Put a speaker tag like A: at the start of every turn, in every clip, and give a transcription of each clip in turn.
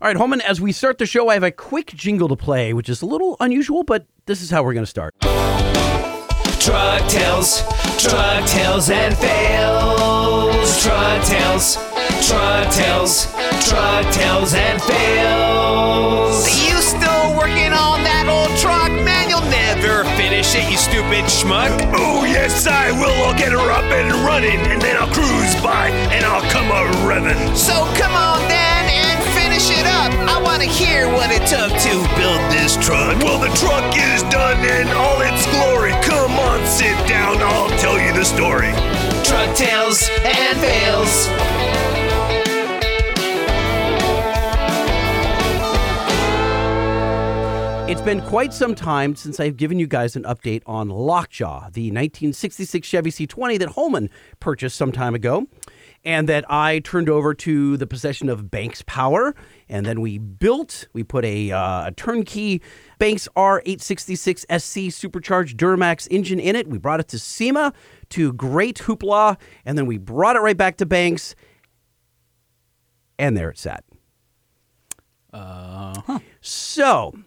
A: All right, Holman, as we start the show, I have a quick jingle to play, which is a little unusual, but this is how we're going to start.
B: Drug tales, drug tales and fails. Drug tales, drug tales, drug tales and fails. Are you still working on that old truck, man? You'll never finish it, you stupid schmuck.
C: Oh, yes, I will. I'll get her up and running, and then I'll cruise by, and I'll come a revving.
B: So come on, Dan, and finish it up. I want to hear what it took to build this truck.
C: Well, the truck is done in all its glory. Come on, sit down, I'll tell you the story.
B: Truck tales and fails.
A: It's been quite some time since I've given you guys an update on Lockjaw, the 1966 Chevy C20 that Holman purchased some time ago, and that I turned over to the possession of Banks Power. And then we built, we put a, uh, a turnkey Banks R866 SC supercharged Duramax engine in it. We brought it to SEMA to great hoopla, and then we brought it right back to Banks, and there it sat.
D: Uh,
A: So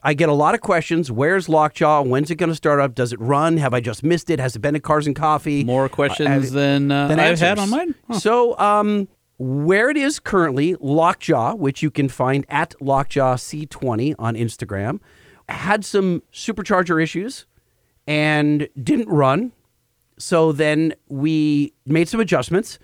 A: I get a lot of questions. Where's Lockjaw? When's it going to start up? Does it run? Have I just missed it? Has it been to Cars and Coffee?
D: More questions than, uh, I've had
A: answers.
D: on mine. Huh.
A: So, um, where it is currently, Lockjaw, which you can find at Lockjaw C20 on Instagram, had some supercharger issues and didn't run. So then we made some adjustments.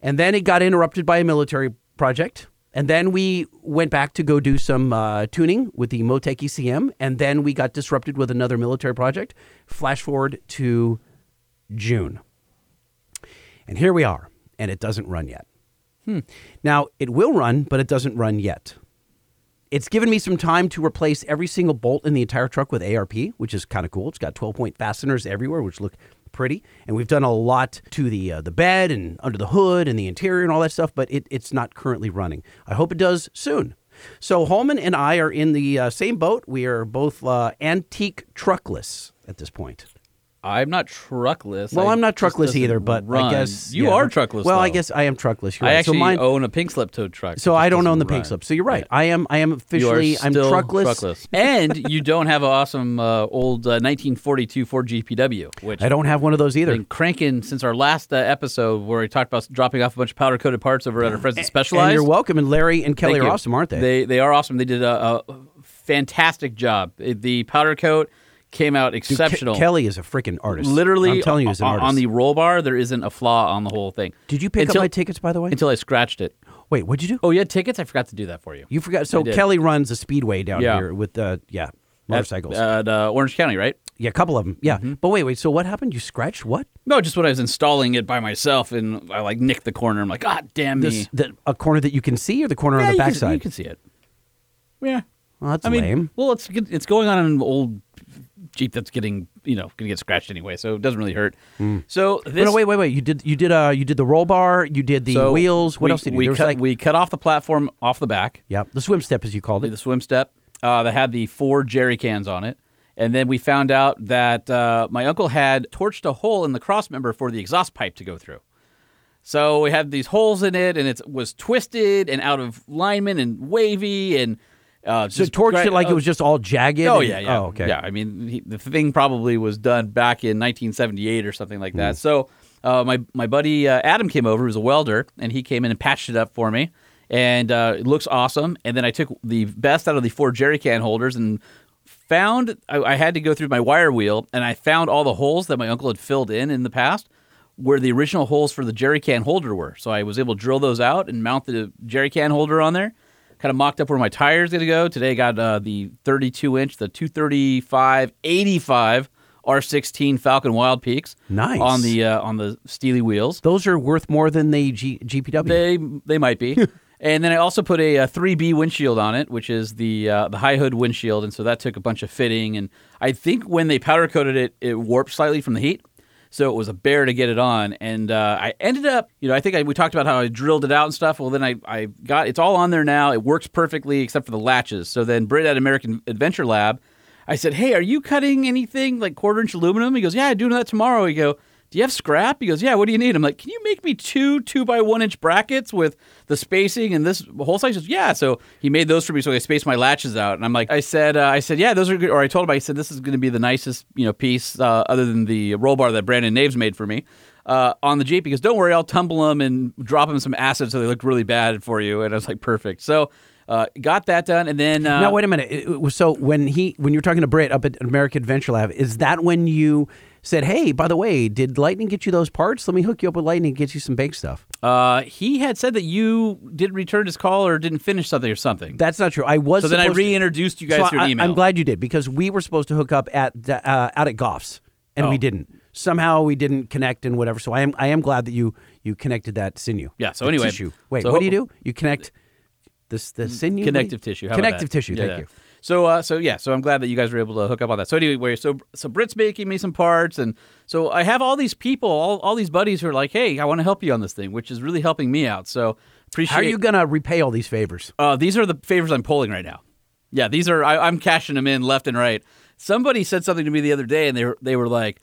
A: And then it got interrupted by a military project. And then we went back to go do some uh, tuning with the Motec ECM. And then we got disrupted with another military project. Flash forward to June. And here we are. And it doesn't run yet. Hmm. Now, it will run, but it doesn't run yet. It's given me some time to replace every single bolt in the entire truck with ARP, which is kind of cool. It's got 12 point fasteners everywhere, which look pretty. And we've done a lot to the uh, the bed and under the hood and the interior and all that stuff, but it, it's not currently running. I hope it does soon. So Holman and I are in the uh, same boat. We are both uh, antique truckless at this point.
D: I'm not truckless.
A: Well,
D: I
A: I'm not
D: just
A: truckless
D: doesn't
A: either, but I
D: run.
A: guess
D: you
A: yeah.
D: are truckless.
A: Well, I
D: though.
A: guess I am truckless. You're
D: I
A: right.
D: actually
A: so mine,
D: own a pink slip toed truck.
A: So
D: It
A: I
D: just
A: don't own the
D: doesn't
A: pink
D: run.
A: slip. So you're right. I am. I am
D: You are
A: officially. I'm
D: still
A: truckless.
D: and you don't have an awesome uh, old uh, 1942 Ford GPW, which
A: I don't have one of those either.
D: been cranking since our last uh, episode where we talked about dropping off a bunch of powder coated parts over at our friends at Specialized.
A: And you're welcome. And Larry and Kelly
D: Thank
A: are
D: you.
A: awesome, aren't they?
D: They they are awesome. They did a, a fantastic job. The powder coat came out
A: Dude, Ke-
D: exceptional.
A: Kelly is a freaking artist.
D: Literally,
A: I'm telling you, he's an
D: on,
A: artist.
D: on the roll bar, there isn't a flaw on the whole thing.
A: Did you pick up
D: until,
A: my tickets, by the way?
D: Until I scratched it.
A: Wait, what'd you do?
D: Oh, you had tickets? I forgot to do that for you.
A: you forgot. So
D: did.
A: Kelly runs a speedway down
D: Yeah.
A: here with uh, yeah motorcycles.
D: At, uh, Mm-hmm. Orange County, right?
A: yeah, a couple of them. Yeah, but wait, wait. So what happened? You scratched what?
D: No, just when I was installing it by myself and I like nicked the corner. I'm like, God damn me.
A: This the, a corner that you can see, or the corner
D: Yeah,
A: on the
D: you can- You
A: backside?
D: can see it. Yeah.
A: Well, that's
D: I mean,
A: lame.
D: well, it's it's going on an old Jeep that's getting you know going to get scratched anyway, so it doesn't really hurt. So
A: Hmm. No,
D: this
A: no, wait, wait, wait. You did, you did, uh, you did the roll bar. You did the
D: so
A: wheels. What
D: we,
A: else did you do?
D: we
A: There was
D: cut?
A: like-
D: we cut off the platform off the back,
A: yeah, the swim step, as you called
D: the
A: it.
D: swim step uh, that had the four jerry cans on it, and then we found out that uh, my uncle had torched a hole in the cross member for the exhaust pipe to go through. So we had these holes in it, and it was twisted and out of alignment and wavy and. Uh,
A: So
D: just
A: torched
D: gra-
A: it like it
D: uh,
A: was just all jagged.
D: Oh
A: and-
D: yeah, yeah.
A: Oh okay.
D: Yeah, I mean he, the thing probably was done back in 1978 or something like
A: Hmm.
D: that. So uh, my my buddy uh, Adam came over, who's a welder, and he came in and patched it up for me, and uh, it looks awesome. And then I took the best out of the four jerry can holders and found I, I had to go through my wire wheel, and I found all the holes that my uncle had filled in in the past. Where the original holes for the jerry can holder were, so I was able to drill those out and mount the jerry can holder on there kind of mocked up where my tires going to go. Today I got uh, the 32 inch, the 235 85 R16 Falcon Wild Peaks.
A: Nice.
D: on the uh, on the steely wheels.
A: Those are worth more than the G- GPW.
D: They they might be. and then I also put a, uh 3B windshield on it, which is the uh, the high hood windshield, and so that took a bunch of fitting. And I think when they powder coated it, it warped slightly from the heat. So it was a bear to get it on, and uh, I ended up, you know, I think I, we talked about how I drilled it out and stuff. Well, then I, I got it's all on there now. It works perfectly except for the latches. So then Brit at American Adventure Lab, I said, "Hey, are you cutting anything like quarter inch aluminum?" He goes, "Yeah, I do that tomorrow." He go, do you have scrap? He goes, yeah, what do you need? I'm like, can you make me two two by one inch brackets with the spacing and this whole size? He goes, yeah. So he made those for me. So I spaced my latches out. And I'm like, I said, uh, I said, yeah, those are good. Or I told him, I said, this is going to be the nicest, you know, piece uh, other than the roll bar that Brandon Naves made for me. Uh, on the Jeep, he goes, "Don't worry, I'll tumble them and drop them some acid so they look really bad for you." And I was like, "Perfect." So, uh, got that done, and then uh,
A: Now wait a minute. It- it was- So when he when you were talking to Britt up at American Adventure Lab, is that when you said, "Hey, by the way, did Lightning get you those parts? Let me hook you up with Lightning and get you some bake stuff."
D: Uh, he had said that you didn't return his call or didn't finish something or something.
A: That's not true. I was.
D: so then I
A: supposed to-
D: reintroduced you guys
A: So
D: through
A: I,
D: an email.
A: am glad you did because we were supposed to hook up at the- uh, out at Goff's and
D: Oh.
A: we didn't. Somehow we didn't connect and whatever. So I am I am glad that you you connected that sinew.
D: Yeah, so
A: That
D: anyway,
A: tissue. wait,
D: so- Mm,
A: what do you do? You connect this the sinew
D: Connective tissue. How about
A: connective
D: that?
A: tissue.
D: Yeah,
A: Thank
D: yeah.
A: you.
D: So, uh, so yeah, so I'm glad that you guys were able to hook up on that. So anyway, so so Britt's making me some parts, and so I have all these people, all, all these buddies who are like, "Hey, I want to help you on this thing," which is really helping me out. So appreciate.
A: How are you gonna repay all these favors?
D: Uh, these are the favors I'm pulling right now. Yeah, these are I, I'm cashing them in left and right. Somebody said something to me the other day, and they were they were like,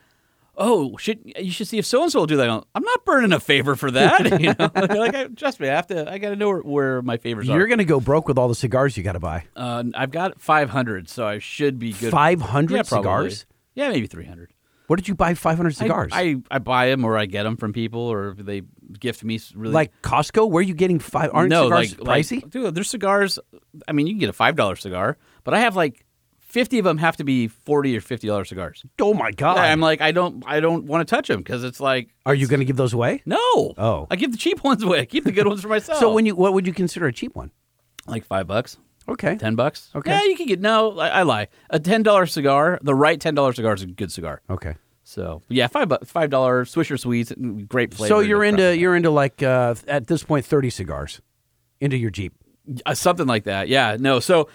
D: "Oh, should you should see if so and so will do that." I'm not burning a favor for that. you know, like, I, trust me, I have to. I got to know where, where my favors
A: You're
D: are.
A: gonna go broke with all the cigars you got to buy.
D: Uh, I've got 500, so I should be good.
A: Five hundred
D: yeah, probably.
A: cigars.
D: Yeah, maybe 300
A: What did you buy? Five hundred
D: I-
A: cigars.
D: I, I buy them or I get them from people or they gift me s- really
A: like Costco. Where are you getting five? Aren't
D: no,
A: cigars
D: like, like-
A: pricey?
D: dude, there's cigars. I mean, you can get a five dollar cigar, but I have like fifty of them have to be forty or fifty dollar cigars.
A: oh my god!
D: I'm like, I don't, I don't want to touch them because it's like,
A: are you gonna give those away?
D: no.
A: Oh.
D: I give the cheap ones away. I keep the good ones for myself.
A: So when you what would you consider a cheap one?
D: like five bucks,
A: Okay.
D: ten bucks,
A: Okay.
D: yeah, you can get. No, I, I lie. A ten dollar cigar, the right ten dollar cigar is a good cigar.
A: Okay.
D: So yeah, five bu- five dollar Swisher Sweets, mm, great flavor.
A: So you're
D: no
A: into
D: problem.
A: you're into like uh, at this point thirty cigars into your Jeep.
D: Uh, something like that. Yeah. No. So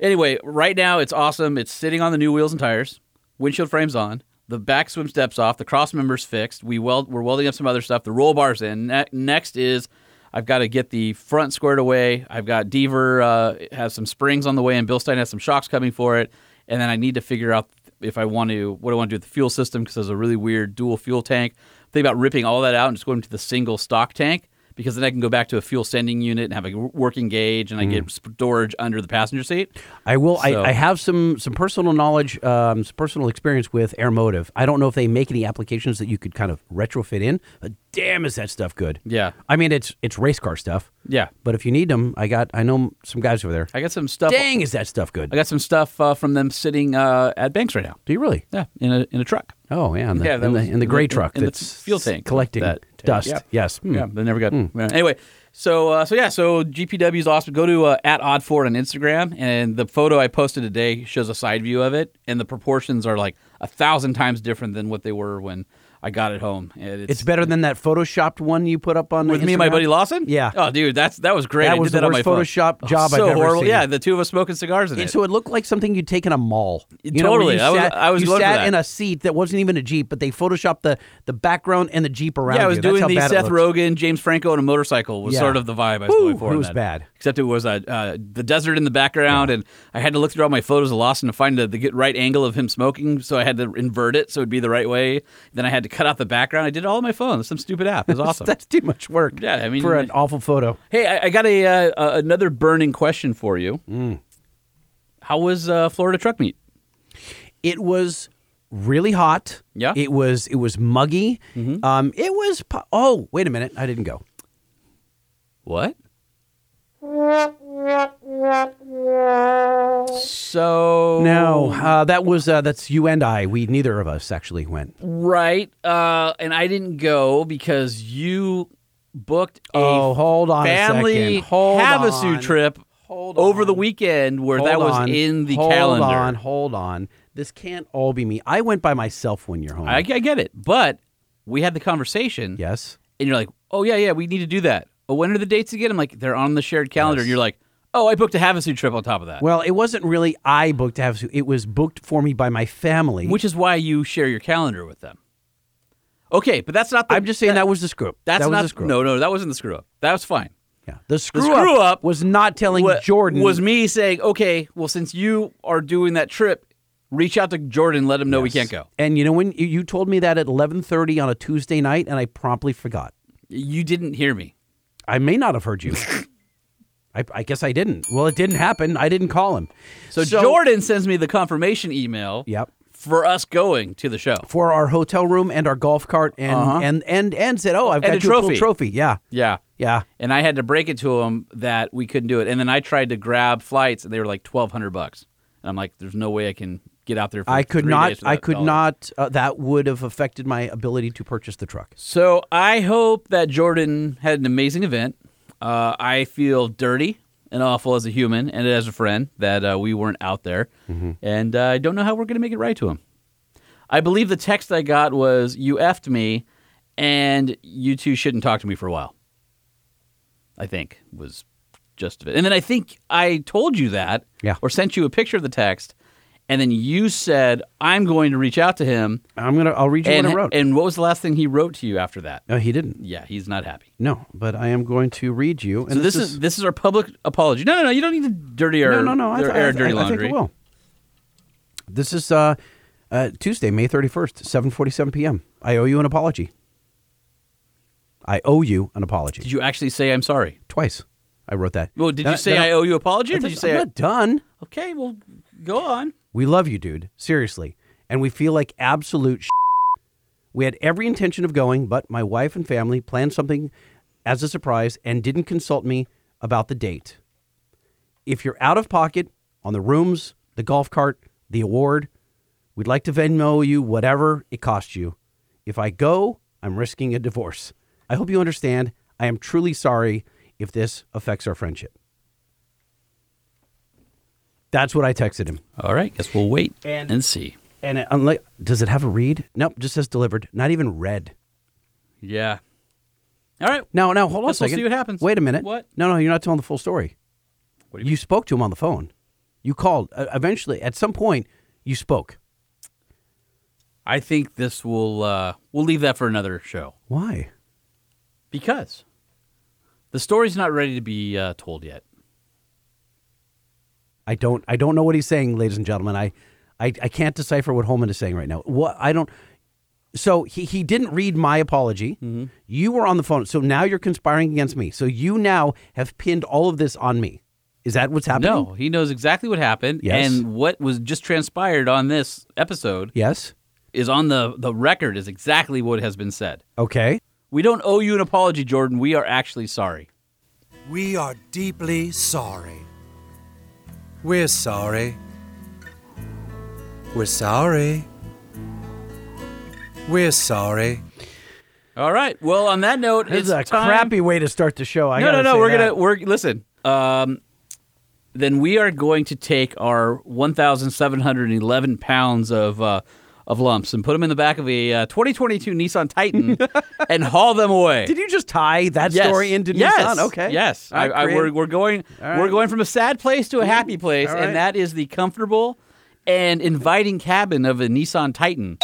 D: anyway, right now it's awesome. It's sitting on the new wheels and tires, windshield frames on, the back swim steps off, the cross members fixed. We weld. We're welding up some other stuff. The roll bars in. Ne- next is. I've got to get the front squared away. I've got Deaver uh, has some springs on the way, and Bilstein has some shocks coming for it. And then I need to figure out if I want to what do I want to do with the fuel system because there's a really weird dual fuel tank. Think about ripping all that out and just going to the single stock tank because then I can go back to a fuel sending unit and have a working gauge, and I get storage under the passenger seat.
A: I will.
D: So-
A: I, I have some some personal knowledge, um, some personal experience with Air Motive. I don't know if they make any applications that you could kind of retrofit in. But damn, is that stuff good?
D: Yeah.
A: I mean, it's it's race car stuff.
D: Yeah.
A: But if you need them, I got I know some guys over there.
D: I got some stuff.
A: Dang, is that stuff good?
D: I got some stuff uh, from them sitting uh, at Banks right now.
A: Do you really?
D: Yeah, in a in a truck.
A: Oh yeah, in the,
D: Yeah, that
A: in, the
D: was-
A: in the gray
D: in the-
A: truck
D: in the
A: that's
D: fuel tank,
A: collecting
D: that tank.
A: dust.
D: Yeah.
A: Yes. Hmm.
D: Yeah, they never got. yeah. Anyway, so uh, so yeah, so GPW is awesome. Go to uh, at Odd Ford on Instagram, and the photo I posted today shows a side view of it, and the proportions are like a thousand times different than what they were when I got it home. And
A: It's better than that photoshopped one you put up on
D: with me and my
A: Instagram?
D: buddy Lawson.
A: Yeah.
D: Oh, dude, that's that was great.
A: That
D: I
A: was
D: did
A: the
D: that on
A: worst
D: my phone.
A: Photoshop
D: Oh,
A: job I've
D: so
A: ever
D: horrible.
A: seen.
D: Yeah, the two of us smoking cigars in
A: And
D: it.
A: so it looked like something you'd taken a mall. You know, where
D: Totally.
A: you
D: I was-
A: sat,
D: I was
A: you
D: going for
A: sat
D: that.
A: in a seat that wasn't even a Jeep, but they photoshopped the, the background and the Jeep around
D: yeah, I was
A: you. That's
D: doing
A: how
D: the
A: bad it
D: Seth
A: looks.
D: Rogen, James Franco on a motorcycle was
A: Yeah.
D: sort of the vibe I was
A: Woo,
D: going for.
A: it
D: in
A: was
D: that.
A: bad.
D: Except it was uh, uh, the desert in the background, and I had to look through all my photos of Lawson to find the, the good right angle of him smoking. So I had to invert it so it'd be the right way. Then I had to cut out the background. I did it all on my phone. Some stupid app. It was awesome.
A: That's too much work.
D: Yeah, I mean-
A: for an awful photo.
D: hey, I, I got a uh, uh, another burning question for you.
A: Mm.
D: How was uh, Florida Truck Meet?
A: It was really hot.
D: Yeah. Mm-hmm.
A: It was it was muggy. Um, it was. po- Oh, wait a minute. I didn't go.
D: What? So
A: No, uh, that was uh, that's you and I. We neither of us actually went.
D: right, uh, and I didn't go because you booked a
A: Oh, hold on a
D: family
A: second. Hold
D: Havasu
A: on.
D: trip
A: Hold
D: over the
A: on.
D: weekend where that
A: Hold
D: was
A: on.
D: in the
A: hold
D: calendar.
A: on, hold on. This can't all be me. I went by myself when you're home.
D: I, I get it, but we had the conversation,
A: yes.
D: and you're like, "Oh yeah, yeah, we need to do that." Oh, when are the dates again? I'm like, "They're on the shared calendar." And you're like, "Oh, I booked a Havasu trip on top of that."
A: Well, it wasn't really I booked Havasu. It was booked for me by my family.
D: which is why you share your calendar with them. Okay, but that's not. The,
A: I'm just saying that, was the screw up.
D: That's
A: that was
D: not
A: the screw up.
D: no, no. That wasn't the screw up. That was fine.
A: Yeah. The screw,
D: screw up
A: was not telling
D: What
A: Jordan
D: was me saying, okay, well, since you are doing that trip, Reach out to Jordan. Let him know we can't go.
A: And you know when you- you told me that at 11:30 on a Tuesday night and I promptly forgot.
D: You didn't hear me.
A: I may not have heard you. I, I guess I didn't. Well, it didn't happen. I didn't call him.
D: So, Jordan sends me the confirmation email
A: Yep.
D: for us going to the show.
A: For our hotel room and our golf cart and and, and and said, "Oh, I've
D: Uh-huh. And
A: got
D: a
A: you cool
D: trophy.
A: trophy." Yeah.
D: Yeah.
A: Yeah.
D: And I had to break it to him that we couldn't do it. And then I tried to grab flights and they were like 1200 bucks. And I'm like there's no way I can get out there for
A: I could
D: three
A: not
D: days
A: I
D: without
A: could
D: dollars.
A: not uh, that would have affected my ability to purchase the truck.
D: So I hope that Jordan had an amazing event. Uh, I feel dirty and awful as a human and as a friend that uh, we weren't out there,
A: Mm-hmm.
D: and uh, I don't know how we're going to make it right to him. I believe the text I got was "You effed me, and you two shouldn't talk to me for a while." I think was just of it, and then I think I told you that,
A: Yeah.
D: or sent you a picture of the text, and then you said, "I'm going to reach out to him."
A: I'm going to I'll read you
D: and,
A: what I wrote.
D: and what was the last thing he wrote to you after that?
A: no, he didn't.
D: Yeah, he's not happy.
A: No, but I am going to read you and
D: So this, is, this is our public apology. No, no, no. You don't need to dirty our
A: No, no, no. I,
D: air,
A: th- I, th-
D: dirty
A: I, I
D: laundry.
A: think it will. This is uh, uh, Tuesday, May 31st, 7:47 p.m. I owe you an apology. I owe you an apology.
D: Did you actually say I'm sorry?
A: Twice. I wrote that.
D: Well, did
A: Then
D: you say
A: then
D: I owe you apology? Or did you
A: I'm
D: say I,
A: not done?
D: okay? Well, go on.
A: We love you, dude. Seriously. And we feel like absolute sh**. We had every intention of going, but my wife and family planned something as a surprise and didn't consult me about the date. If you're out of pocket on the rooms, the golf cart, the award, we'd like to Venmo you whatever it costs you. If I go, I'm risking a divorce. I hope you understand. I am truly sorry if this affects our friendship. That's what I texted him.
D: All right. Guess we'll wait
A: And-
D: and, see.
A: And it, unlike, does it have a read? Nope, just says delivered. Not even read.
D: Yeah. All right.
A: Now, now, hold on
D: Guess
A: a
D: we'll
A: second.
D: see what happens.
A: Wait a minute.
D: What?
A: No, no, you're not telling the full story.
D: What do
A: you, spoke to him on the phone. You called. Uh, eventually, at some point, you spoke.
D: I think this will. Uh, we'll leave that for another show
A: Why?
D: because the story's not ready to be uh, told yet.
A: I don't. I don't know what he's saying, ladies and gentlemen. I, I, I can't decipher what Holman is saying right now. What I don't. So he he didn't read my apology.
D: Mm-hmm.
A: You were on the phone. So now you're conspiring against me. So you now have pinned all of this on me. Is that what's happening?
D: No, he knows exactly what happened
A: Yes.
D: and what was just transpired on this episode.
A: Yes.
D: is on the, the record is exactly what has been said.
A: Okay.
D: We don't owe you an apology, Jordan. We are actually sorry.
E: We are deeply sorry. We're sorry. We're sorry. We're sorry.
D: All right. Well, on that note,
A: This
D: it's
A: is a
D: time-
A: crappy way to start the show. I
D: No, no,
A: gotta
D: no.
A: say
D: We're
A: that.
D: gonna we're listen. Um, then we are going to take our 1,711 pounds of uh, of lumps and put them in the back of a uh, 2022 Nissan Titan and haul them away.
A: Did you just tie that
D: Yes.
A: story into
D: yes.
A: Nissan? Okay.
D: Yes. I, I,
A: created-
D: we're, we're going
A: right.
D: we're going from a sad place to a happy place,
A: All right.
D: and that is the comfortable and inviting cabin of a Nissan Titan.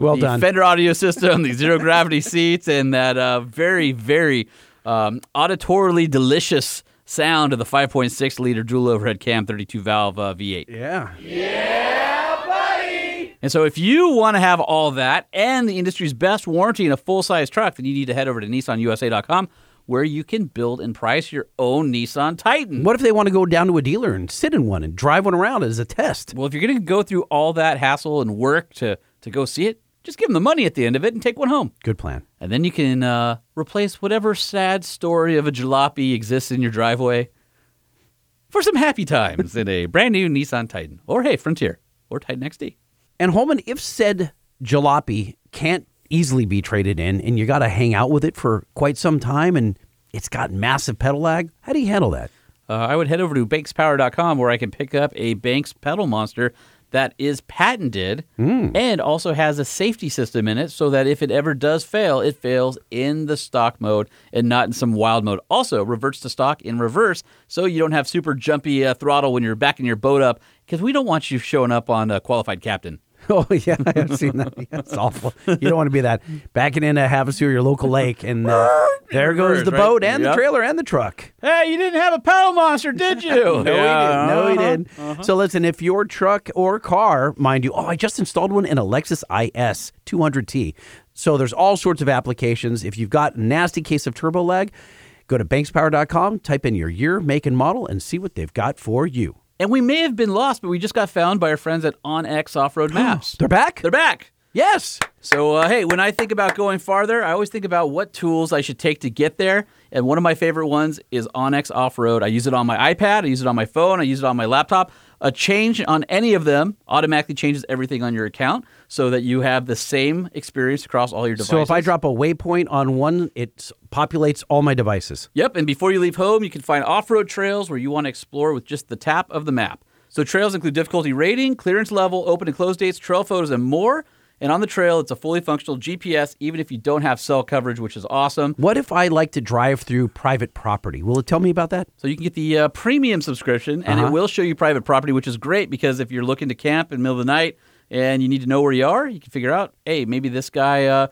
A: well
D: the
A: done.
D: Fender audio system, the zero gravity seats, and that uh, very very um, auditorily delicious sound of the 5.6 liter dual overhead cam 32 valve uh, V8.
A: yeah.
D: And so, if you want to have all that and the industry's best warranty in a full size truck, then you need to head over to nissanusa.com where you can build and price your own Nissan Titan.
A: What if they want to go down to a dealer and sit in one and drive one around as a test?
D: Well, if you're going to go through all that hassle and work to, to go see it, just give them the money at the end of it and take one home.
A: Good plan.
D: And then you can uh, replace whatever sad story of a jalopy exists in your driveway for some happy times in a brand new Nissan Titan or, hey, Frontier or Titan XD.
A: And Holman, if said jalopy can't easily be traded in and you got to hang out with it for quite some time and it's got massive pedal lag, how do you handle that?
D: Uh, I would head over to bankspower.com where I can pick up a Banks pedal monster that is patented
A: Hmm.
D: and also has a safety system in it so that if it ever does fail, it fails in the stock mode and not in some wild mode. Also, reverts to stock in reverse so you don't have super jumpy uh, throttle when you're backing your boat up because we don't want you showing up on a qualified captain.
A: Oh yeah, I've seen that. Yeah, it's awful. You don't want to be that backing into Havasu, your local lake, and uh, there goes
D: Reverse,
A: the
D: right?
A: boat and the
D: Yep.
A: trailer and the truck.
D: Hey, you didn't have a pedal monster, did you? Uh-huh. no,
A: No, he didn't. No, he didn't. So listen, if your truck or car, mind you, oh, I just installed one in a Lexus IS 200T. So there's all sorts of applications. If you've got a nasty case of turbo lag, go to bankspower.com, type in your year, make, and model, and see what they've got for you.
D: And we may have been lost, but we just got found by our friends at OnX Off Road Maps.
A: They're back.
D: They're back.
A: yes.
D: So, uh, hey, when I think about going farther, I always think about what tools I should take to get there. And one of my favorite ones is Onyx Off Road. I use it on my iPad, I use it on my phone, I use it on my laptop. A change on any of them automatically changes everything on your account so that you have the same experience across all your devices.
A: So if I drop a waypoint on one, it populates all my devices.
D: Yep, and before you leave home, you can find off road trails where you want to explore with just the tap of the map. So, trails include difficulty rating, clearance level, open and close dates, trail photos, and more. And on the trail, it's a fully functional GPS, even if you don't have cell coverage, which is awesome.
A: What if I like to drive through private property? Will it tell me about that?
D: So, you can get the uh, premium subscription, and it will show you private property, which is great because if you're looking to camp in the middle of the night and you need to know where you are, you can figure out, hey, maybe this guy. Uh,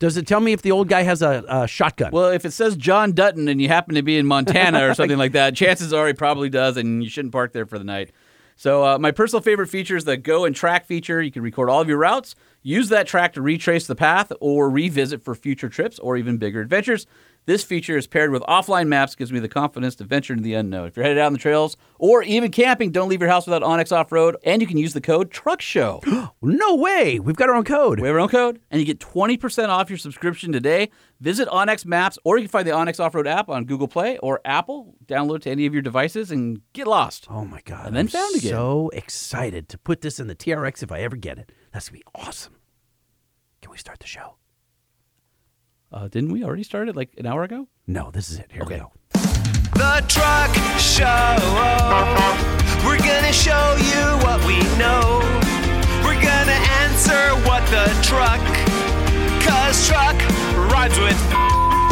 A: Does it tell me if the old guy has a, a shotgun?
D: well, if it says John Dutton and you happen to be in Montana or something like that, chances are he probably does, and you shouldn't park there for the night. So, uh, my personal favorite feature is the go and track feature. You can record all of your routes, use that track to retrace the path or revisit for future trips or even bigger adventures. This feature is paired with offline maps, gives me the confidence to venture into the unknown. If you're headed out on the trails or even camping, don't leave your house without Onyx Off Road, and you can use the code TRUCKSHOW.
A: no way. We've got our own code.
D: We have our own code, and you get 20% off your subscription today. Visit Onyx Maps, or you can find the Onyx Off Road app on Google Play or Apple. Download to any of your devices and get lost.
A: Oh my god!
D: And then
A: I'm
D: found again.
A: So excited to put this in the TRX if I ever get it. That's gonna be awesome. Can we start the show?
D: Uh, didn't we already start it like an hour ago?
A: No, this is it. Here we go.
B: The Truck Show. We're gonna show you what we know. We're gonna answer what the truck. Cause truck rhymes with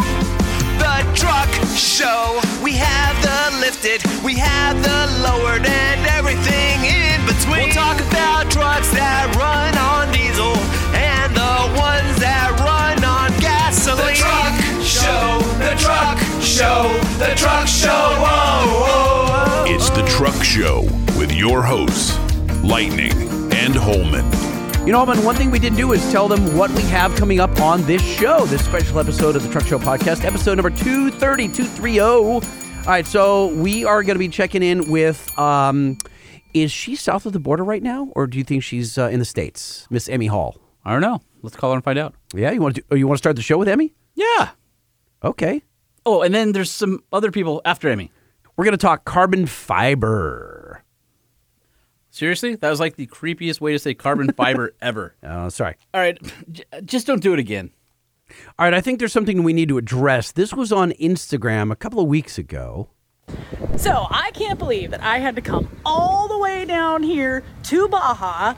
B: the truck show. We have the lifted, we have the lowered, and everything in between. We'll talk about trucks that run on diesel and the ones that run on gasoline. The truck show, the truck show, the truck show. Oh, oh,
C: It's the Truck Show with your hosts, Lightning and Holman.
A: You know, Alman, one thing we didn't do is tell them what we have coming up on this show, this special episode of the Truck Show Podcast, episode number 230, 230. oh. All right, so we are going to be checking in with. Um, is she south of the border right now, or do you think she's uh, in the states, Miss Emmy Hall?
D: I don't know. Let's call her and find out.
A: Yeah, you want to? Oh, you want to start the show with Emmy?
D: Yeah.
A: Okay,
D: Oh, and then there's some other people after Emmy.
A: we're going to talk carbon fiber.
D: Seriously? That was like the creepiest way to say carbon fiber ever.
A: Oh, sorry.
D: All right. j- Just don't do it again.
A: All right, I think there's something we need to address. This was on Instagram a couple of weeks ago.
F: So I can't believe that I had to come all the way down here to Baja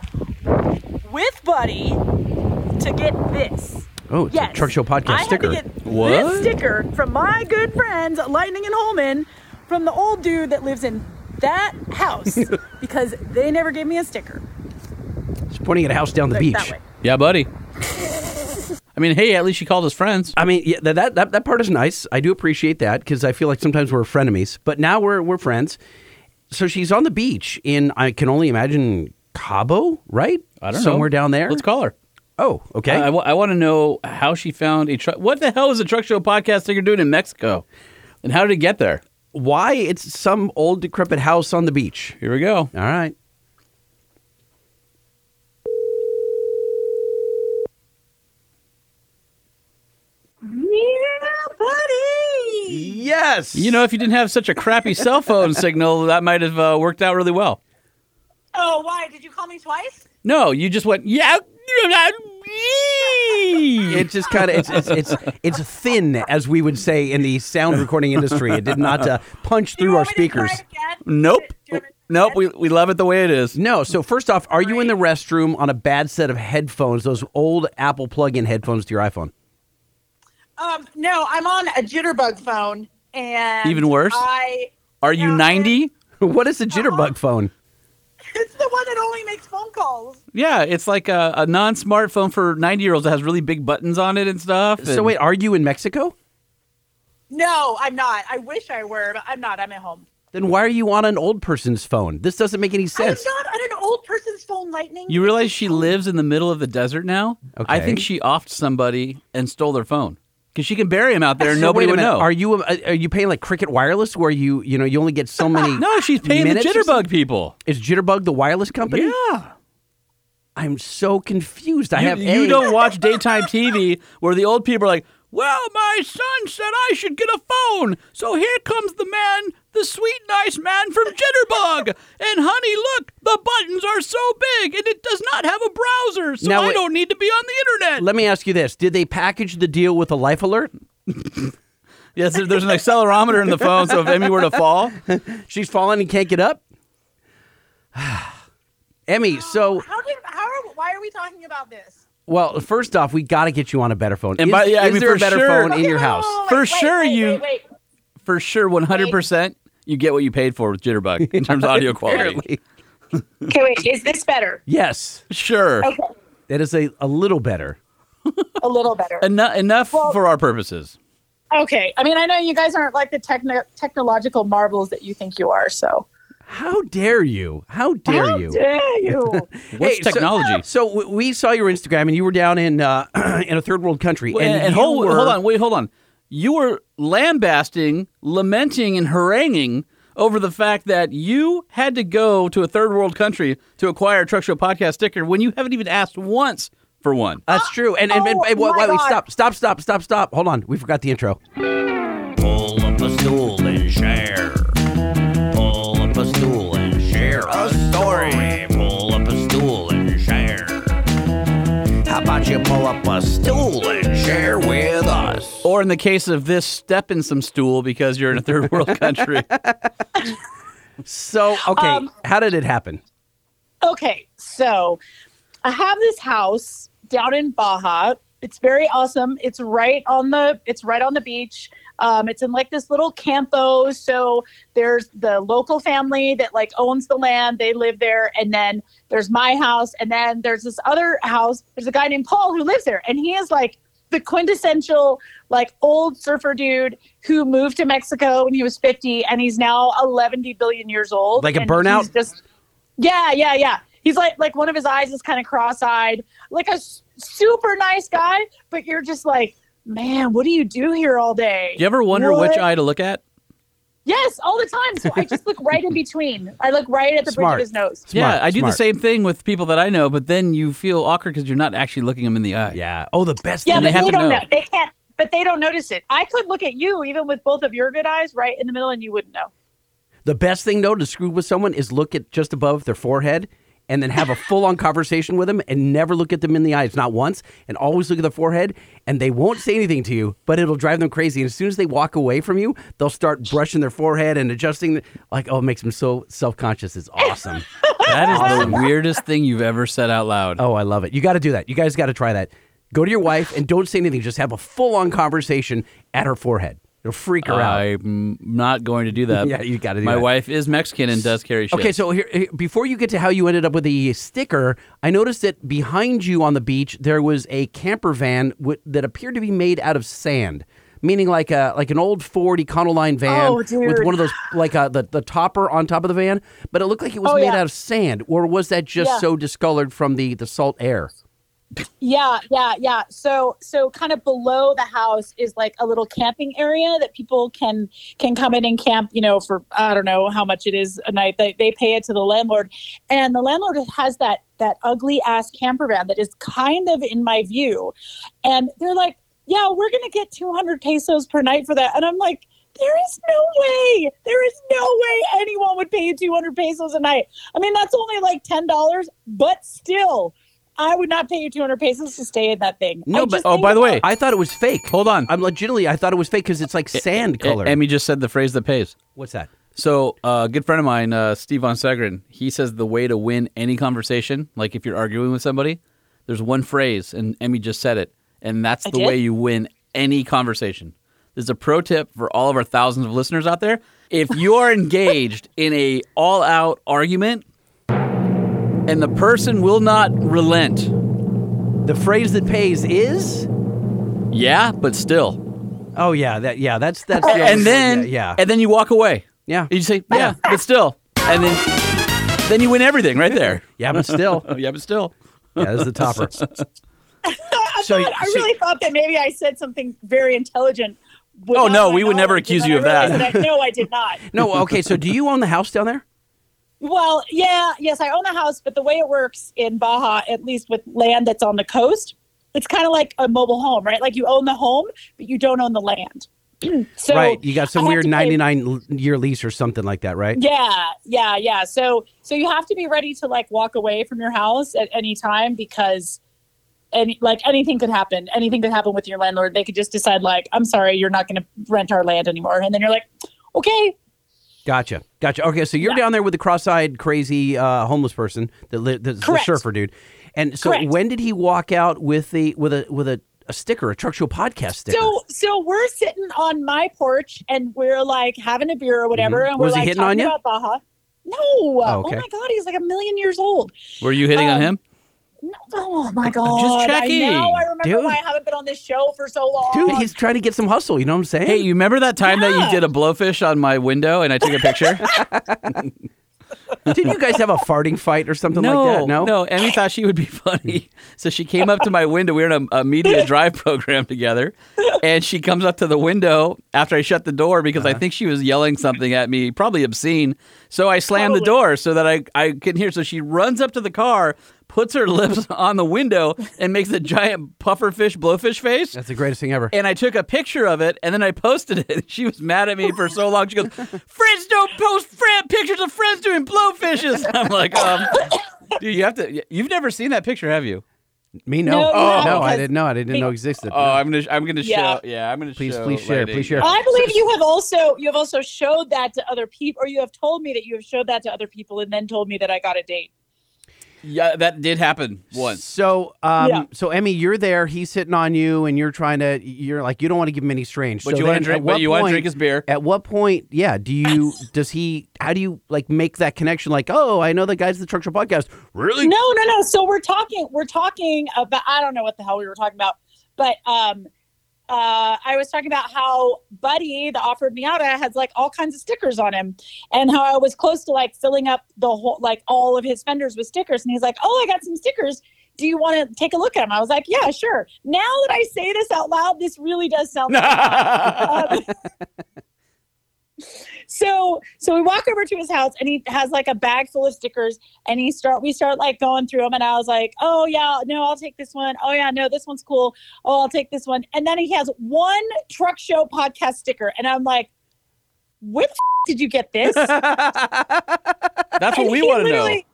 F: with Buddy to get this.
A: Oh, it's
F: Yes.
A: a Truck Show Podcast
F: I
A: sticker.
F: Had to get
D: What?
F: This sticker from my good friends Lightning and Holman from the old dude that lives in that house because they never gave me a sticker.
A: It's pointing at a house down the
F: Like,
A: beach.
F: That way.
D: Yeah, buddy. I mean, hey, at least she called us friends.
A: I mean, yeah, that, that, that, that part is nice. I do appreciate that because I feel like sometimes we're frenemies, but now we're, we're friends. So she's on the beach in, I can only imagine, Cabo, right?
D: I don't know.
A: Somewhere down there.
D: Let's call her.
A: Oh, okay.
D: I, want to know how she found a truck. What the hell is a truck show podcast that you're doing in Mexico? And how did it get there?
A: Why? It's some old decrepit house on the beach.
D: Here we go.
A: All right.
F: Yeah, Buddy.
A: Yes.
D: You know, if you didn't have such a crappy cell phone signal, that might have uh, worked out really well.
F: Oh, why did you call me twice?
D: No, you just went, yeah.
A: It's just kind of it's, it's it's it's thin, as we would say in the sound recording industry. It did not uh, punch
F: Do you
A: through our
F: want me to try
A: speakers.
F: again?
D: Nope.
F: Do you want me to try
D: Nope.
F: again?
D: We, we love it the way it is.
A: No. So first off, are you in the restroom on a bad set of headphones? Those old Apple plug-in headphones to your iPhone.
F: Um, no, I'm on a jitterbug phone, and
D: Even worse?
F: I
D: Are you
F: No,
D: 90?
A: what is a jitterbug phone?
F: it's the one that only makes phone calls.
D: Yeah, it's like a, a non-smartphone for 90-year-olds that has really big buttons on it and stuff.
A: So
D: and-
A: wait, are you in Mexico?
F: No, I'm not. I wish I were, but I'm not. I'm at home.
A: Then why are you on an old person's phone? This doesn't make any sense.
F: I'm not on an old person's phone, Lightning.
D: You realize she lives in the middle of the desert now? I
A: Okay.
D: think she offed somebody and stole their phone because she can bury him out there and
A: So
D: nobody
A: wait a
D: would
A: minute,
D: know.
A: Are you uh, are you paying like Cricket Wireless, where you you know you only get so many?
D: no, she's paying the
A: minutes or
D: jitterbug
A: something?
D: people.
A: Is Jitterbug the wireless company?
D: Yeah.
A: I'm so confused. I
D: You,
A: have
D: you
A: A,
D: don't watch daytime TV where the old people are like, well, my son said I should get a phone. So here comes the man, the sweet, nice man from Jitterbug. And honey, look, the buttons are so big and it does not have a browser. So
A: Now
D: I
A: it-
D: don't need to be on the internet.
A: Let me ask you this: Did they package the deal with a life alert?
D: yes, there- there's an accelerometer in the phone. So if Emmy were to fall,
A: She's falling and can't get up. Emmy, so
F: How did? How are? Why are we talking about this?
A: well, first off, we got to get you on a better phone.
D: And
A: is
D: by- yeah, I
A: is
D: mean,
A: there a
D: for
A: better
D: sure-
A: phone in
F: Okay,
A: your
F: wait,
A: house?
F: wait, wait,
D: For
F: wait,
D: sure
F: wait,
D: you-
F: Wait, wait.
D: for sure 100% you get what you paid for with jitterbug in terms of audio quality
A: Apparently.
F: Okay, wait. Is this better?
A: Yes,
D: sure
F: Okay,
A: that is a, a little better.
F: a little better.
D: Eno- enough for our purposes
F: Okay. I mean, I know you guys aren't like the techno- technological marvels that you think you are. So
A: How dare you? How dare
F: How
A: you?
F: Dare you?
D: what's
A: Hey, so-
D: technology
A: So, w we saw your Instagram, and you were down in uh, in a third world country,
D: Well, and, and
A: you
D: hold,
A: were-
D: hold on wait hold on you were lambasting lamenting and haranguing over the fact that you had to go to a third world country to acquire a truck show podcast sticker when you haven't even asked once for one
A: That's true. And and, and,
F: Oh,
A: and wait,
F: my
A: wait, wait,
F: God.
A: stop, stop, stop, stop, stop. Hold on, we forgot the intro.
G: Pull up a stool and share. Pull up a stool and share a story. Pull up a stool and share. How about you pull up a stool and share with us?
D: or in the case of this step in some stool because you're in a third world country
A: So, okay,
F: Um,
A: how did it happen?
F: Okay, so I have this house down in Baja. It's very awesome. It's right on the it's right on the beach. Um, it's in like this little campo. So there's the local family that like owns the land. They live there, and then there's my house, and then there's this other house. There's a guy named Paul who lives there, and he is like the quintessential like old surfer dude who moved to Mexico when he was 50, and he's now 11 billion years old.
A: Like a
F: and
A: burnout?
F: he's Just yeah, yeah, yeah. He's like like one of his eyes is kind of cross-eyed, like a s- super nice guy, but you're just like, man, what do you do here all day?
D: do you ever wonder which
F: What?
D: eye to look at
F: Yes, all the time. So I just look right in between. I look right at the
A: Smart.
F: bridge of his nose.
A: Smart,
D: yeah, I do
A: smart.
D: the same thing with people that I know, but then you feel awkward because you're not actually looking them in the eye.
A: Yeah. Oh, the best.
F: Yeah,
D: And
A: thing
D: they have
F: but they,
D: to
F: don't
D: know.
F: know. They can't. But they don't notice it. I could look at you even with both of your good eyes right in the middle, and you wouldn't know.
A: The best thing though to screw with someone is look at just above their forehead and then have a full on conversation with them and never look at them in the eyes, not once, and always look at the forehead and they won't say anything to you, but it'll drive them crazy. And as soon as they walk away from you, they'll start brushing their forehead and adjusting the, like, oh, it makes them so self conscious. It's awesome.
D: That is the weirdest thing you've ever said out loud.
A: oh, I love it. You gotta do that. You guys gotta try that. Go to your wife and don't say anything. Just have a full on conversation at her forehead. It'll freak her out.
D: I'm not going to do that.
A: Yeah, you gotta do
D: uh, My
A: that.
D: wife is Mexican and does carry shit.
A: Okay, so here, here- before you get to how you ended up with the sticker, I noticed that behind you on the beach there was a camper van w- that appeared to be made out of sand, meaning like a like an old Ford Econoline van
F: Oh,
A: with
F: dude.
A: one of those like uh the the topper on top of the van, but it looked like it was
F: Oh,
A: made
F: yeah.
A: out of sand, or was that just
F: Yeah.
A: so discolored from the the salt air?
F: Yeah, yeah, yeah. So so kind of below the house is like a little camping area that people can can come in and camp, you know, for I don't know how much it is a night. They they pay it to the landlord. And the landlord has that that ugly ass camper van that is kind of in my view. And they're like, "Yeah, we're going to get 200 pesos per night for that." And I'm like, there is no way. There is no way anyone would pay you 200 pesos a night. I mean, that's only like $10, but still, I would not pay you 200 pesos to stay in that thing.
A: No,
F: I
A: but-
F: just
D: oh,
F: think
D: by the way,
F: about-
A: I thought it was fake.
D: hold on.
A: I'm legitimately I thought it was fake because it's like sand
D: E-
A: colored.
D: Emmy just said the phrase that pays.
A: What's that?
D: So, uh, a good friend of mine, uh, Steve Von Segrin, he says the way to win any conversation, like if you're arguing with somebody, there's one phrase, and Emmy just said it, and that's
F: I
D: the
F: did?
D: way you win any conversation. There's a pro tip for all of our thousands of listeners out there. If you are engaged in a all-out argument, and the person will not relent.
A: The phrase that pays is
D: Yeah, but still.
A: Oh yeah, that yeah, that's that's the
D: And then
A: yeah. Yeah.
D: and then you walk away.
A: Yeah.
D: And you say, yeah, but still. And then then you win everything right there.
A: yeah, but still.
D: Oh, yeah, but still.
A: Yeah, this is the topper.
F: I,
A: So you-
F: thought, I
A: so-
F: really thought that maybe I said something very intelligent.
D: Oh,
F: without
D: no,
F: my
D: we would never
F: knowledge,
D: accuse
F: and
D: you
F: I
D: of that.
F: realized I- no, I did not.
A: No, okay, so do you own the house down there?
F: Well, yeah, yes, I own a house, but the way it works in Baja, at least with land that's on the coast, it's kind of like a mobile home, right? Like you own the home, but you don't own the land. so
A: right. You got some
F: I have
A: weird
F: to pay-
A: 99 l- year lease or something like that, right?
F: Yeah, yeah, yeah. So so you have to be ready to like walk away from your house at any time because any like anything could happen. Anything could happen with your landlord. They could just decide like, I'm sorry, you're not going to rent our land anymore, and then you're like, okay,
A: Gotcha. Gotcha. Okay, so you're
F: Yeah.
A: down there with the cross-eyed crazy uh, homeless person that li- that's the
F: Correct.
A: surfer dude. And so
F: Correct.
A: when did he walk out with the with a with a, a sticker, a truck show podcast sticker?
F: So so we're sitting on my porch and we're like having a beer or whatever,
A: Mhm.
F: and we're
A: Was he
F: like
A: hitting
F: talking
A: on you?
F: about Baja. No,
A: Oh,
F: oh,
A: okay.
F: my god, he's like a million years old.
D: Were you hitting on
F: Um,
D: him?
F: No, oh my god,
D: checking.
F: I know. I remember
A: Dude.
F: why I haven't been on this show for so long.
A: Dude, he's trying to get some hustle, you know what I'm saying?
D: Hey, you remember that time that you
F: Yeah.
D: did a blowfish on my window and I took a picture?
A: Didn't you guys have a farting fight or something
D: no,
A: like that? No.
D: no. Emmy thought she would be funny, so she came up to my window. We were in a, a media drive program together, and she comes up to the window after I shut the door because I think she was yelling something at me, probably obscene. So I slammed the door so that I I couldn't hear. So she runs up to the car. Puts her lips on the window and makes a giant pufferfish blowfish face.
A: That's the greatest thing ever.
D: and I took a picture of it and then I posted it. She was mad at me for so long. She goes, "Friends don't post friend pictures of friends doing blowfishes." I'm like, um, dude, you have to. You've never seen that picture, have you?
A: Me no.
F: No, you haven't,
A: no, I
F: because-
A: didn't know. I didn't know existed.
D: Oh, I'm gonna, I'm gonna
F: Yeah.
D: show. Yeah, I'm gonna.
A: Please-
D: show
A: please share,
D: Lady.
A: please share.
F: I believe you have also you have also showed that to other people, or you have told me that you have showed that to other people, and then told me that I got a date.
D: Yeah, that did happen once.
A: So, um,
F: Yeah.
A: so Emmy, you're there. He's sitting on you, and you're trying to. You're like, you don't want to give him any strange.
D: But
A: so
D: you want
A: then
D: to
A: at
D: drink?
A: what
D: But you want to
A: point-
D: drink his beer?
A: At what point? Yeah. Do you? does he? How do you like make that connection? Like, oh, I know the guys at the Truck Show podcast. Really?
F: No, no, no. So we're talking, we're talking about, I don't know what the hell we were talking about, but um, uh, I was talking about how Buddy, the off-road Miata, has like all kinds of stickers on him, and how I was close to like filling up the whole, like all of his fenders with stickers, and he's like, "Oh, I got some stickers. Do you want to take a look at them?" I was like, "Yeah, sure." Now that I say this out loud, this really does sound. like um, so so we walk over to his house and he has like a bag full of stickers and he start we start like going through them and I was like, "Oh yeah, no, I'll take this one. Oh yeah, no, this one's cool. Oh, I'll take this one." And then he has one truck show podcast sticker and I'm like, "Where the f- did you get this?"
D: That's what
F: And
D: we
F: he
D: want to know.
F: literally-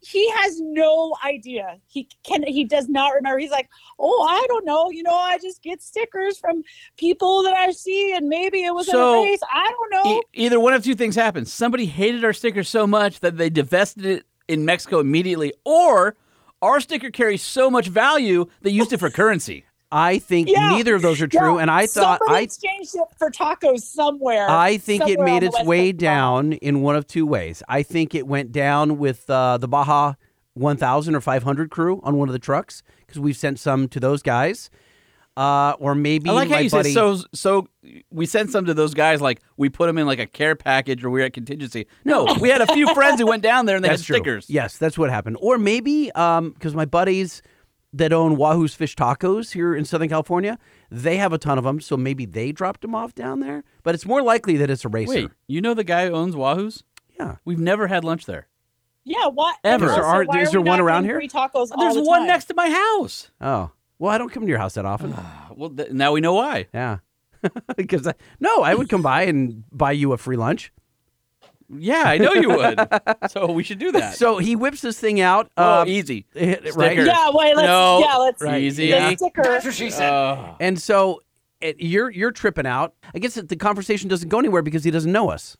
F: He has no idea. He can. He does not remember. He's like, oh, I don't know. You know, I just get stickers from people that I see, and maybe it was
D: So-
F: in a race. I don't know.
D: E- either one of two things happened. Somebody hated our sticker so much that they divested it in Mexico immediately, or our sticker carries so much value they used it for currency.
A: I think
F: Yeah.
A: neither of those are true.
F: Yeah,
A: and I thought
F: somebody
A: I
F: exchanged it for tacos somewhere.
A: I think it
F: somewhere on
A: made
F: the
A: its
F: West
A: way
F: Coast.
A: down in one of two ways. I think it went down with uh, the Baja 1000 or 500 crew on one of the trucks because we've sent some to those guys. Uh, or maybe
D: I like
A: my
D: how you
A: buddy.
D: said so. So we sent some to those guys, like we put them in like a care package, or we were at contingency. No, we had a few friends who went down there and they
A: that's
D: had
A: true.
D: stickers.
A: Yes, that's what happened. Or maybe because my buddies that own Wahoo's Fish Tacos here in Southern California, they have a ton of them. So maybe they dropped them off down there. But it's more likely that it's a racer.
D: Wait, you know the guy who owns Wahoo's?
A: Yeah.
D: We've never had lunch there.
F: Yeah, what
D: Ever. There
A: aren't-
F: why
A: is
F: are
A: there
F: we
A: one
F: not
A: around
F: getting
A: here?
F: Free tacos. all
D: There's
F: the
D: one
F: time?
D: next to my house. Ah,
A: Oh. Well, I don't come to your house that often.
D: Well, th- now we know why.
A: Yeah. Because I, no, I would come by and buy you a free lunch.
D: Yeah, I know you would. so we should do that.
A: So he whips this thing out.
D: oh,
A: um,
D: easy.
A: it- right.
D: Sticker.
F: Yeah, wait. Let's.
D: No.
F: Yeah, let's.
D: Right. Easy.
F: The sticker.
D: Oh.
A: And so it, you're you're tripping out. I guess that the conversation doesn't go anywhere because he doesn't know us.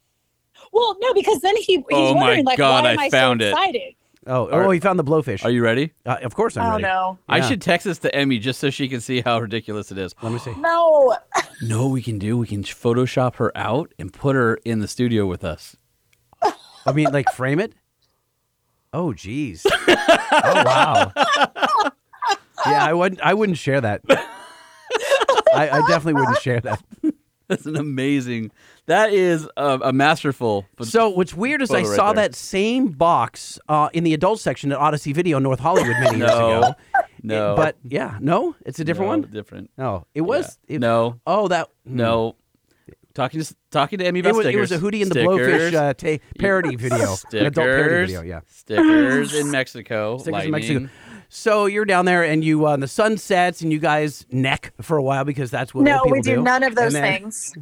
F: Well, no, because then he he's
D: Oh my
F: wondering like,
D: God,
F: why
D: I
F: am I
D: found
F: so
D: it.
F: excited?
A: Oh, oh, he found the blowfish.
D: Are you ready?
A: uh, of course I'm
F: I
A: ready.
F: don't know.
D: I
A: Yeah.
D: should text this to Emmy just so she can see how ridiculous it is.
A: Let me see.
F: No.
D: No, we can do. We can Photoshop her out and put her in the studio with us.
A: I mean, like frame it. Oh, geez.
H: Oh wow.
A: Yeah, I wouldn't. I wouldn't share that. I, I definitely wouldn't share that.
D: That's an amazing. That is a, a masterful. But
A: So what's weird is I
D: Photo right
A: saw
D: there.
A: that same box uh, in the adult section at Odyssey Video in North Hollywood many years
D: No.
A: ago.
D: no,
A: But yeah, no, it's a different
D: No,
A: one.
D: Different.
A: No, it was
D: Yeah.
A: it-
D: no,
A: Oh, that
D: no. Talking to talking to Emmy
A: It
D: about
A: was, it
D: stickers.
A: was a Hootie and the
D: Stickers.
A: Blowfish uh, ta- parody video, an
D: Stickers.
A: adult parody video. Yeah.
D: Stickers in Mexico.
A: Stickers in
D: lightning.
A: Mexico. So you're down there and you uh, the sun sets and you guys neck for a while because that's what
F: no,
A: old people
F: we do none of
A: And
F: those
A: then-
F: things.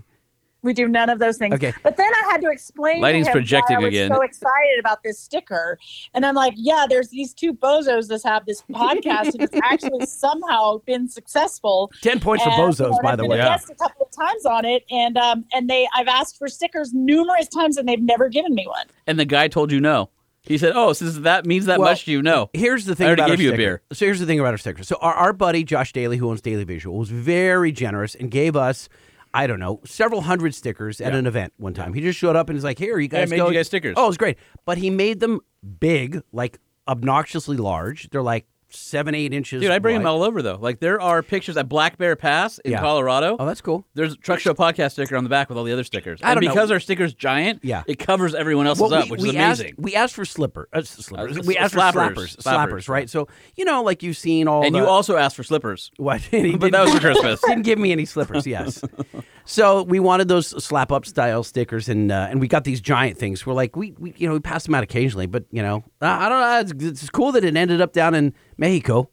F: We do none of those things.
A: Okay.
F: But then I had to explain. to
D: Lighting's
F: him
D: projecting
F: why I was
D: again.
F: So excited about this sticker, and I'm like, yeah, there's these two bozos that have this podcast, and it's actually somehow been successful.
A: Ten points for
F: And, you know,
A: bozos,
F: and
A: by
F: I've
A: the
F: been
A: way.
F: a guest a couple of times on it, and um, and they I've asked for stickers numerous times, and they've never given me one.
D: And the guy told you no. He said, "Oh, since that means that
A: Well,
D: much, you know."
A: Here's the thing
D: I already
A: about our
D: gave you a
A: sticker.
D: beer.
A: So here's the thing about our stickers. So our, our buddy Josh Daly, who owns Daily Visual, was very generous and gave us, I don't know, several hundred stickers at an event one time. He just showed up and he's like, "Here, you guys
D: made
A: go."
D: you guys stickers.
A: Oh, it was great. But he made them big, like obnoxiously large. They're like seven, eight inches.
D: Dude, I bring them
A: wide.
D: all over though. Like there are pictures at Black Bear Pass in
A: Yeah.
D: Colorado.
A: Oh, that's cool.
D: There's a truck show podcast sticker on the back with all the other stickers.
A: I
D: and
A: don't know.
D: because our sticker's giant,
A: Yeah.
D: it covers everyone else's
A: Well,
D: up, which is
A: asked-
D: amazing.
A: we asked for slipper, uh, s- slippers.
D: Uh, s-
A: we asked
D: slappers,
A: for slappers,
D: slappers.
A: slappers, right? So you know, like you've seen all.
D: and
A: the,
D: you also asked for slippers,
A: what? And he didn't-
D: but that was for Christmas.
A: didn't give me any slippers. Yes. so we wanted those slap up style stickers, and uh, and we got these giant things. We're like, we, we you know we passed them out occasionally, but you know I I don't know. It's, it's cool that it ended up down in Mexico.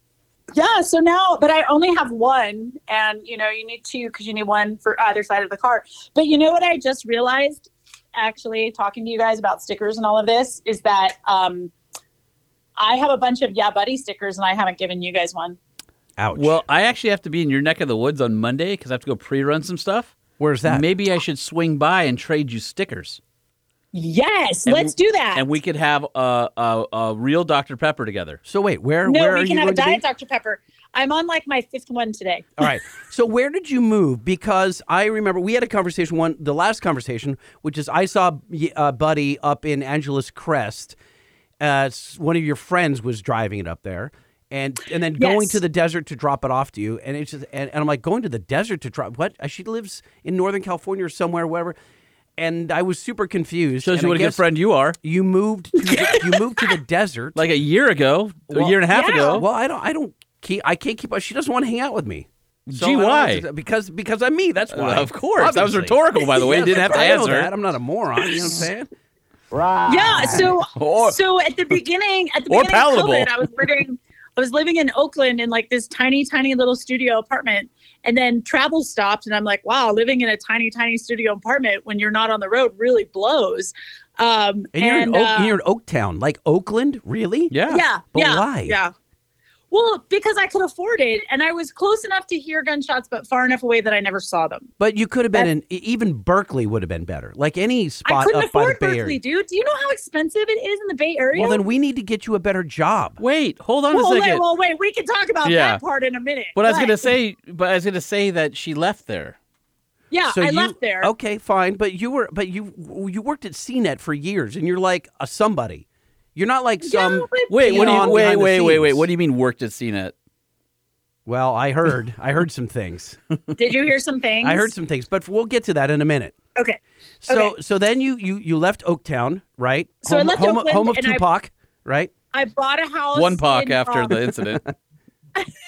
F: Yeah, so now, but I only have one, and you know, you need two because you need one for either side of the car. But you know what I just realized, actually, talking to you guys about stickers and all of this, is that um, I have a bunch of Yeah Buddy stickers, and I haven't given you guys one.
A: Ouch.
D: Well, I actually have to be in your neck of the woods on Monday because I have to go pre-run some stuff.
A: where's that?
D: Maybe I should swing by and trade you stickers,
F: Yes,
D: And
F: let's do that.
D: and we could have a, a, a real Dr Pepper together.
A: so wait, where
F: no,
A: where are
F: we
A: you
F: can have a
A: going to be?
F: diet Dr Pepper. I'm on like my fifth one today.
A: All right. So where did you move? Because I remember we had a conversation one, the last conversation, which is I saw y- uh, Buddy up in Angeles Crest. Uh, s- one of your friends was driving it up there, and and then going
F: Yes.
A: to the desert to drop it off to you. And it's just, and, and I'm like going to the desert to drop what? Uh, She lives in Northern California or somewhere, wherever. And I was super confused.
D: Shows
A: and
D: you
A: I
D: what a good
A: guess
D: friend you are.
A: You moved. To the, you moved to the desert.
D: Like a year ago, a
A: Well,
D: year and a half
F: yeah.
D: ago.
A: well, I don't. I don't. Keep, I can't keep. She doesn't want to hang out with me. So I
D: Gee,
A: don't know
D: why?
A: what to- Because because I'm me. That's why.
D: Of course, that was
A: Obviously.
D: rhetorical, by the way. You didn't have to
A: I know
D: answer.
A: that. I'm not a moron. You know what I'm saying? Ah.
F: Yeah. So
D: Or-
F: so at the beginning at the
D: Or
F: beginning of
D: palatable.
F: COVID, I was living I was living in Oakland in like this tiny, tiny little studio apartment. And then travel stopped and I'm like, wow, living in a tiny, tiny studio apartment when you're not on the road really blows. Um
A: And you're in
F: and,
A: Oak,
F: uh,
A: you're in Oaktown, like Oakland, really?
D: yeah.
F: yeah.
A: But
F: yeah,
A: why?
F: Yeah. Well, because I could afford it and I was close enough to hear gunshots, but far enough away that I never saw them.
A: But you could have been in e, even Berkeley would have been better. Like any
F: I
A: spot
F: couldn't
A: up by the
F: afford
A: Bay
F: Berkeley,
A: Area.
F: dude. Do you know how expensive it is in the Bay Area?
A: Well, then we need to get you a better job.
D: Wait, hold on
F: well,
D: a
F: wait,
D: second.
F: well, wait, we can talk about
D: Yeah.
F: that part in a minute.
D: but I was gonna
F: but-
D: say, but I was gonna say that she left there.
F: Yeah,
A: So
F: I
A: you- Oh.
F: left there.
A: Okay, fine. But you were, but you you worked at CNET for years, and you're like a somebody. You're not like
F: Yeah,
A: some.
F: but-
D: Wait, what do
A: Peon
D: you? Wait,
A: behind the
D: wait, wait, wait.
A: scenes.
D: What do you mean worked at CNET?
A: Well, I heard, I heard some things.
F: Did you hear some things?
A: I heard some things, but we'll get to that in a minute.
F: Okay.
A: So
F: Okay.
A: so then you you you left Oaktown, right?
F: So I left
A: home,
F: Oakland
A: home of
F: and I-
A: Tupac, right?
F: I bought a house.
A: Oh,
D: One pock
F: in,
D: after
F: um,
D: the incident.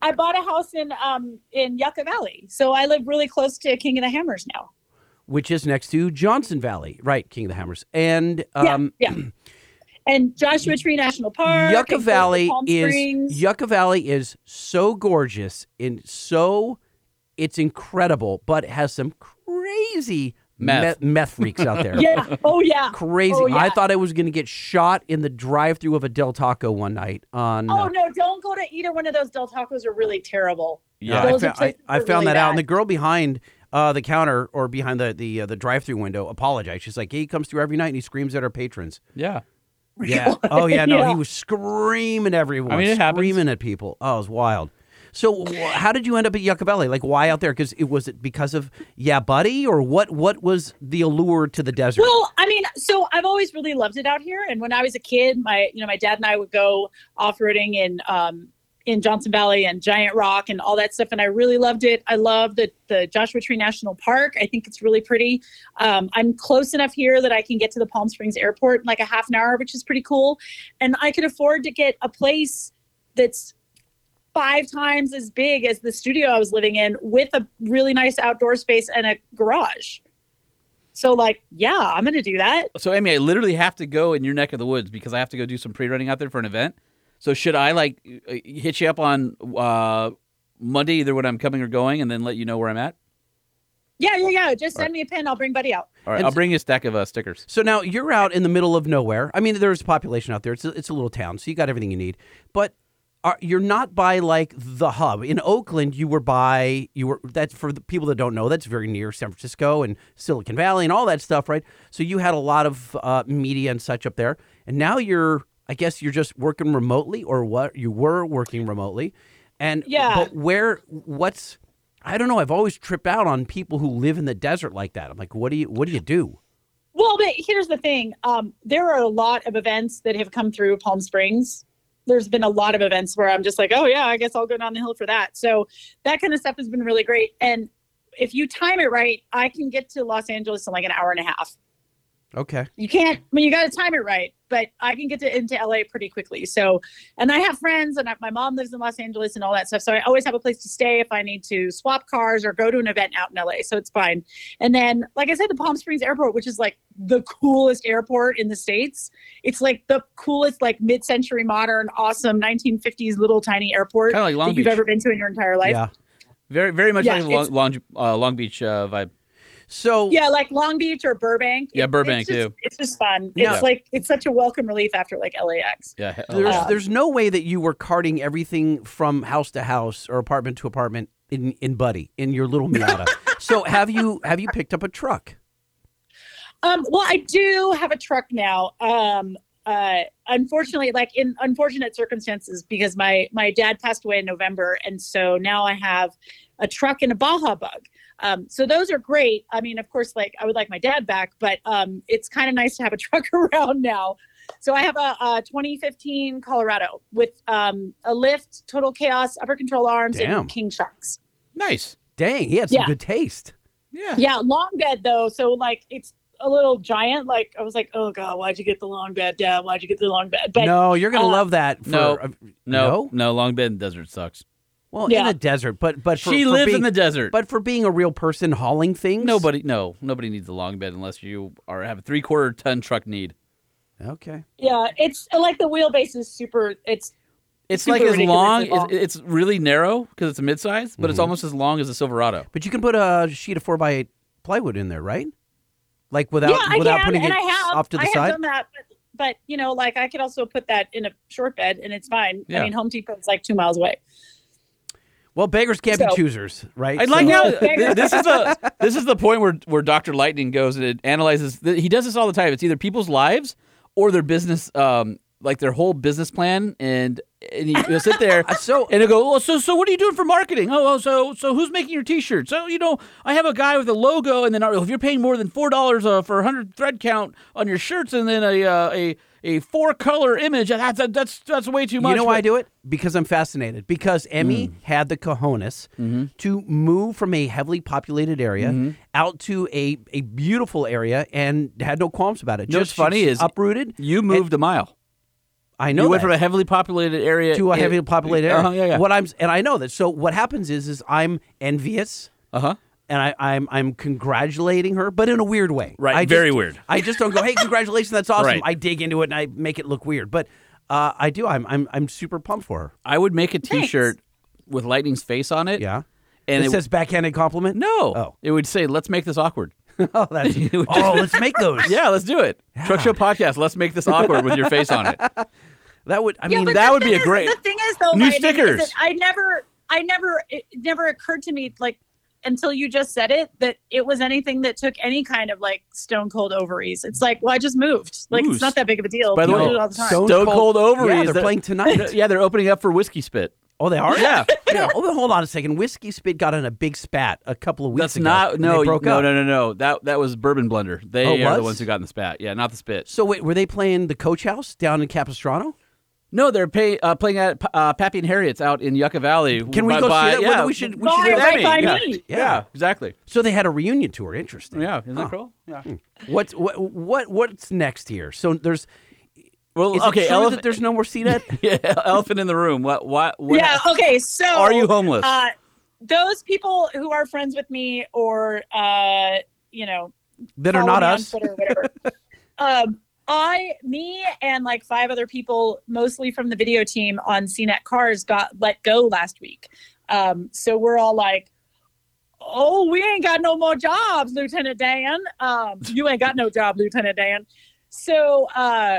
F: I bought a house in um in Yucca Valley, so I live really close to King of the Hammers now.
A: Which is next to Johnson Valley, right? King of the Hammers, and um,
F: yeah, yeah. And Joshua Tree National Park.
A: Yucca
F: and
A: Valley
F: Palm
A: is
F: Springs.
A: Yucca Valley is so gorgeous and so it's incredible, but it has some crazy
D: Meth.
A: meth, meth freaks out there.
F: yeah. Oh yeah.
A: Crazy.
F: Oh, yeah.
A: I thought I was going to get shot in the drive-through of a Del Taco one night on uh,
F: Oh no! Don't go to either one of those Del Tacos. Are really terrible.
A: Yeah, I,
F: Those are
A: found, I,
F: places
A: I
F: that are
A: found
F: really
A: that out, and
F: bad.
A: the girl behind uh, the counter or behind the the uh, the drive-through window apologized. She's like, "He comes through every night and he screams at our patrons."
D: yeah.
A: Yeah. oh yeah. No,
F: Yeah.
A: he was screaming at everyone.
D: I mean, it happens.
A: screaming at people. Oh, it was wild. So, wh- how did you end up at Yucca Valley? Like, why out there? Because it was it because of yeah, buddy, or what? What was the allure to the desert?
F: Well, I mean, so I've always really loved it out here. And when I was a kid, my you know my dad and I would go off roading in um, in Johnson Valley and Giant Rock and all that stuff. And I really loved it. I love the the Joshua Tree National Park. I think it's really pretty. Um, I'm close enough here that I can get to the Palm Springs Airport in like a half an hour, which is pretty cool. And I could afford to get a place that's five times as big as the studio I was living in with a really nice outdoor space and a garage. So like, yeah, I'm gonna do that.
D: So Amy, I literally have to go in your neck of the woods because I have to go do some pre-running out there for an event. So should I like uh, hit you up on uh, Monday either when I'm coming or going, and then let you know where I'm at?
F: Yeah, yeah, yeah. Just send me a pin. I'll bring Buddy out.
D: All right,
A: And
D: I'll
A: s-
D: bring you a stack of uh, stickers.
A: So now you're out in the middle of nowhere. I mean, there's population out there. It's a, it's a little town, so you got everything you need. But are, you're not by like the hub in Oakland. You were by you were that's for the people that don't know. That's very near San Francisco and Silicon Valley and all that stuff, right? So you had a lot of uh, media and such up there. And now you're, I guess, you're just working remotely, or what? You were working remotely, and
F: Yeah.
A: But where? What's? I don't know. I've always tripped out on people who live in the desert like that. I'm like, what do you? What do you do?
F: Well, but here's the thing. Um, there are a lot of events that have come through Palm Springs. There's been a lot of events where I'm just like, oh yeah, I guess I'll go down the hill for that. So that kind of stuff has been really great. And if you time it right, I can get to Los Angeles in like an hour and a half.
A: Okay.
F: you can't I mean you got to time it right but i can get to into la pretty quickly so and i have friends and I, my mom lives in los angeles and all that stuff so i always have a place to stay if i need to swap cars or go to an event out in la so it's fine and then like i said the palm springs airport which is like the coolest airport in the states it's like the coolest like mid-century modern awesome 1950s little tiny airport
D: Kinda like Long
F: that you've
D: Beach.
F: ever been to in your entire life
A: yeah.
D: Very, very much
F: Yeah,
D: like Long
F: it's-
D: Long, uh, Long Beach uh, vibe.
A: So
F: Yeah, like long beach or burbank
D: Yeah,
F: It- it's
D: Burbank,
F: just-
D: too.
F: it's just fun
A: Yeah.
F: it's like it's such a welcome relief after like lax
D: Yeah, he-
A: there's
F: Uh,
A: there's no way that you were carting everything from house to house or apartment to apartment in in Buddy in your little Miata. so have you have you picked up a truck?
F: Um, well, I do have a truck now. Um, uh, unfortunately, like in unfortunate circumstances, because my my dad passed away in November, and so now I have a truck and a Baja Bug. Um, so those are great. I mean, of course, like I would like my dad back, but um, it's kind of nice to have a truck around now. So I have a, a 2015 Colorado with um, a lift, total chaos, upper control arms,
A: Damn.
F: and king shocks.
D: nice.
A: Dang, he had some
F: Yeah.
A: good taste.
D: Yeah.
F: Yeah, long bed though. So like it's a little giant. Like I was like, oh god, why'd you get the long bed, Dad? Why'd you get the long bed? But
A: no, you're gonna
F: uh,
A: love that. For,
D: No.
A: uh,
D: No,
A: No?
D: no, Long Beach desert sucks.
A: well, in
F: Yeah.
A: the desert, but but for,
D: she
A: for
D: lives
A: being,
D: in the desert.
A: But for being a real person hauling things,
D: nobody, no, nobody needs a long bed unless you are have a three quarter ton truck need.
A: Okay,
F: yeah, it's like the wheelbase is super. It's
D: It's
F: Super
D: like as
F: ridiculously
D: long. It's,
F: long.
D: it's really narrow because it's a midsize, but it's almost as long as a Silverado.
A: but you can put a sheet of four by eight plywood in there, right? Like without
F: yeah, I
A: without
F: can,
A: putting
F: and
A: it
F: I have,
A: off to the
F: I
A: side.
F: Have done that, but, but you know, like I could also put that in a short bed, and it's fine.
D: Yeah.
F: I mean, Home Depot's like two miles away.
A: well, beggars can't be
F: So-
A: choosers, right?
D: I'd like
A: So-
D: how
F: So-
D: th- this is the this is the point where where Doctor Lightning goes and it analyzes. th- He does this all the time. It's either people's lives or their business, um, like their whole business plan, and and he, he'll sit there.
A: so
D: And he'll go, oh, so so what are you doing for marketing? Oh, oh, so so who's making your T-shirts? Oh, you know, I have a guy with a logo, and then oh, if you're paying more than four dollars uh, for a hundred thread count on your shirts, and then a uh, a a four color image, that's that's that's way too much.
A: You know why I
D: But-
A: do it? Because I'm fascinated. Because
D: Hmm.
A: Emmy had the cojones
D: Mm-hmm.
A: to move from a heavily populated area out to a, a beautiful area and had no qualms about it.
D: You know
A: Just
D: what's funny
A: she's
D: is-
A: uprooted.
D: You moved a mile.
A: I know
D: you went
A: that,
D: from a heavily populated area
A: to a
D: in-
A: heavily populated area.
D: Uh-huh, yeah, yeah.
A: What I'm and I know that. So what happens is is I'm envious
D: Uh huh.
A: and I, I'm I'm congratulating her, but in a weird way.
D: Right,
A: I
D: very
A: just-
D: weird.
A: I just don't go, hey, congratulations, that's awesome.
D: Right.
A: I dig into it and I make it look weird, but. Uh, I do. I'm, I'm I'm super pumped for her.
D: I would make a T-shirt with Lightning's face on it.
A: Yeah,
D: and
A: it,
D: it,
A: says backhanded compliment.
D: no.
A: Oh.
D: it would say, "Let's make this awkward."
A: Oh, that's oh, let's make those.
D: Yeah, let's do it. Truck Show Podcast. Let's make this awkward with your face on it.
A: that would. I
F: Yeah,
A: mean,
F: but
A: that
D: that
F: the
D: would be
F: thing
D: a great-
F: Is, the thing is, though,
D: New
F: Lightning, is
D: stickers.
F: that I never, I never, it never occurred to me like until you just said it that it was anything that took any kind of like stone cold ovaries. It's like, well, I just moved. Like
D: Ooh,
F: it's not that big of a deal.
D: by the
F: People
D: way,
F: do it all the time.
D: Stone Cold Ovaries.
A: Yeah, they're
D: That-
A: playing tonight.
D: yeah, they're opening up for Whiskey Spit.
A: Oh, they are.
D: Yeah.
A: no, oh, hold on a second. Whiskey Spit got in a big spat a couple of weeks
D: That's
A: ago.
D: not
A: and
D: no
A: they broke
D: no
A: up.
D: no no no that that was Bourbon Blender. They
A: Oh, it
D: are the
A: was?
D: ones who got in the spat. Yeah, not the spit.
A: So wait, were they playing the Coach House down in Capistrano?
D: No, they're pay, uh, playing at uh, Pappy and Harriet's out in Yucca Valley.
A: Can we
D: by-
A: go
D: by-
A: see that?
D: Yeah,
A: Well, we should. We should
F: Sorry,
A: do that.
F: right by
D: yeah.
F: me.
D: Yeah.
A: Yeah.
D: exactly.
A: So they had a reunion tour. Interesting.
D: Yeah, isn't
A: Huh. Hmm.
D: that cool? Yeah.
A: What's what what what's next here? So there's
D: Well,
A: is
D: okay.
A: it true
D: elef-
A: that there's no more E CNET?
D: yeah, elephant in the room. What? What? what
F: yeah. oh, Okay. So
D: Are you homeless?
F: Uh, those people who are friends with me, or uh, you know,
A: that are
F: follow
A: not
F: me on
A: us.
F: Twitter or whatever. um, I, me, and like five other people, mostly from the video team on CNET Cars, got let go last week. Um, so we're all like, "Oh, we ain't got no more jobs, Lieutenant Dan. Um, you ain't got no job, Lieutenant Dan." So, uh,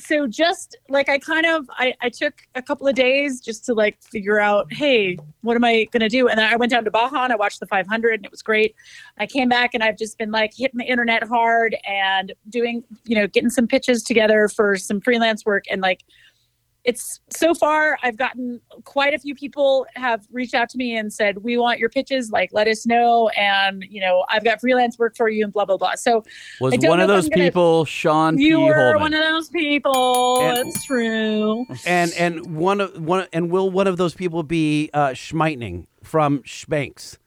F: so just like I kind of, I, I took a couple of days just to like figure out, hey, what am I gonna do? And then I went down to Baja and I watched the 500, and it was great. I came back and I've just been like hitting the internet hard and doing, you know, getting some pitches together for some freelance work. And like, it's so far, I've gotten quite a few people have reached out to me and said, We want your pitches. Like, let us know. And, you know, I've got freelance work for you and blah, blah, blah. So
D: was
F: I don't
D: one of
F: know if
D: those
F: I'm gonna-
D: people Sean P.
F: you were
D: Holman?
F: one of those people.
A: And-
F: it's true.
A: and and one of one and will one of those people be uh Schmeitning from Schbanks?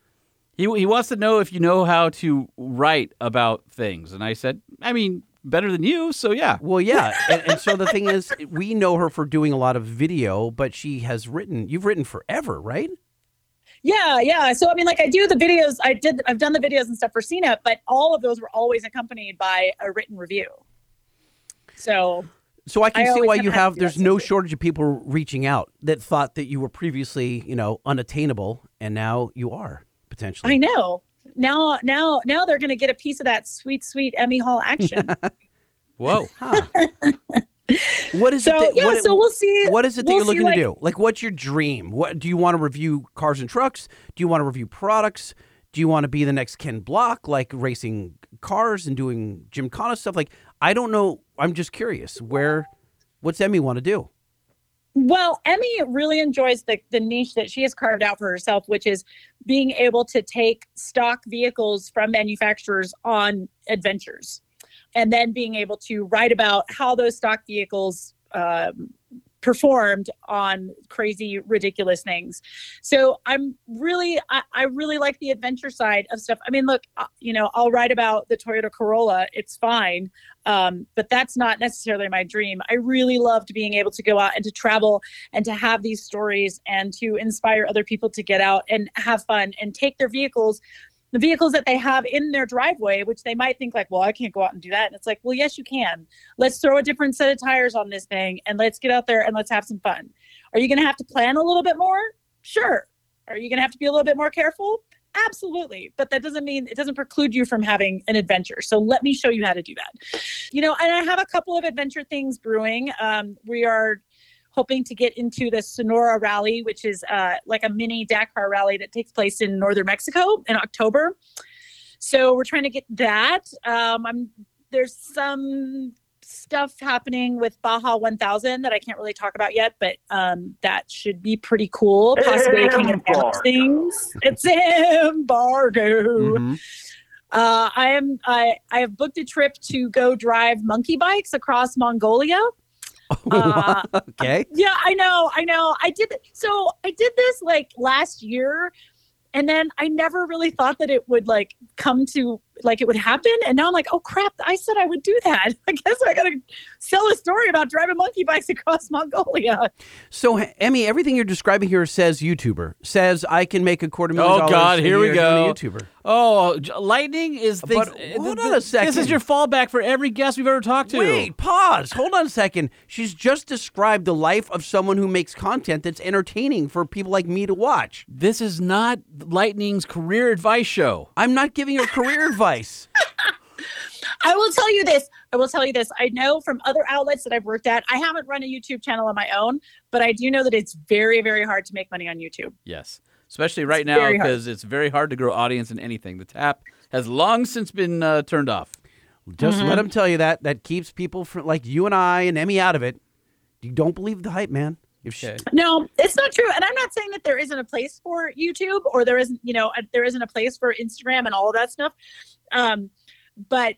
D: He, he wants to know if you know how to write about things. And I said, I mean, better than you. So, yeah.
A: Well, yeah, and, and so the thing is, we know her for doing a lot of video, but she has written. You've written forever, right?
F: Yeah, yeah. So I mean, like I do the videos. I did. I've done the videos and stuff for CNET, but all of those were always accompanied by a written review. So
A: So I can
F: I
A: see
F: always
A: why
F: have
A: you
F: had to
A: have.
F: do
A: There's
F: that
A: no
F: sometimes.
A: shortage of people reaching out that thought that you were previously, you know, unattainable, and now you are potentially.
F: I know now, now, now they're going to get a piece of that sweet, sweet Emmy Hall action.
D: Whoa.
A: Huh. what is
F: so
A: it? That,
F: yeah,
A: what,
F: so we'll see.
A: what is it that
F: we'll
A: you're
F: see,
A: looking
F: like-
A: to do? Like, what's your dream? What do you want to review? Cars and trucks? Do you want to review products? Do you want to be the next Ken Block, like racing cars and doing Gymkhana stuff? Like, I don't know. I'm just curious. Where, what's Emmy want to do?
F: Well, Emmy really enjoys the, the niche that she has carved out for herself, which is being able to take stock vehicles from manufacturers on adventures and then being able to write about how those stock vehicles um, performed on crazy, ridiculous things. So I'm really, I, I really like the adventure side of stuff. I mean, look, uh, you know, I'll write about the Toyota Corolla, it's fine um, but that's not necessarily my dream. I really loved being able to go out and to travel and to have these stories and to inspire other people to get out and have fun and take their vehicles, the vehicles that they have in their driveway, which they might think like, well, I can't go out and do that. And it's like, well, yes, you can. Let's throw a different set of tires on this thing and let's get out there and let's have some fun. Are you going to have to plan a little bit more? Sure. Are you going to have to be a little bit more careful? Absolutely. But that doesn't mean it doesn't preclude you from having an adventure. So let me show you how to do that you know, and I have a couple of adventure things brewing. Um, we are hoping to get into the Sonora Rally, which is uh, like a mini Dakar rally that takes place in northern Mexico in October. So we're trying to get that. Um, I'm there's some stuff happening with Baja 1000 that I can't really talk about yet, but um, that should be pretty cool. Possibly I can announce things. It's embargo.
A: Mm-hmm.
D: Mm-hmm.
F: Uh, I am I, I have booked a trip to go drive monkey bikes across Mongolia. Uh,
A: okay.
F: yeah, I know, I know. I did so I did this like last year and then I never really thought that it would like come to like it would happen and now I'm like, "Oh crap, I said I would do that." I guess I got to sell a story about driving monkey bikes across Mongolia.
A: So, H- Emmy, everything you're describing here says YouTuber. Says I can make a quarter million
D: Oh,
A: dollars.
D: God,
A: a
D: here we
A: year doing
D: go.
A: YouTuber.
D: Oh, J- lightning is the.
A: But hold on a
D: This
A: second.
D: is your fallback for every guest we've ever talked to.
A: Wait, pause. Hold on a second. She's just described the life of someone who makes content that's entertaining for people like me to watch.
D: This is not Lightning's career advice show.
A: I'm not giving her career advice.
F: I will tell you this. I will tell you this. I know from other outlets that I've worked at, I haven't run a YouTube channel on my own, but I do know that it's very, very hard to make money on YouTube.
D: Yes. Especially right
F: It's
D: now
F: very hard.
D: because it's very hard to grow audience in anything. The tap has long since been uh, turned off.
A: Just let him tell you that. That keeps people from like you and I and Emmy out of it. You don't believe the hype, man. If she,
F: No, it's not true. And I'm not saying that there isn't a place for YouTube or there isn't, you know, a, there isn't a place for Instagram and all of that stuff. Um, but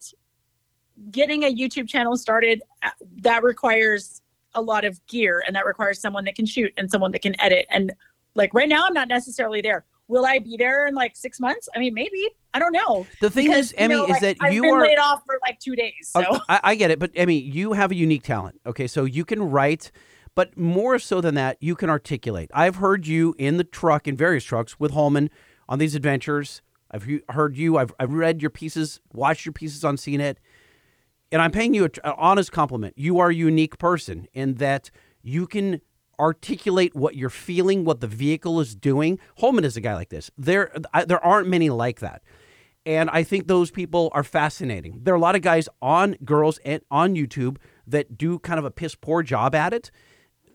F: getting a YouTube channel started, uh, that requires a lot of gear and that requires someone that can shoot and someone that can edit. And like right now, I'm not necessarily there. Will I be there in like six months? I mean, maybe. I don't know.
A: The thing
F: Because,
A: is,
F: you
A: Emmy,
F: know,
A: is
F: like,
A: that
F: I've
A: you
F: been
A: are-
F: laid off for like two days. So
A: Uh, I, I get it, but Emmy, you have a unique talent. Okay, so you can write, but more so than that, you can articulate. I've heard you in the truck, in various trucks, with Holman on these adventures. I've he- heard you. I've, I've read your pieces, watched your pieces on CNET, and I'm paying you a tr- an honest compliment. You are a unique person in that you can articulate what you're feeling, what the vehicle is doing. Holman is a guy like this. There, I, there aren't many like that. And I think those people are fascinating. There are a lot of guys on girls and on YouTube that do kind of a piss poor job at it.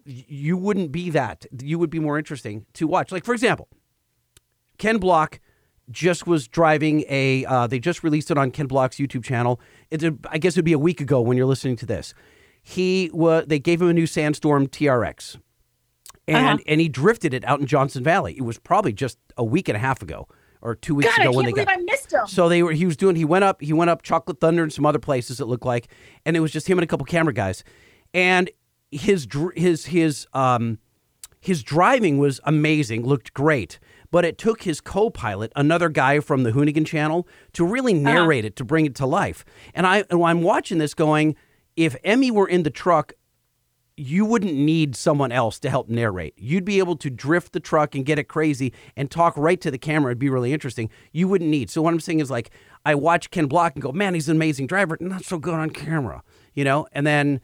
A: Y- You wouldn't be that. You would be more interesting to watch. Like for example, Ken Block just was driving a. Uh, they just released it on Ken Block's YouTube channel. It's a, I guess it'd be a week ago when you're listening to this. He was. They gave him a new Sandstorm TRX, and
F: Uh-huh.
A: and he drifted it out in Johnson Valley. It was probably just a week and a half ago or two weeks
F: God, I
A: ago
F: can't
A: when they
F: believe
A: got.
F: I missed him.
A: So they were. He was doing. He went up. He went up Chocolate Thunder and some other places. It looked like, and it was just him and a couple camera guys, and his dr- his his um his driving was amazing. Looked great. But it took his co-pilot, another guy from the Hoonigan channel, to really narrate it to bring it to life. And I, and I'm watching this, going, if Emmy were in the truck, you wouldn't need someone else to help narrate. You'd be able to drift the truck and get it crazy and talk right to the camera. It'd be really interesting. You wouldn't need. So what I'm saying is like I watch Ken Block and go, man, he's an amazing driver, not so good on camera, you know. And then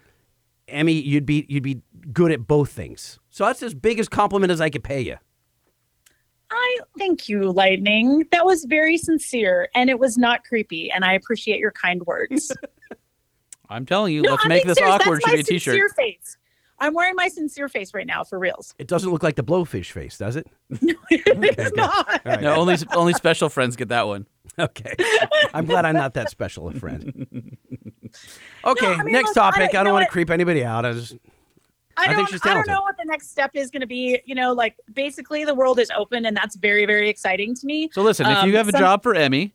A: Emmy, you'd be you'd be good at both things. So that's as big as compliment as I could pay you.
F: I thank you, Lightning. That was very sincere and it was not creepy. And I appreciate your kind words.
D: I'm telling you,
F: No,
D: let's
F: I'm
D: make
F: being
D: this
F: serious.
D: awkward.
F: That's
D: Should
F: my
D: be a T-shirt.
F: sincere face. I'm wearing my sincere face right now for reals.
A: It doesn't look like the blowfish face, does it?
F: it's not.
A: All right.
D: No, only only special friends get that one.
A: Okay. I'm glad I'm not that special a friend. Okay,
F: I mean,
A: next
F: look, I
A: topic. I
F: don't-
A: don't,
F: you know
A: want to
F: what?
A: creep anybody out. I just
F: I
A: I
F: don't.
A: think
F: I,
A: she's
F: don't
A: talented.
F: know what the next step is going to be. You know, like basically the world is open, and that's very, very exciting to me.
D: So listen, if
F: Um,
D: you have a
F: some-
D: job for Emmy,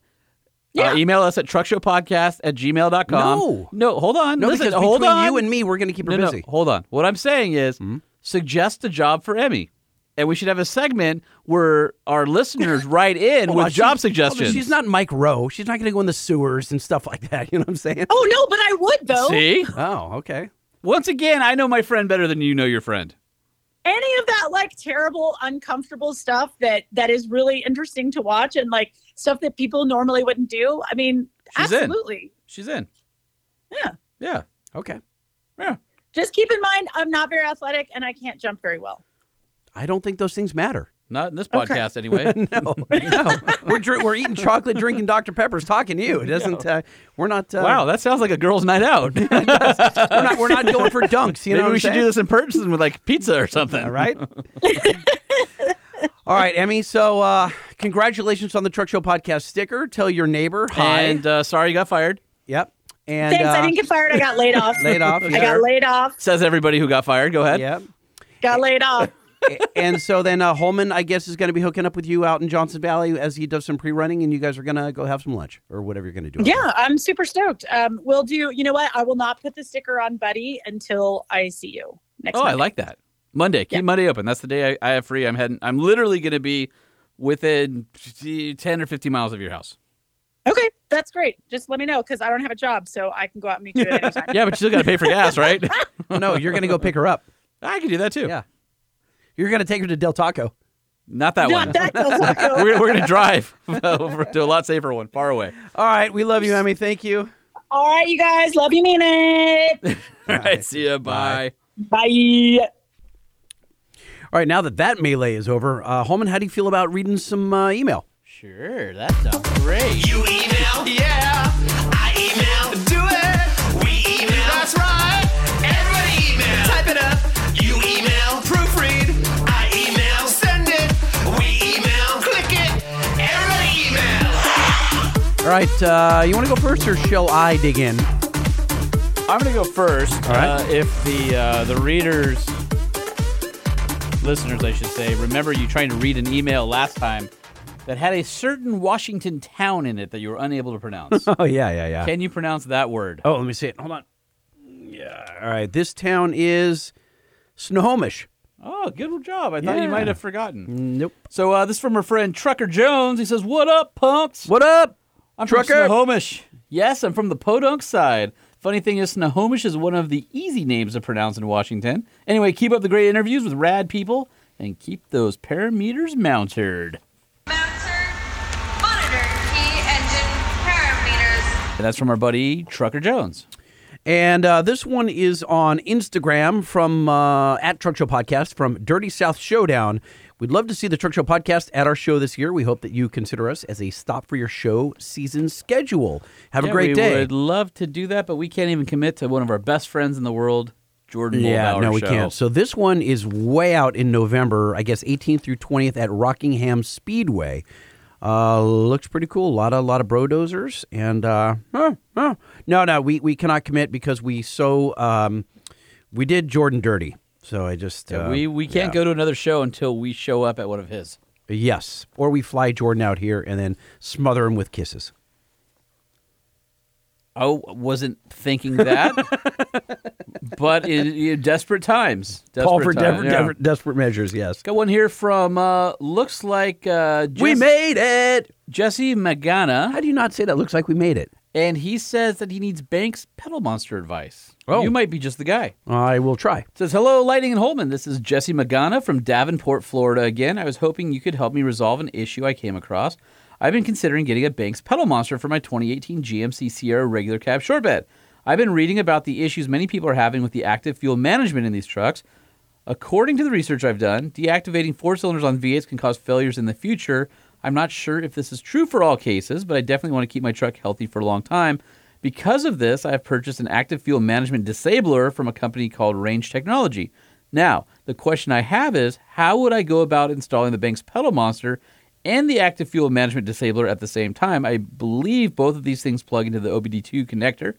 F: Yeah.
D: uh, email us at truckshowpodcast at gmail.com.
A: No.
D: No, hold on.
A: No,
D: listen,
A: because
D: hold
A: between
D: on.
A: you and me, we're going to keep her
D: no,
A: busy. Mm-hmm.
D: No, hold on. What I'm saying is suggest a job for Emmy. And we should have a segment where our listeners write in
A: Hold
D: with
A: on,
D: job
A: she's-
D: suggestions.
A: hold on, She's not Mike Rowe. She's not going to go in the sewers and stuff like that. You know what I'm saying?
F: Oh no, but I would though.
D: See?
A: Oh, okay.
D: Once again, I know my friend better than you know your friend.
F: Any of that like terrible, uncomfortable stuff that that is really interesting to watch, and like stuff that people normally wouldn't do. I mean,
D: She's in.
F: absolutely.
D: She's in.
F: Yeah.
D: Yeah.
A: Okay.
F: Just keep in mind, I'm not very athletic and I can't jump very well.
A: I don't think those things matter.
D: Not in this
F: Okay.
D: podcast, anyway.
A: no, no. We're, dr- we're eating chocolate, drinking Dr. Peppers, talking to you. It doesn't, uh, we're not, uh,
D: wow, that sounds like a girl's night out.
A: we're not, we're not going for dunks. You know
D: Maybe
A: what
D: we
A: I'm
D: should
A: saying?
D: do this in person with like pizza or something.
A: All right. All right, Emmy. So, uh, congratulations on the Truck Show Podcast sticker. Tell your neighbor hi.
D: And uh, sorry you got fired.
A: yep. And
F: Thanks. I
A: uh,
F: didn't get fired. I got laid off.
A: laid off.
F: I got laid off.
D: Says everybody who got fired. Go ahead.
A: Yep.
F: Got laid off.
A: A- and so then uh, Holman, I guess, is going to be hooking up with you out in Johnson Valley as he does some pre-running, and you guys are going to go have some lunch or whatever you're going to do. out there.
F: Yeah, I'm super stoked. Um, we'll do. You know what? I will not put the sticker on Buddy until I see you next.
D: Oh, I
F: Monday.
D: like that. Monday. Keep
F: Yeah.
D: Monday open. That's the day I, I have free. I'm heading. I'm literally going to be within 10 or 15 miles of your house.
F: Okay, that's great. Just let me know because I don't have a job, so I can go out and meet you at any time.
D: Yeah, but you still got to pay for gas, right?
A: no, you're going to go pick her up.
D: I can do that too.
A: Yeah. You're going to take her to Del Taco.
D: Not that one.
F: Not that Del Taco.
D: we're we're going to drive over to a lot safer one, far away.
A: All right, we love you, Emmy. Thank you.
F: All right, you guys. Love you, mean it.
D: All right. See ya. Bye.
F: Bye.
A: All right, now that that melee is over, uh, Holman, how do you feel about reading some uh, email?
D: Sure. That sounds great.
B: Uh, You email? Yeah. I email. Do it. We email. That's right. Everybody email. Type it up. You email. Proofread. I email. Send it. We email. Click it. Everybody email.
A: All right, uh, you want to go first, or shall I dig in?
D: I'm going to go first.
A: right.
D: Uh, if the uh, the readers listeners, I should say, remember you trying to read an email last time that had a certain Washington town in it that you were unable to pronounce.
A: Oh yeah, yeah, yeah.
D: Can you pronounce that word?
A: Oh, let me see it. Hold on. Yeah. All right. This town is Snohomish.
D: Oh, good job. I thought
A: Yeah.
D: you might have forgotten.
A: Nope.
D: So uh, this is from our friend Trucker Jones. He says, "What up, punks?
A: What up?
D: I'm
A: Trucker?
D: from Snohomish. Yes, I'm from the Podunk side. Funny thing is, Snohomish is one of the easy names to pronounce in Washington. Anyway, keep up the great interviews with rad people and keep those parameters mounted.
I: Bouncer, monitor, key, engine, parameters.
D: And that's from our buddy Trucker Jones.
A: And uh, this one is on Instagram from uh, at Truck Show Podcast from Dirty South Showdown. We'd love to see the Truck Show Podcast at our show this year. We hope that you consider us as a stop for your show season schedule. Have a
D: Yeah,
A: great
D: we
A: day.
D: would love to do that, but we can't even commit to one of our best friends in the world, Jordan.
A: Yeah,
D: Mulbauer
A: no, we
D: show.
A: can't. So this one is way out in November, I guess 18th through 20th at Rockingham Speedway. Uh, looks pretty cool. A lot of lot of bro dozers, and uh, huh, huh. no, no, we we cannot commit because we so um, we did Jordan dirty. So I just uh,
D: we we can't go to another show until we show up at one of his.
A: yes, or we fly Jordan out here and then smother him with kisses.
D: Oh, wasn't thinking that, but in, in desperate times, desperate
A: Call for
D: time,
A: dever-
D: yeah.
A: dever- desperate measures. Yes,
D: Got one here from uh, looks like uh, Jess-
A: we made it.
D: Jesse
A: How
D: Magana,
A: do you not say that? Looks like we made it.
D: and he says that he needs Banks pedal monster advice.
A: Oh.
D: you might be just the guy.
A: I will try.
D: Says, hello, Lighting and Holman. This is Jesse Magana from Davenport, Florida again. I was hoping you could help me resolve an issue I came across. I've been considering getting a Banks pedal monster for my 2018 GMC Sierra regular cab short bed. I've been reading about the issues many people are having with the active fuel management in these trucks. According to the research I've done, deactivating four cylinders on V8s can cause failures in the future. I'm not sure if this is true for all cases, but I definitely want to keep my truck healthy for a long time. Because of this, I have purchased an active fuel management disabler from a company called Range Technology. Now, the question I have is how would I go about installing the Banks pedal monster and the active fuel management disabler at the same time? I believe both of these things plug into the OBD2 connector.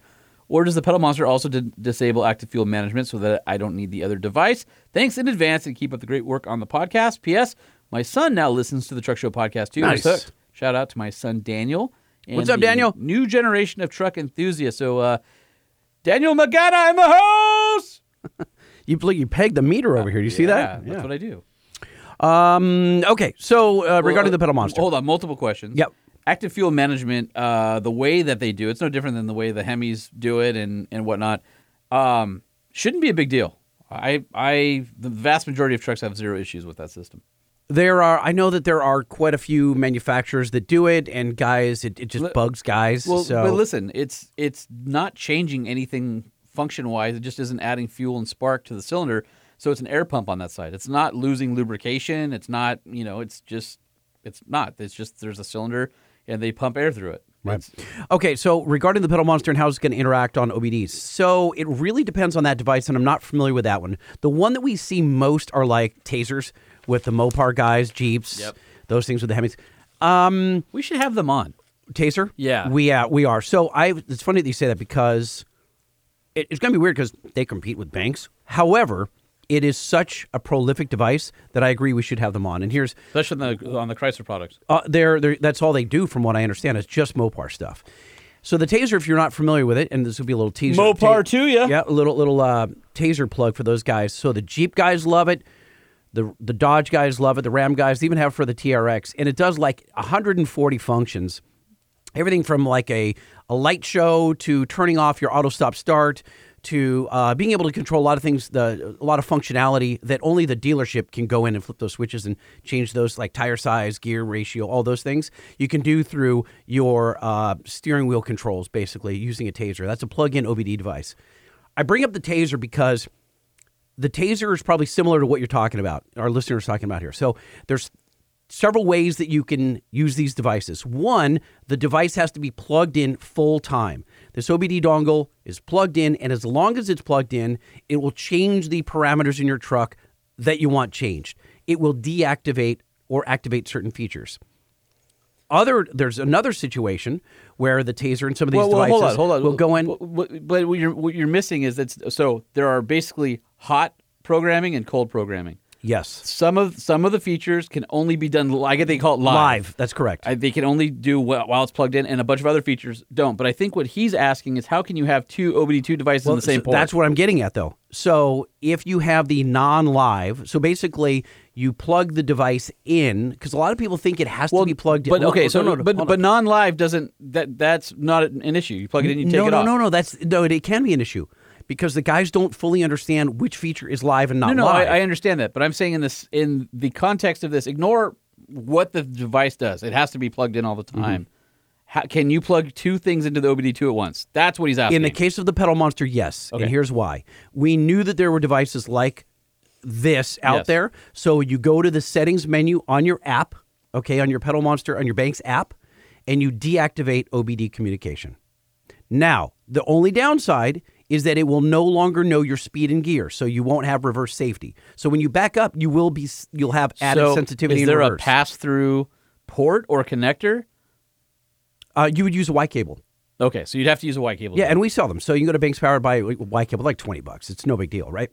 D: Or does the pedal monster also di- disable active fuel management so that I don't need the other device? Thanks in advance and keep up the great work on the podcast. P.S. My son now listens to the Truck Show podcast too. He's
A: Nice.
D: hooked. Shout out to my son Daniel. and
A: What's up,
D: the
A: Daniel?
D: New generation of truck enthusiasts. So, uh, Daniel Magana, I'm the host.
A: You you pegged the meter over here. Do you see that?
D: That's what I do.
A: Mm, okay, so uh, regarding
D: Well,
A: the pedal monster,
D: Hold on, multiple questions.
A: Yep.
D: Active fuel management, uh, the way that they do it's no different than the way the Hemis do it and and whatnot. Um, shouldn't be a big deal. I I the vast majority of trucks have zero issues with that system.
A: there are I know that there are quite a few manufacturers that do it, and guys, it, it just
D: Li-
A: bugs guys.
D: Well,
A: so
D: but listen, it's it's not changing anything function wise. It just isn't adding fuel and spark to the cylinder. So it's an air pump on that side. It's not losing lubrication. It's not you know. It's just it's not. It's just there's a cylinder and they pump air through it. Right.
A: okay, so regarding the pedal monster and how it's going to interact on OBDs, so it really depends on that device, and I'm not familiar with that one. The one that we see most are like tasers with the Mopar guys, Jeeps,
D: Yep.
A: those things with the Hemis. Um,
D: we should have them on.
A: Taser,
D: Yeah.
A: we uh, we are. So I, it's funny that you say that because it, it's going to be weird because they compete with banks. However. It is such a prolific device that I agree we should have them on. And here's
D: Especially on the, on the Chrysler products.
A: Uh, they're, they're, that's all they do, from what I understand, is just Mopar stuff. So the taser, if you're not familiar with it, and this will be a little teaser.
D: Mopar to ya.
A: Yeah, a little little uh, taser plug for those guys. So the Jeep guys love it. The, the Dodge guys love it. The Ram guys they even have it for the TRX, and it does like 140 functions everything from like a, a light show to turning off your auto stop start to uh, being able to control a lot of things the a lot of functionality that only the dealership can go in and flip those switches and change those like tire size gear ratio all those things you can do through your uh, steering wheel controls basically using a taser that's a plug-in obd device i bring up the taser because the taser is probably similar to what you're talking about our listeners talking about here so there's several ways that you can use these devices one the device has to be plugged in full time this obd dongle is plugged in and as long as it's plugged in it will change the parameters in your truck that you want changed it will deactivate or activate certain features other there's another situation where the taser and some of these devices
D: hold on, hold on.
A: will go in
D: But what, but what you're what you're missing is that's so there are basically hot programming and cold programming.
A: Yes.
D: Some of some of the features can only be done. li- I guess they call it live.
A: Live. That's correct.
D: I, they can only do wh- while it's plugged in, and a bunch of other features don't. But I think what he's asking is how can you have two OBD2 devices on the same
A: so
D: port?
A: That's what I'm getting at, though. So if you have the non-live, so basically you plug the device in because a lot of people think it has to be plugged in.
D: but
A: Well,
D: okay, so
A: no, no, no,
D: but
A: hold
D: but
A: on.
D: non-live doesn't that that's not an issue. You plug it in, you take
A: no,
D: it
A: no,
D: off.
A: no, no. That's no. It, it can be an issue because the guys don't fully understand which feature is live and not
D: No, no,
A: live.
D: I, I understand that, but I'm saying in this, in the context of this, ignore what the device does. It has to be plugged in all the
A: Mm-hmm.
D: time. How, can you plug two things into the OBD2 at once? That's what he's asking.
A: In the case of the pedal monster, yes.
D: Okay.
A: And here's why. We knew that there were devices like this out
D: Yes.
A: there. So you go to the settings menu on your app, okay, on your pedal monster, on your bank's app, and you deactivate OBD communication. Now, the only downside is that it will no longer know your speed and gear, so you won't have reverse safety. So when you back up, you will be s- you'll have added
D: so
A: sensitivity
D: Is
A: in
D: there
A: reverse.
D: a pass-through port or connector?
A: uh, you would use a Y cable.
D: Okay, so you'd have to use a Y cable.
A: Yeah, and we sell them. So you can go to Banks Power, buy a Y cable, like 20 bucks. It's no big deal, right?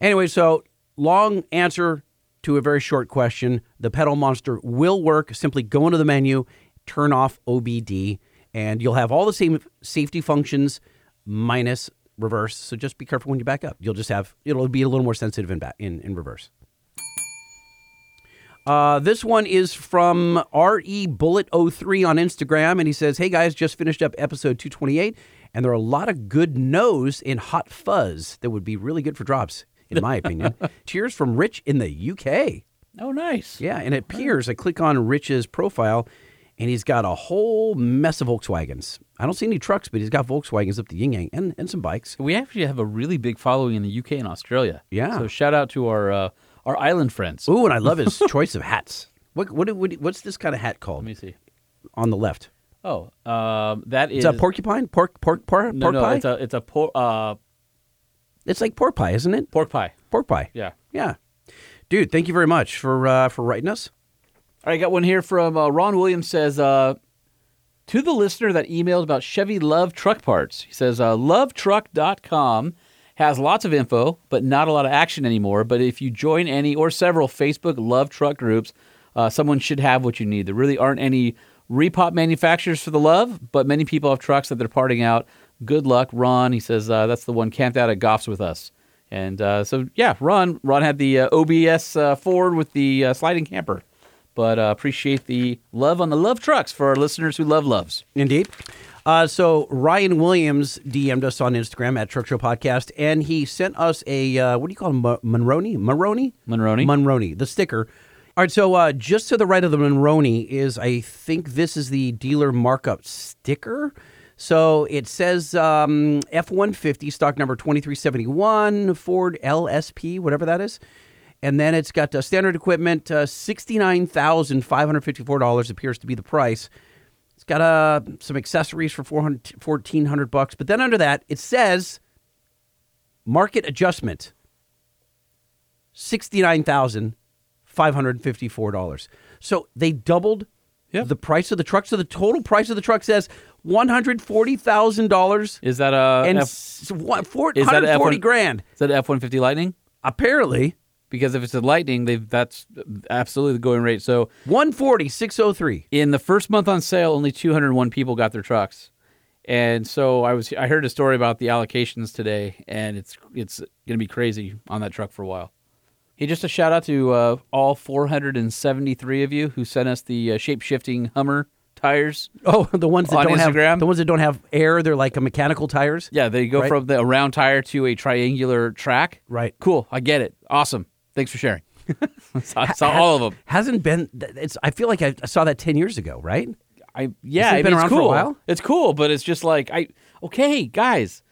A: Anyway, so long answer to a very short question. The pedal monster will work. Simply go into the menu, turn off OBD, and you'll have all the same safety functions minus reverse. So just be careful when you back up. You'll just have, it'll be a little more sensitive in, back, in, in reverse. Uh, this one is from RE Bullet 03 on Instagram, and he says, Hey guys, just finished up episode 228, and there are a lot of good no's in Hot Fuzz that would be really good for drops, in my opinion. Cheers from Rich in the UK.
D: Oh, nice.
A: Yeah, and it appears I click on Rich's profile, and he's got a whole mess of Volkswagens. I don't see any trucks, but he's got Volkswagens up the yin yang and, and some bikes.
D: We actually have a really big following in the UK and Australia.
A: Yeah.
D: So shout out to our uh, our island friends.
A: Ooh, and I love his choice of hats. What, what, what What's this kind of hat called
D: Let me see.
A: on the left?
D: Oh, um, that is
A: It's a porcupine? Pork, pork, pork,
D: No,
A: pork
D: no,
A: pie?
D: it's a it's a por- uh,
A: It's like pork pie, isn't it?
D: pork pie.
A: Pork pie.
D: Yeah.
A: Yeah. Dude, thank you very much for uh, for writing us.
D: All right, I got one here from uh, Ron Williams says uh, to the listener that emailed about Chevy Love truck parts. He says uh, lovetruck.com has lots of info, but not a lot of action anymore. But if you join any or several Facebook Love Truck groups, uh, someone should have what you need. There really aren't any repop manufacturers for the Love, but many people have trucks that they're parting out. Good luck, Ron. He says uh, that's the one camped out at Goff's with us. And uh, so, yeah, Ron. Ron had the uh, OBS uh, Ford with the uh, sliding camper but uh, appreciate the love on the love trucks for our listeners who love loves.
A: Indeed. Uh, so Ryan Williams DM'd us on Instagram at Truck Show Podcast, and he sent us a uh, what do you call him? Mo- Monroney? Monroney?
D: Monroney.
A: Monroney, the sticker. All right, so uh, just to the right of the Monroney is, I think this is the dealer markup sticker. So it says um, F 150, stock number 2371, Ford LSP, whatever that is. And then it's got uh, standard equipment, uh, $69,554 appears to be the price. It's got uh, some accessories for 400, 1400 bucks. But then under that, it says market adjustment. $69,554. So they doubled the price of the truck. So the total price of the truck says $140,000
D: Is that a
A: and
D: F-
A: s- one- four-
D: is that a F
A: 140
D: one-
A: grand.
D: is that F one fifty Lightning?
A: Apparently,
D: Because if it's a Lightning, they that's absolutely the going rate. So
A: 140,603.
D: in the first month on sale, only two hundred one people got their trucks, and so I was I heard a story about the allocations today, and it's it's going to be crazy on that truck for a while. Hey, just a shout out to uh, all 473 of you who sent us the uh, shape shifting Hummer tires.
A: Oh, the ones that
D: On
A: don't
D: Instagram?
A: have the ones that don't have air, they're like a mechanical tires.
D: Yeah, they go
A: Right.
D: from the a round tire to a triangular track.
A: Right.
D: Cool. I get it. Awesome. Thanks for sharing. I saw all of them.
A: Hasn't been. th- It's. I feel like I I saw that ten years ago, right?
D: I yeah,
A: it
D: I
A: been
D: mean, it's
A: around for
D: cool.
A: a while?
D: It's cool, but it's just like I okay, guys.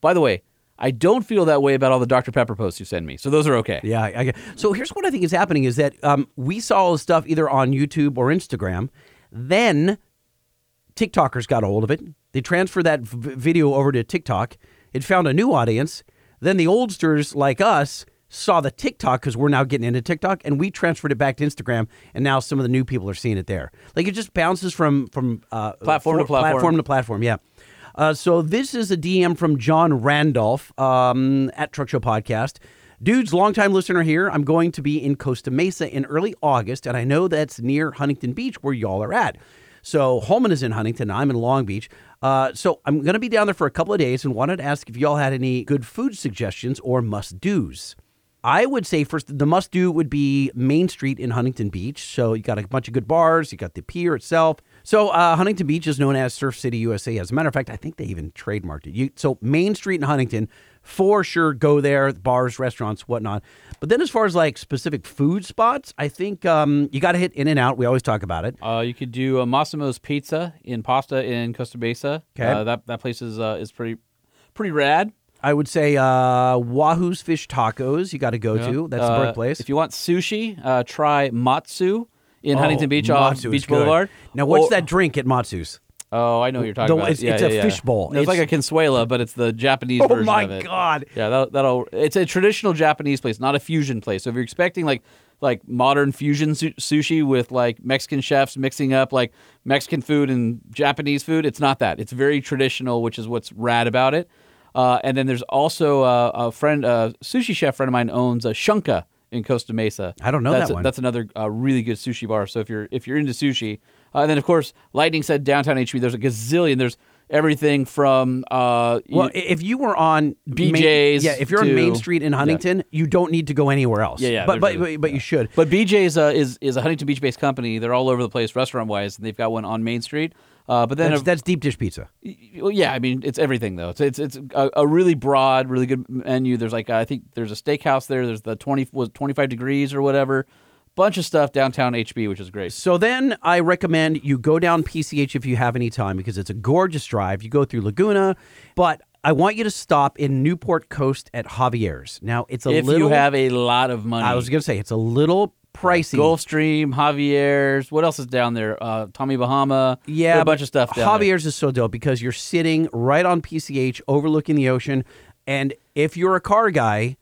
D: By the way, I don't feel that way about all the Dr Pepper posts you send me, so those are okay.
A: Yeah. I, I- so here's what I think is happening: is that um, we saw all this stuff either on YouTube or Instagram, then TikTokers got a hold of it. They transferred that v- video over to TikTok. It found a new audience. Then the oldsters like us saw the TikTok because we're now getting into TikTok, and we transferred it back to Instagram. And now some of the new people are seeing it there. Like it just bounces from from uh,
D: Platform to platform.
A: platform to platform. Yeah. Uh, so this is a DM from John Randolph um, at Truck Show Podcast. Dudes, longtime listener here. I'm going to be in Costa Mesa in early August, and I know that's near Huntington Beach where y'all are at. So Holman is in Huntington. I'm in Long Beach. Uh, so I'm going to be down there for a couple of days and wanted to ask if y'all had any good food suggestions or must dos. I would say first the must do would be Main Street in Huntington Beach. So you got a bunch of good bars. You got the pier itself. So uh, Huntington Beach is known as Surf City, USA. As a matter of fact, I think they even trademarked it. You, so Main Street in Huntington, for sure, go there. Bars, restaurants, whatnot. But then as far as like specific food spots, I think um, you got to hit In and Out. We always talk about it.
D: Uh, you could do uh, Massimo's Pizza in Pasta in Costa Mesa.
A: 'Kay.
D: Uh, that that place is uh, is pretty pretty rad.
A: I would say uh, Wahoo's Fish Tacos. You got to go
D: Yeah.
A: to. That's
D: Uh,
A: the birthplace.
D: If you want sushi, uh, try Matsu in
A: Oh,
D: Huntington Beach
A: Matsu
D: off
A: is
D: Beach
A: good.
D: Boulevard.
A: Now, what's
D: Or-
A: that drink at Matsu's?
D: Oh, I know what you're talking
A: The-
D: about.
A: it's- it's a fish bowl.
D: It's,
A: It's-
D: like a consuela, but it's the Japanese
A: Oh
D: version
A: my
D: of it.
A: God.
D: Yeah, that, that'll. It's a traditional Japanese place, not a fusion place. So if you're expecting like like modern fusion su- sushi with like Mexican chefs mixing up like Mexican food and Japanese food, it's not that. It's very traditional, which is what's rad about it. Uh, and then there's also uh, a friend, a sushi chef friend of mine owns a Shunka in Costa Mesa.
A: I don't know
D: that's
A: that one.
D: That's another uh, really good sushi bar. So if you're if you're into sushi, uh, and then of course Lightning said downtown HB. There's a gazillion. There's everything from uh, you-
A: Well, i- if you were on Main-
D: BJ's
A: yeah, if you're on
D: to-
A: Main Street in
D: yeah.
A: Huntington, you don't need to go anywhere else.
D: Yeah, yeah,
A: But but
D: there's
A: but,
D: really-
A: but you should.
D: But BJ's uh, is is a Huntington Beach based company. They're all over the place restaurant wise, and they've got one on Main Street. Uh, but then,
A: That's,
D: a-
A: that's deep dish pizza.
D: well, yeah, I mean, it's everything though. It's it's, it's a, a really broad, really good menu. There's like uh, I think there's a steakhouse there. There's the twenty was twenty five degrees or whatever, bunch of stuff downtown HB, which is great.
A: So then I recommend you go down PCH if you have any time because it's a gorgeous drive. You go through Laguna, but I want you to stop in Newport Coast at Javier's. Now it's a
D: if
A: little.
D: you have a lot of money,
A: I was gonna say it's a little pricey.
D: Gulfstream, Javier's. What else is down there? Uh, Tommy Bahama. There are
A: Yeah,
D: a bunch
A: but
D: of stuff. Down there.
A: Javier's is so dope because you're sitting right on PCH, overlooking the ocean, and if you're a car guy,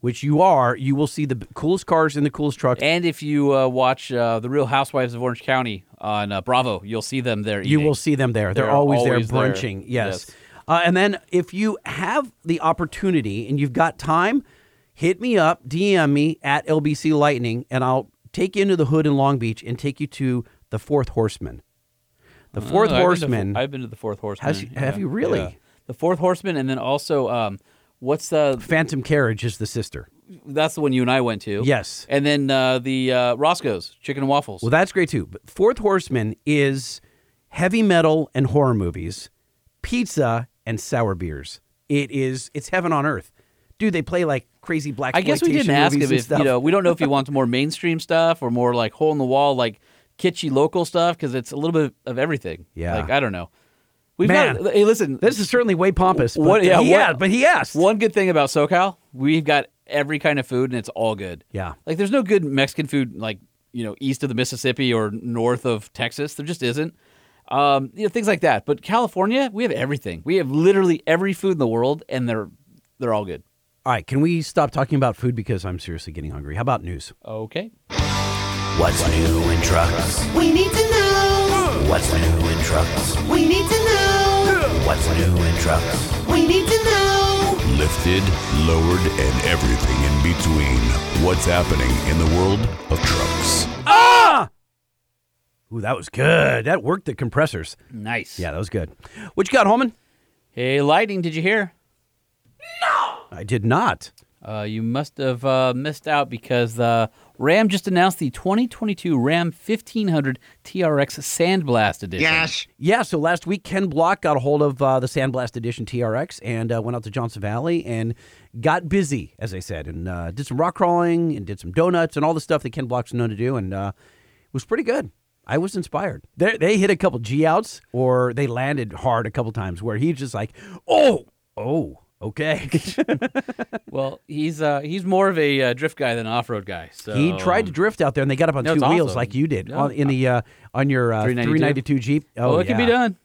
A: which you are, you will see the b- coolest cars and the coolest trucks.
D: And if you uh, watch uh, the Real Housewives of Orange County on uh, Bravo, you'll see them there.
A: you
D: eating.
A: will see them there. They're,
D: They're
A: always,
D: always
A: there
D: there.
A: brunching. Yes.
D: Yes.
A: Uh, and then if you have the opportunity and you've got time, hit me up, DM me at LBC Lightning, and I'll take you into the hood in Long Beach and take you to the Fourth Horseman. The
D: Oh,
A: Fourth
D: I've been to-
A: Horseman.
D: I've been to the Fourth Horseman.
A: Has you- have you really?
D: The Fourth Horseman, and then also, um, what's the?
A: Phantom Carriage is the sister.
D: That's the one you and I went to.
A: Yes.
D: And then uh, the uh, Roscoe's Chicken and Waffles.
A: Well, that's great too. But Fourth Horseman is heavy metal and horror movies, pizza and sour beers. It is it's heaven on earth, dude. They play like crazy black.
D: I guess we didn't ask him if
A: stuff.
D: you know. We don't know if he wants more mainstream stuff or more like hole in the wall, like kitschy local stuff, because it's a little bit of everything.
A: Yeah.
D: Like I don't know. We've
A: Man.
D: got. Hey, listen.
A: This is certainly way pompous. But
D: What- yeah,
A: He
D: what-
A: asked- but he asked.
D: One good thing about SoCal, we've got every kind of food and it's all good.
A: Yeah.
D: Like there's no good Mexican food like, you know, east of the Mississippi or north of Texas. There just isn't. Um, you know, things like that. But California, we have everything. We have literally every food in the world and they're they're all good.
A: All right, can we stop talking about food because I'm seriously getting hungry? How about news?
D: Okay.
B: What's new in trucks?
J: We need to know.
B: What's new in trucks?
J: We need to know.
B: What's new in trucks?
J: We need to know.
K: Lifted, lowered, and everything in between. What's happening in the world of trucks?
A: Ooh, that was good. That worked the compressors.
D: Nice.
A: Yeah, that was good. What you got, Holman?
D: Hey, Lightning, did you hear?
A: I did not.
D: Uh, you must have uh, missed out because uh, Ram just announced the 2022 Ram 1500 TRX Sandblast Edition.
A: Yeah, so last week Ken Block got a hold of uh, the Sandblast Edition TRX and uh, went out to Johnson Valley and got busy, as I said, and uh, did some rock crawling and did some donuts and all the stuff that Ken Block's known to do, and uh, it was pretty good. I was inspired. They, they hit a couple G outs or they landed hard a couple times where he's just like, oh, oh, okay.
D: Well, he's uh, he's more of a uh, drift guy than an off road guy. So
A: he tried to drift out there and they got up on
D: No,
A: two
D: it's
A: wheels
D: awesome.
A: like you did
D: Yeah.
A: on, in the uh, on your uh, 392?
D: 392?
A: Jeep.
D: Oh, it can be
A: yeah.
D: done.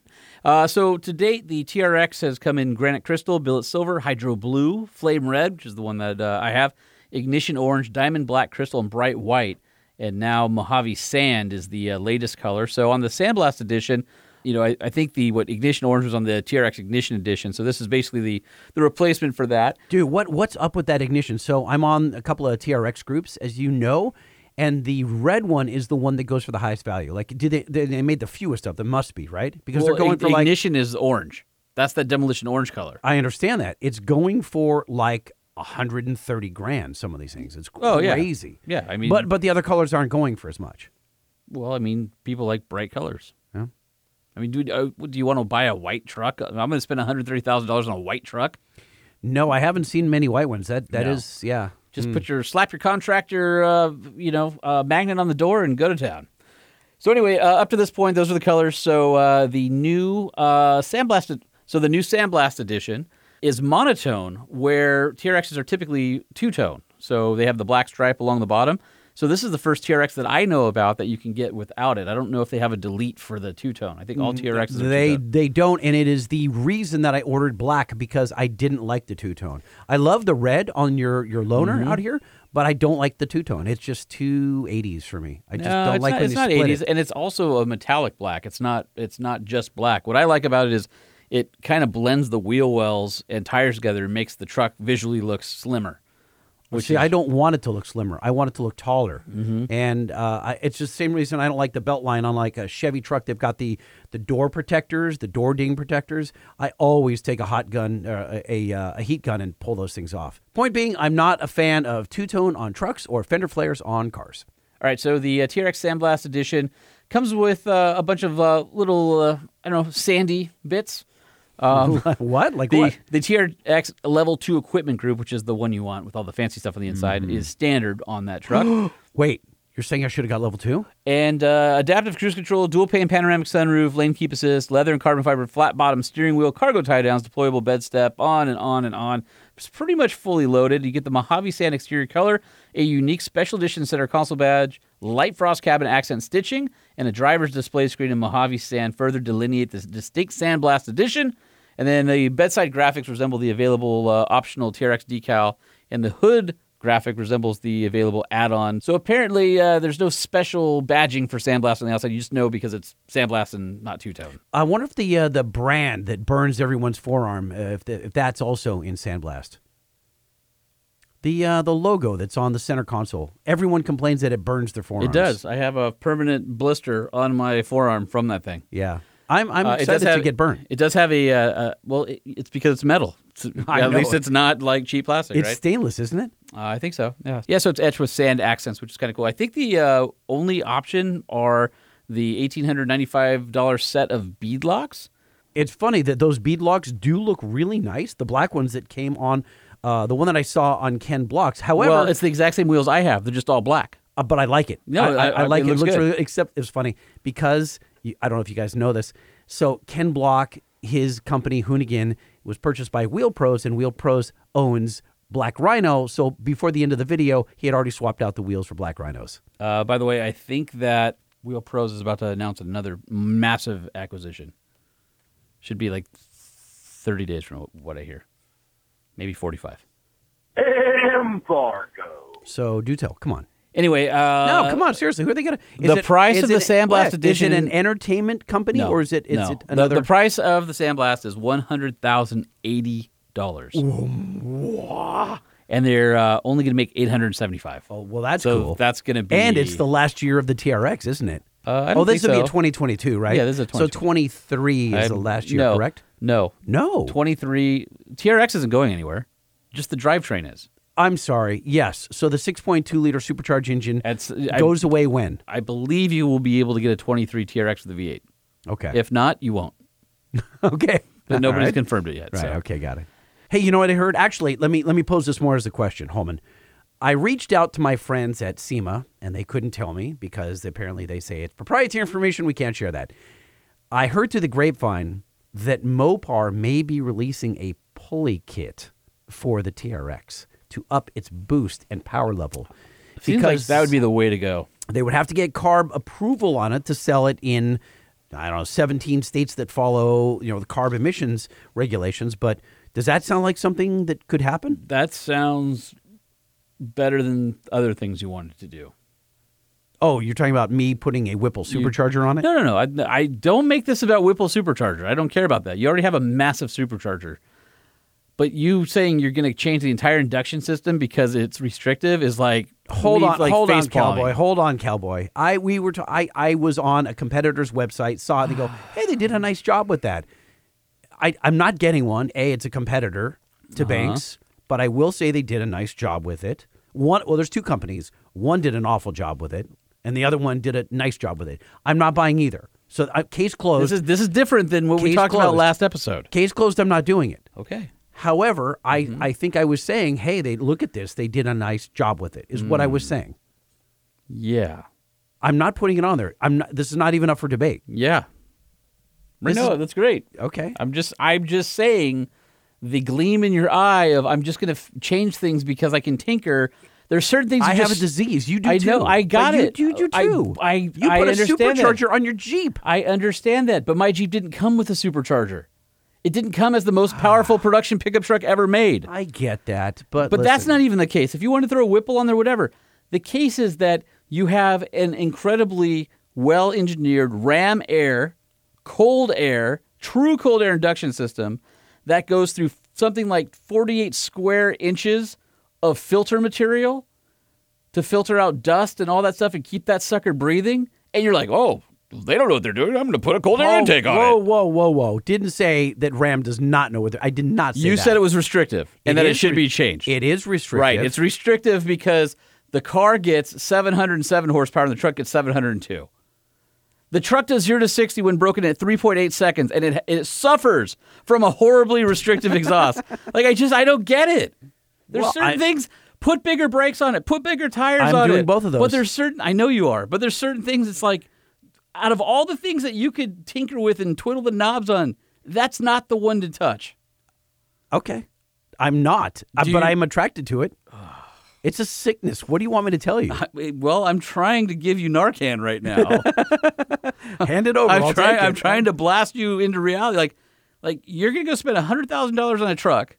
D: Uh, so to date, the TRX has come in granite crystal, billet silver, hydro blue, flame red, which is the one that uh, I have, ignition orange, diamond black crystal, and bright white. And now Mojave sand is the uh, latest color. So on the Sandblast edition, you know, I, I think the what ignition orange was on the TRX ignition edition. So this is basically the the replacement for that.
A: Dude, what what's up with that ignition? So I'm on a couple of TRX groups, as you know, and the red one is the one that goes for the highest value. Like, do they they, they made the fewest of them? Must be right because
D: Well,
A: they're going
D: ig-
A: for like.
D: ignition is orange. That's that demolition orange color.
A: I understand that it's going for like 130 grand. Some of these things, it's
D: Oh, yeah.
A: crazy.
D: Yeah, I mean-
A: but but the other colors aren't going for as much.
D: Well, I mean, people like bright colors.
A: Yeah.
D: I mean, dude, uh, do you want to buy a white truck? I'm going to spend one hundred thirty thousand dollars on a white truck.
A: No, I haven't seen many white ones. That that
D: No.
A: is yeah.
D: Just
A: Mm.
D: put your slap your contractor, uh, you know, uh, magnet on the door and go to town. So anyway, uh, up to this point, those are the colors. So uh, the new uh, sandblasted, so the new sandblast edition is monotone, where TRXs are typically two tone. So they have the black stripe along the bottom. So this is the first TRX that I know about that you can get without it. I don't know if they have a delete for the two tone. I think all TRXs are
A: They
D: two-tone.
A: they don't, and it is the reason that I ordered black because I didn't like the two tone. I love the red on your your loner
D: Mhm.
A: out here, but I don't like the two tone. It's just two eighties for me. I just
D: No,
A: don't
D: Uh, it's
A: like
D: not,
A: when
D: it's
A: they
D: not
A: split
D: 80s,
A: it.
D: and it's also a metallic black. It's not it's not just black. What I like about it is it kind of blends the wheel wells and tires together and makes the truck visually look slimmer.
A: Which
D: Which
A: See,
D: is,
A: I don't want it to look slimmer. I want it to look taller, and uh, I, it's just the same reason I don't like the belt line on like a Chevy truck. They've got the the door protectors, the door ding protectors. I always take a hot gun, uh, a uh, a heat gun, and pull those things off. Point being, I'm not a fan of two tone on trucks or fender flares on cars.
D: All right, so the uh, TRX Sandblast Edition comes with uh, a bunch of uh, little uh, I don't know sandy bits. Um,
A: what like
D: the
A: what?
D: the TRX Level Two Equipment Group, which is the one you want with all the fancy stuff on the inside,
A: Mm-hmm.
D: is standard on that truck.
A: Wait, you're saying I should have got level two?
D: and uh, adaptive cruise control, dual pane panoramic sunroof, lane keep assist, leather and carbon fiber flat bottom steering wheel, cargo tie downs, deployable bed step, on and on and on. It's pretty much fully loaded. You get the Mojave Sand exterior color, a unique special edition center console badge, light frost cabin accent stitching, and a driver's display screen in Mojave Sand further delineate this distinct Sandblast edition. And then the bedside graphics resemble the available uh, optional TRX decal, and the hood graphic resembles the available add-on. So apparently, uh, there's no special badging for Sandblast on the outside. You just know because it's Sandblast and not two tone.
A: I wonder if the uh, the brand that burns everyone's forearm, uh, if, the, if that's also in Sandblast. The uh, the logo that's on the center console. Everyone complains that it burns their forearms.
D: It does. I have a permanent blister on my forearm from that thing.
A: Yeah, I'm I'm
D: Uh, it does
A: excited to
D: have-
A: get burned.
D: It does have a uh, uh, well. It, it's because it's metal. It's-
A: I
D: at
A: know
D: least
A: it.
D: it's not like cheap plastic.
A: It's
D: right?
A: stainless, isn't it?
D: Uh, I think so. Yeah. Yeah. So it's etched with sand accents, which is kind of cool. I think the uh, only option are the eighteen hundred ninety-five dollar set of bead locks.
A: It's funny that those bead locks do look really nice. The black ones that came on, uh, the one that I saw on Ken Blocks. However,
D: well, it's the exact same wheels I have. They're just all black.
A: uh, but I like it.
D: No,
A: I, I,
D: I-
A: I
D: I-
A: like
D: it
A: it.
D: looks good.
A: really, except it's funny because you, I don't know if you guys know this. So Ken Block, his company Hoonigan, was purchased by Wheel Pros, and Wheel Pros owns Black Rhino. So before the end of the video, he had already swapped out the wheels for Black Rhinos.
D: Uh, by the way, I think that Wheel Pros is about to announce another massive acquisition. Should be like thirty days from what I hear, maybe forty-five.
L: Embargo.
A: So do tell. Come on.
D: Anyway, uh,
A: no, come on. Seriously, who are they going to?
D: the price of the Sandblast
A: is it
D: edition-
A: an entertainment company
D: No,
A: or is it is
D: no.
A: it
D: The-
A: another?
D: The, price of the Sandblast is one hundred thousand eighty dollars, and they're uh, only going to make eight hundred seventy-five. Oh,
A: well, that's
D: so
A: cool.
D: That's going to be,
A: and it's the last year of the TRX, isn't it?
D: Uh, I
A: oh,
D: don't
A: this
D: think
A: would be a
D: so.
A: 2022, right?
D: Yeah, this is a
A: So 23 is
D: I'm-
A: the last year,
D: no,
A: correct?
D: No,
A: No.
D: twenty-three TRX isn't going anywhere. Just the drivetrain is.
A: I'm sorry. Yes. So the 6.2 liter supercharged engine
D: I-
A: goes away when?
D: I believe you will be able to get a 23 TRX with the V8.
A: Okay.
D: If not, you won't.
A: okay.
D: But nobody's
A: Alright.
D: confirmed it yet.
A: Right.
D: so.
A: Okay. Got it. Hey, you know what I heard? Actually, let me let me pose this more as a question, Holman. I reached out to my friends at SEMA, and they couldn't tell me because apparently they say it's proprietary information. We can't share that. I heard through the grapevine that Mopar may be releasing a pulley kit for the TRX to up its boost and power level.
D: Seems like that would be the way to go.
A: They would have to get carb approval on it to sell it in, I don't know, 17 states that follow, you know, the carb emissions regulations. But does that sound like something that could happen?
D: That sounds better than other things you wanted to do.
A: Oh, you're talking about me putting a Whipple supercharger on it?
D: No, no, no. I, I don't make this about Whipple supercharger. I don't care about that. You already have a massive supercharger. But you saying you're going to change the entire induction system because it's restrictive is like
A: Hold on,
D: leave- like
A: hold on,
D: facepalming.
A: cowboy. Hold on, cowboy. I we were t- I I was on a competitor's website, saw it, and go, hey, they did a nice job with that. I I'm not getting one. A, it's a competitor to
D: Uh-huh.
A: Banks, but I will say they did a nice job with it. One, well, there's two companies. One did an awful job with it, and the other one did a nice job with it. I'm not buying either. So uh, case closed.
D: This is this is different than what we
A: Case
D: talked about
A: closed.
D: last episode.
A: Case closed. I'm not doing it.
D: Okay.
A: However, I,
D: Mm-hmm.
A: I think I was saying, hey, they look at this. They did a nice job with it. Is what I
D: Mm.
A: was saying.
D: Yeah.
A: I'm not putting it on there. I'm not, this is not even up for debate.
D: Yeah.
A: This
D: no,
A: is-
D: that's great.
A: Okay.
D: I'm just I'm just saying the gleam in your eye of I'm just going to f- change things because I can tinker. There's certain things
A: I
D: you
A: have
D: just-
A: a disease. You do
D: I
A: too.
D: know. I
A: But
D: got
A: you
D: it.
A: do- you
D: I-
A: too.
D: I,
A: You
D: I
A: put a
D: understand that.
A: supercharger on your Jeep.
D: I understand that, but my Jeep didn't come with a supercharger. It didn't come as the most
A: Ah.
D: powerful production pickup truck ever made.
A: I get that, but
D: But that's
A: listen,
D: not even the case. If you want to throw a Whipple on there, whatever. The case is that you have an incredibly well engineered RAM air, cold air, true cold air induction system that goes through something like 48 square inches of filter material to filter out dust and all that stuff and keep that sucker breathing. And you're like, oh, they don't know what they're doing. I'm going to put a cold air intake on
A: Oh, whoa,
D: it.
A: Whoa, whoa, whoa, Didn't say that Ram does not know what they're- I did not say
D: You
A: that.
D: said it was restrictive and that it
A: is
D: should
A: re-
D: be changed.
A: It is restrictive.
D: Right. It's restrictive because the car gets 707 horsepower and the truck gets 702. The truck does 0 to 60 when broken at 3.8 seconds and it, it suffers from a horribly restrictive exhaust. Like, I just, I don't get it. There's
A: Well,
D: certain
A: I-
D: things. Put bigger brakes on it. Put bigger tires
A: I'm
D: on
A: doing
D: it.
A: both of
D: But
A: those.
D: there's certain, I know you are, but there's certain things it's like, out of all the things that you could tinker with and twiddle the knobs on, that's not the one to touch.
A: okay. I'm not, Uh,
D: Do
A: but
D: you-
A: I'm attracted to it. It's a sickness. What do you want me to tell you?
D: Well, I'm trying to give you Narcan right now.
A: Hand it over.
D: I'm
A: I'll
D: trying.
A: take
D: I'm
A: it.
D: trying to blast you into reality. Like, like you're gonna go spend hundred thousand dollars on a truck,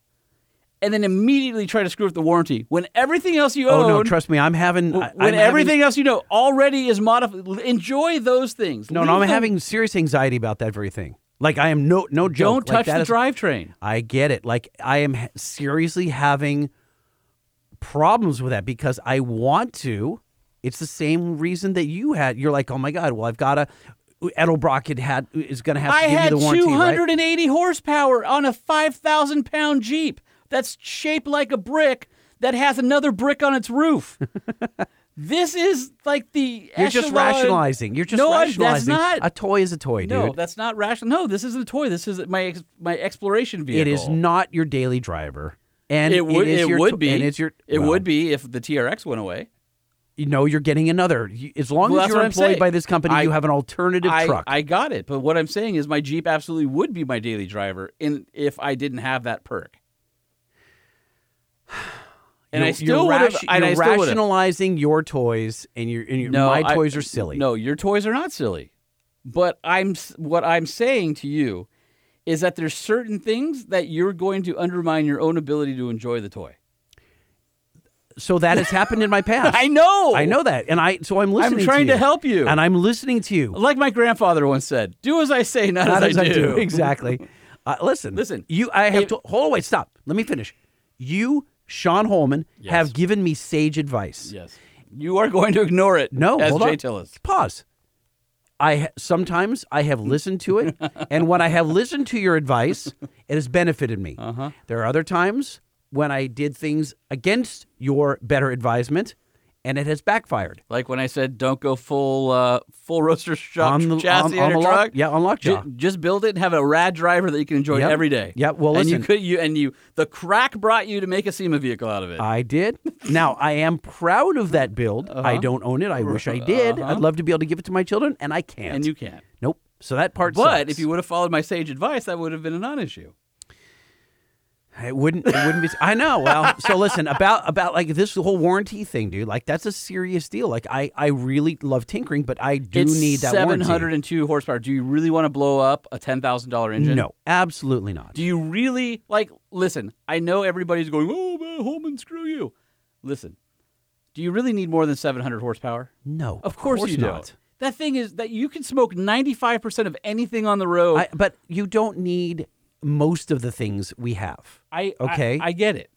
D: and then immediately try to screw up the warranty when everything else you own.
A: Oh no, trust me. I'm having. I- I'm
D: when everything
A: having-
D: else you know already is modified. Enjoy those things.
A: no, no,
D: Leave
A: I'm
D: them-
A: having serious anxiety about that very thing. Like I am no no
D: Don't
A: joke. like,
D: touch
A: that
D: the
A: is-
D: drivetrain.
A: I get it. Like I am ha- seriously having problems with that because I want to. It's the same reason that you had. You're like, oh my god. Well, I've got to. Edelbrock had, had is going to have to
D: I
A: give
D: had
A: you the warranty, right?
D: 280 horsepower on a 5,000 pound Jeep that's shaped like a brick that has another brick on its roof. this is like the.
A: You're just
D: echelon-
A: rationalizing. You're just
D: no, I-
A: rationalizing.
D: That's not.
A: a toy is a toy,
D: No,
A: dude.
D: that's not rational. No, this isn't a toy. This is my ex- my exploration vehicle.
A: It is not your daily driver, and
D: It would.
A: it,
D: It,
A: is your
D: would
A: to-
D: be.
A: And it's your.
D: It
A: well,
D: would be if the TRX went away.
A: You know, you're getting another. You- As long
D: Well,
A: as
D: that's
A: you're
D: what I'm
A: employed
D: saying.
A: by this company,
D: I-
A: you have an alternative
D: I,
A: truck.
D: I got it. But what I'm saying is, my Jeep absolutely would be my daily driver, in if I didn't have that perk. And
A: you're,
D: I still
A: you're,
D: would have.
A: ration-
D: and I
A: you're
D: still would've.
A: rationalizing your toys, and your and your, my
D: I-
A: toys are silly.
D: No, your toys are not silly. But I'm s- what I'm saying to you is that there's certain things that you're going to undermine your own ability to enjoy the toy.
A: So that has happened in my past.
D: I know.
A: I know that, and I so I'm listening.
D: trying
A: to,
D: to help you.
A: and I'm listening to you.
D: Like my grandfather once said, "Do as I say, not,
A: Not
D: as, I, do.
A: exactly. Uh, listen,
D: Listen,
A: You, I have
D: it-
A: to hold. on, Wait, stop. Let me finish. You, Sean Holman,
D: Yes.
A: have given me sage advice.
D: Yes, you are going to ignore it.
A: No,
D: as
A: hold
D: Jay
A: on.
D: Tillis.
A: Pause. I ha- sometimes I have listened to it, and when I have listened to your advice, it has benefited me.
D: Uh-huh.
A: There are other times when I did things against your better advisement, and it has backfired.
D: Like when I said, "Don't go full uh, full roaster shop
A: On the- on-
D: chassis on,
A: on
D: your
A: the lock-
D: truck."
A: yeah, on lockjaw.
D: Ju- just build it and have a rad driver that you can enjoy
A: Yep.
D: every day.
A: Yep, well,
D: and
A: listen.
D: you could you and you the crack brought you to make a SEMA vehicle out of it.
A: I did. Now I am proud of that build.
D: Uh-huh.
A: I don't own it. I wish I did. I'd love to be able to give it to my children, and I can't.
D: and you can't.
A: Nope. So that part.
D: But
A: sucks.
D: if you would have followed my sage advice, that would have been a non-issue.
A: It wouldn't. It wouldn't be. I know. Well, so listen about about like this whole warranty thing, dude. Like that's a serious deal. Like I I really love tinkering, but I do
D: it's
A: need that
D: seven
A: warranty.
D: hundred and two horsepower. Do you really want to blow up a ten thousand dollar engine?
A: No, absolutely not.
D: Do you really like? Listen, I know everybody's going, "Oh, man, Holman, screw you." Listen, Do you really need more than 700 horsepower?
A: No,
D: of course,
A: course
D: you don't.
A: not.
D: That thing is that you can smoke 95% of anything on the road.
A: I, but you don't need most of the things we have.
D: I I-
A: okay.
D: I, get it,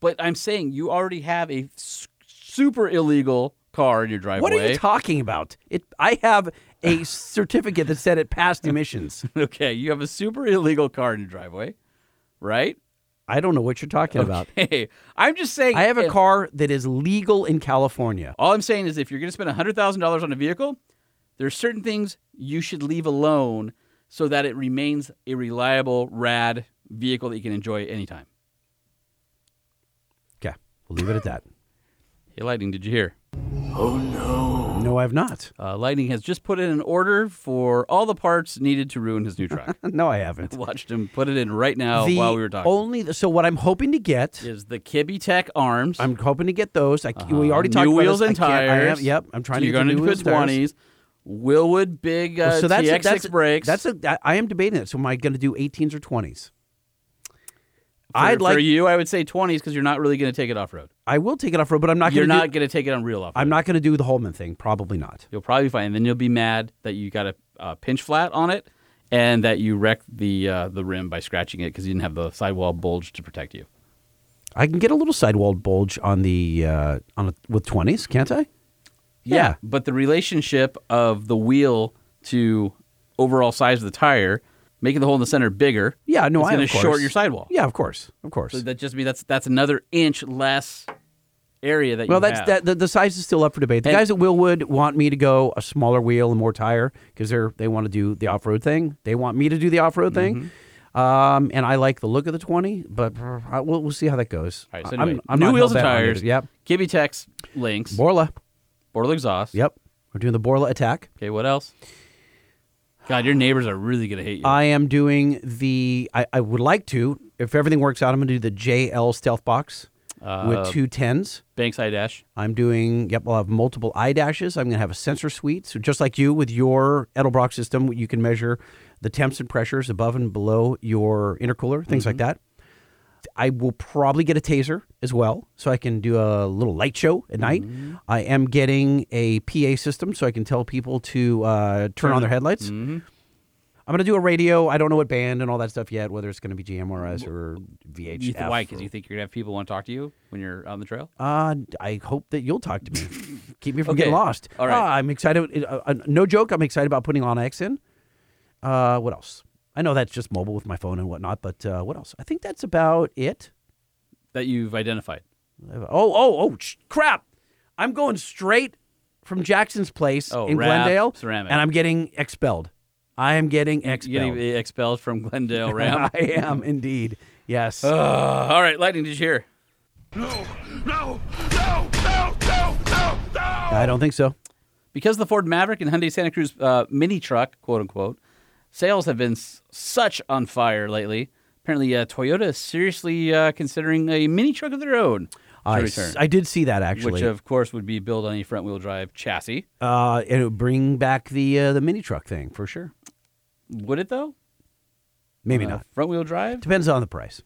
D: but I'm saying you already have a s- super illegal car in your driveway.
A: what are you talking about? It. I have a certificate that said it passed emissions.
D: okay, you have a super illegal car in your driveway, right?
A: I don't know what you're talking about.
D: Hey, I'm just saying.
A: I have a
D: if-
A: car that is legal in California.
D: All I'm saying is, if you're going to spend hundred thousand dollars on a vehicle, there are certain things you should leave alone so that it remains a reliable, rad vehicle that you can enjoy anytime.
A: Okay, we'll leave it at that.
D: Hey, Lightning, did you hear?
A: Oh no. No, I have not.
D: Uh, Lightning has just put in an order for all the parts needed to ruin his new truck.
A: No, I haven't.
D: Watched him put it in right now
A: the
D: Oh, while we were talking.
A: Only so what I'm hoping to get.
D: is the Kibby Tech arms. Uh,
A: I'm hoping to get those. I, We already
D: Uh-huh. new
A: talked about
D: wheels
A: this.
D: and
A: I can't- I
D: tires.
A: have- yep, I'm trying
D: so
A: to
D: you're
A: get the
D: going
A: new
D: into
A: wheels and tires.
D: twenties. Willwood big uh,
A: so that's
D: TX6
A: that's
D: brakes.
A: That's a. I- I am debating it. So am I going to do 18s or 20s?
D: for,
A: I'd
D: for
A: like.
D: you. I would say twenties because you're not really going to take it off road.
A: I will take it off road, but I'm not
D: You're
A: going to.
D: not going to take it on real off.
A: I'm not going to do the Holman thing. Probably not.
D: You'll probably be fine. And then you'll be mad that you got a uh, pinch flat on it and that you wrecked the uh, the rim by scratching it because you didn't have the sidewall bulge to protect you.
A: I can get a little sidewall bulge on the uh, on a, with 20s, can't I? Yeah.
D: But the relationship of the wheel to overall size of the tire, making the hole in the center bigger.
A: Yeah. No,
D: it's
A: I
D: going
A: of
D: to
A: course.
D: short your sidewall.
A: Yeah, of course, of course.
D: So that just means that's that's another inch less area that
A: well,
D: you
A: that's
D: have.
A: that. The, the size is still up for debate. The
D: And-
A: guys at Willwood want me to go a smaller wheel and more tire because they're they want to do the off road thing. They want me to do the off road thing,
D: Mm-hmm.
A: um, and I like the look of the twenty. But uh, I, we'll, we'll see how that goes.
D: All right, so
A: I'm-
D: anyway,
A: I'm
D: new
A: not
D: wheels
A: hell
D: and
A: bent on
D: tires.
A: it. Yep,
D: Gibby Tech's links.
A: Borla.
D: Borla exhaust.
A: Yep, we're doing the Borla attack.
D: Okay, what else? God, your neighbors are really going to hate you.
A: I am doing the. I, I would like to, if everything works out, I'm going to do the JL Stealth Box with
D: Uh,
A: two tens.
D: Bankside dash.
A: I'm doing. Yep, I'll have multiple eye dashes. I'm going to have a sensor suite. So just like you with your Edelbrock system, you can measure the temps and pressures above and below your intercooler, things
D: Mm-hmm.
A: like that. I will probably get a taser as well, so I can do a little light show at night.
D: Mm-hmm.
A: I am getting a PA system, so I can tell people to uh, turn, on their headlights.
D: Mm-hmm.
A: I'm gonna do a radio. I don't know what band and all that stuff yet. Whether it's gonna be GMRS or VHF.
D: You th- why? Because
A: or-
D: you think you're going to have people want to talk to you when you're on the trail?
A: Uh, I hope that you'll talk to me. Keep me from
D: Okay.
A: getting lost.
D: All right.
A: Ah, I'm excited. Uh, uh, no joke. I'm excited about putting on X in. Uh, what else? I know that's just mobile with my phone and whatnot, but uh, what else? I think that's about it.
D: That you've identified.
A: Oh, oh, oh! sh- Crap! I'm going straight from Jackson's place
D: Oh,
A: in
D: wrap,
A: Glendale,
D: ceramic.
A: and I'm getting expelled. I am getting expelled.
D: You're getting expelled from Glendale Ram.
A: I am indeed. Yes.
D: Ugh. all right, Lightning, did you hear?
A: I don't think so.
D: Because the Ford Maverick and Hyundai Santa Cruz uh, mini truck, quote unquote, sales have been s- such on fire lately. Apparently, uh, Toyota is seriously uh, considering a mini truck of their own. to
A: I, s-
D: return,
A: I did see that actually.
D: which of course would be built on a front-wheel drive chassis.
A: Uh, it would bring back the uh, the mini truck thing for sure.
D: Would it though?
A: Maybe
D: Uh,
A: not.
D: Front-wheel drive.
A: Depends on the price.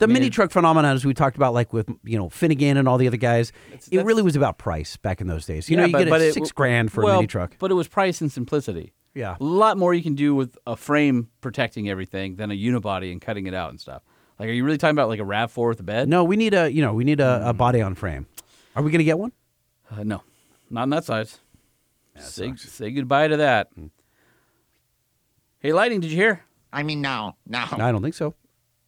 A: The mini
D: it-
A: truck phenomenon, as we talked about, like with you know Finnegan and all the other guys, it
D: that's-
A: really was about price back in those days. You know,
D: Yeah,
A: you
D: but-
A: get a
D: but it-
A: six grand for
D: well,
A: a mini truck.
D: But it was price and simplicity.
A: Yeah.
D: A lot more you can do with a frame protecting everything than a unibody and cutting it out and stuff. Like, are you really talking about like a Rav Four with a bed?
A: No, we need a you know we need a, a body on frame. Are we gonna get one?
D: Uh, no, not on that size. Say, say goodbye to that.
A: Hmm.
D: Hey, lighting, did you hear?
L: I mean, no, no.
A: I don't think so.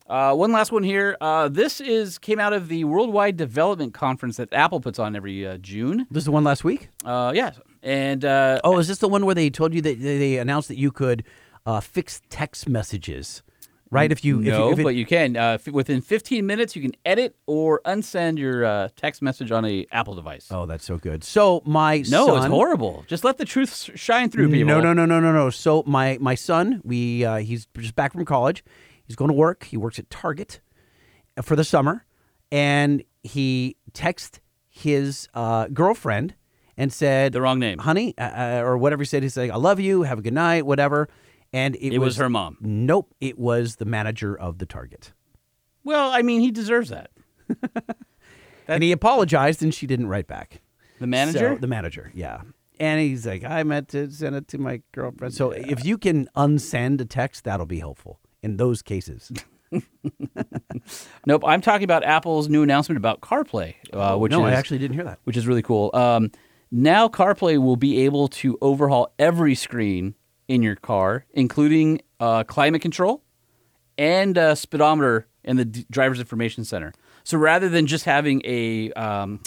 D: Uh, one last one here. Uh, this is came out of the Worldwide Development Conference that Apple puts on every uh, June.
A: This is the one last week.
D: Uh, yeah, and uh,
A: Oh, is this the one where they told you that they, they announced that you could uh, fix text messages, right? If you
D: no,
A: if you, if it-
D: but you can. Uh, f- within 15 minutes, you can edit or unsend your uh, text message on a Apple device.
A: oh, that's so good. So my
D: no, it's
A: son-
D: horrible. Just let the truth s- shine through, people.
A: No, no, no, no, no, no. So my my son, we uh, he's just back from college. He's going to work. He works at Target uh, for the summer, and he texted his uh, girlfriend and said
D: The wrong name.
A: honey, uh, uh, or whatever he said. He's like, I love you. Have a good night, whatever. And it,
D: It was her mom.
A: Nope, it was the manager of the Target.
D: Well, I mean, he deserves that.
A: and he apologized, and she didn't write back.
D: The manager?
A: So- the manager, yeah. And he's like, I meant to send it to my girlfriend. So if you can unsend a text, that'll be helpful in those cases.
D: Nope, I'm talking about Apple's new announcement about CarPlay, uh, which
A: Oh, no, I
D: is-
A: actually didn't hear that.
D: which is really cool. Um, now CarPlay will be able to overhaul every screen in your car, including uh, climate control and uh, speedometer and the d- driver's information center. So rather than just having a um,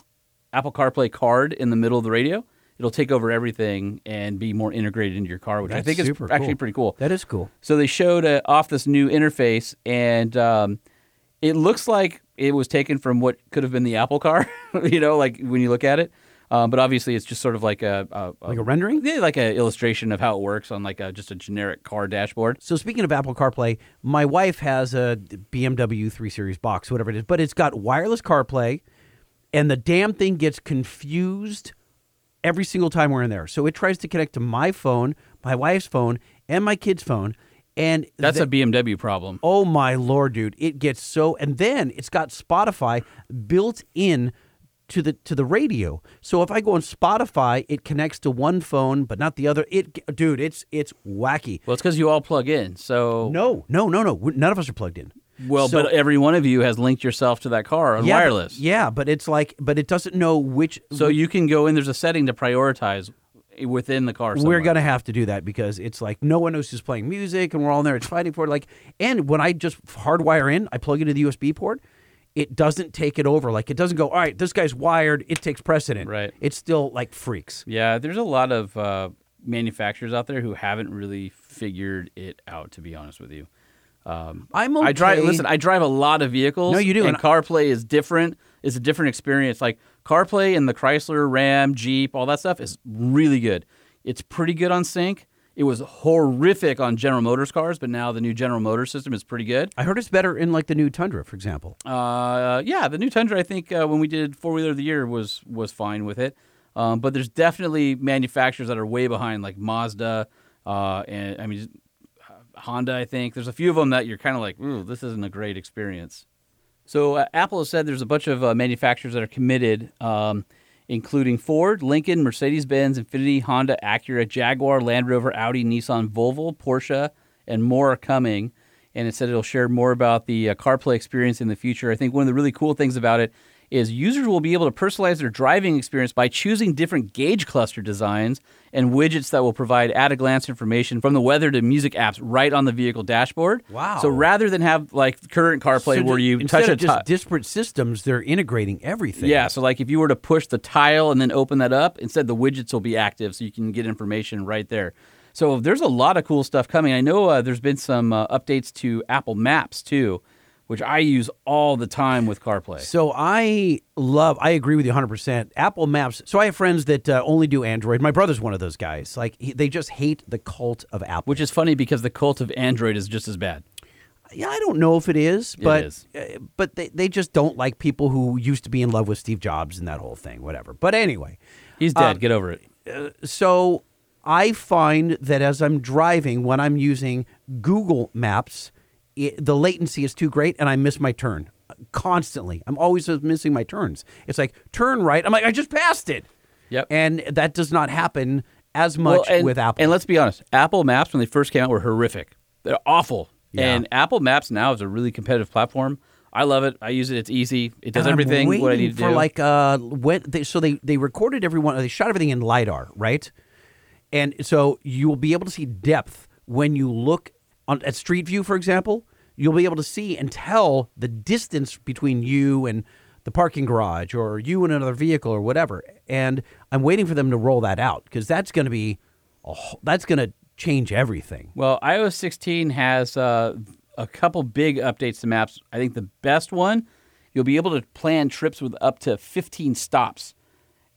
D: Apple CarPlay card in the middle of the radio, it'll take over everything and be more integrated into your car, which I
A: That's
D: think is
A: super
D: actually
A: cool.
D: pretty cool.
A: That is cool.
D: So they showed uh, off this new interface, and um, it looks like it was taken from what could have been the Apple Car. you know, like when you look at it. Um, but obviously, it's just sort of like a, a,
A: Like a rendering?
D: yeah, like an illustration of how it works on like a, just a generic car dashboard.
A: So speaking of Apple CarPlay, my wife has a BMW 3 Series box, whatever it is, but it's got wireless CarPlay, and the damn thing gets confused every single time we're in there. So it tries to connect to my phone, my wife's phone, and my kid's phone, and
D: That's
A: the-
D: a BMW problem.
A: Oh my lord, dude! It gets so, and then it's got Spotify built in to the to the radio. So if I go on Spotify, it connects to one phone but not the other. It, dude, it's it's wacky.
D: Well, it's because you all plug in. So
A: No, no, no, no. We- None of us are plugged in.
D: well,
A: So-
D: but every one of you has linked yourself to that car on
A: yeah, but-
D: wireless.
A: yeah, but it's like, but it doesn't know which.
D: So you can go in. There's a setting to prioritize within the car.
A: we're
D: somewhere.
A: gonna have to do that because it's like no one knows who's playing music, and we're all in there. It's fighting for it. Like, and when I just hardwire in, I plug into the USB port. It doesn't take it over. Like, it doesn't go. All right, this guy's wired. It takes precedent.
D: Right.
A: It's still like freaks.
D: Yeah, there's a lot of uh, manufacturers out there who haven't really figured it out. To be honest with you, um,
A: I'm
D: I drive.
A: okay.
D: Listen, I drive a lot of vehicles.
A: No, you do,
D: And
A: and I-
D: CarPlay is different. It's a different experience. Like CarPlay and the Chrysler Ram, Jeep, all that stuff is really good. It's pretty good on sync. It was horrific on General Motors cars, but now the new General Motors system is pretty good.
A: I heard it's better in like the new Tundra, for example.
D: Uh, yeah, the new Tundra, I think uh, when we did four wheeler of the year was was fine with it, um, but there's definitely manufacturers that are way behind, like Mazda, uh, and I mean just, uh, Honda. I think there's a few of them that you're kind of like, ooh, this isn't a great experience. So uh, Apple has said there's a bunch of uh, manufacturers that are committed, um, including Ford, Lincoln, Mercedes-Benz, Infiniti, Honda, Acura, Jaguar, Land Rover, Audi, Nissan, Volvo, Porsche, and more are coming. And it said it'll share more about the uh, CarPlay experience in the future. I think one of the really cool things about it is users will be able to personalize their driving experience by choosing different gauge cluster designs and widgets that will provide at-a-glance information from the weather to music apps right on the vehicle dashboard.
A: Wow.
D: So rather than have like current CarPlay
A: So
D: where
A: ju-
D: you
A: instead
D: touch a
A: of just
D: ti-
A: disparate systems, they're integrating everything.
D: yeah, so like if you were to push the tile and then open that up, instead the widgets will be active, so you can get information right there. So there's a lot of cool stuff coming. I know uh, there's been some uh, updates to Apple Maps too, which I use all the time with CarPlay.
A: So I love, I agree with you 100%. Apple Maps. So I have friends that uh, only do Android. My brother's one of those guys. Like, he, they just hate the cult of Apple.
D: which is funny because the cult of Android is just as bad.
A: Yeah, I don't know if it is, but
D: is.
A: uh, but they, they just don't like people who used to be in love with Steve Jobs and that whole thing, whatever. But anyway,
D: He's dead. Get over it.
A: so I find that as I'm driving, when I'm using Google Maps, it, the latency is too great and I miss my turn uh, constantly. I'm always missing my turns. It's like turn right. I'm like I just passed it.
D: Yep.
A: And that does not happen as much
D: Well, and,
A: with Apple.
D: And let's be honest, Apple Maps when they first came out were horrific. They're awful.
A: Yeah.
D: And Apple Maps now is a really competitive platform. I love it. I use it. It's easy. It does
A: And I'm
D: everything what I
A: waiting
D: need to
A: for
D: do.
A: like uh when they so they they recorded everyone they shot everything in lidar right and so you will be able to see depth when you look on at street view for example you'll be able to see and tell the distance between you and the parking garage or you and another vehicle or whatever and i'm waiting for them to roll that out because that's going to be a, wh- that's going to change everything
D: Well, iOS 16 has uh, a couple big updates to maps. I think the best one, you'll be able to plan trips with up to 15 stops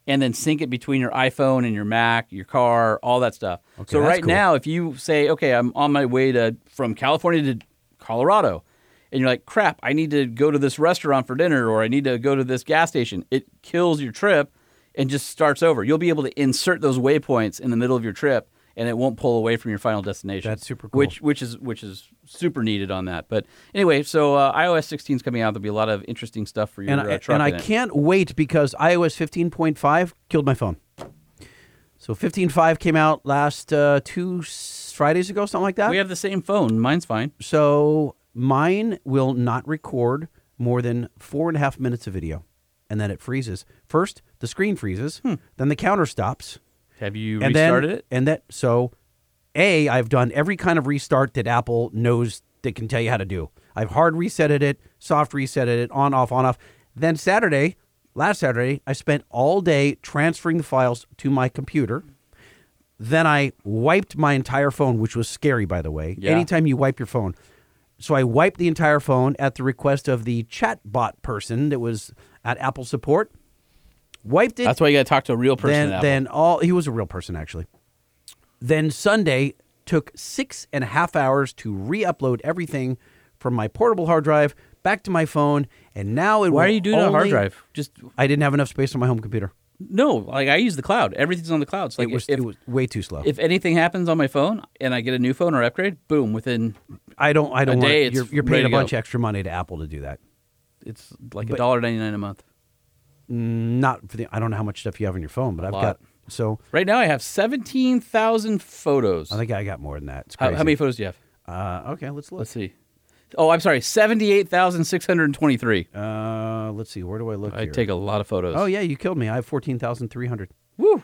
D: and then sync it between your iPhone and your Mac, your car, all that stuff. so
A: that's
D: right
A: cool.
D: now, if you say, okay, I'm on my way to from California to Colorado, and you're like, crap, I need to go to this restaurant for dinner or I need to go to this gas station, it kills your trip and just starts over. You'll be able to insert those waypoints in the middle of your trip and it won't pull away from your final destination. That's super cool. Which which is which is super needed on that. But anyway, so uh, iOS 16 is coming out. There'll be a lot of interesting stuff for your
A: and
D: uh,
A: I,
D: truck.
A: and I
D: in it.
A: can't wait because iOS 15.5 killed my phone. So 15.5 came out last uh, two s- Fridays ago, something like that.
D: We have the same phone. Mine's fine.
A: So mine will not record more than four and a half minutes of video, and then it freezes. First, the screen freezes,
D: Hmm.
A: then the counter stops.
D: Have you
A: and then-
D: restarted it?
A: And that so, a I've done every kind of restart that Apple knows that can tell you how to do. I've hard resetted it, soft resetted it, on off, on off. Then Saturday, last Saturday, I spent all day transferring the files to my computer. Then I wiped my entire phone, which was scary, by the way.
D: Yeah.
A: Anytime you wipe your phone. So I wiped the entire phone at the request of the chatbot person that was at Apple support. Wiped it
D: That's why you got to talk to a real person.
A: then,
D: at Apple.
A: then all he was a real person actually. Then Sunday took six and a half hours to re-upload everything from my portable hard drive back to my phone, and now it.
D: Why
A: will
D: are you doing it on hard
A: only-
D: drive? Just
A: I didn't have enough space on my home computer.
D: no. Like I use the cloud. Everything's on the cloud. So like
A: it was
D: if,
A: it was way too slow.
D: if anything happens on my phone and I get a new phone or upgrade, boom, within
A: I don't I
D: a
A: don't want
D: day,
A: it.
D: it's
A: you're, you're paying
D: ready
A: a
D: to go.
A: bunch extra money to Apple to do that.
D: It's like a
A: But-
D: dollar ninety nine a month.
A: Not for the I don't know how much stuff you have on your phone, but I've
D: lot.
A: got so
D: Right now, I have seventeen thousand photos.
A: I think I got more than that. It's
D: How,
A: crazy.
D: how many photos do you have?
A: Uh, okay, let's look.
D: Let's see. Oh, I'm sorry, seventy-eight thousand six hundred twenty-three.
A: Uh, let's see. Where do I look?
D: I
A: here?
D: take a lot of photos.
A: Oh yeah, you killed me. I have fourteen thousand three hundred.
D: Woo.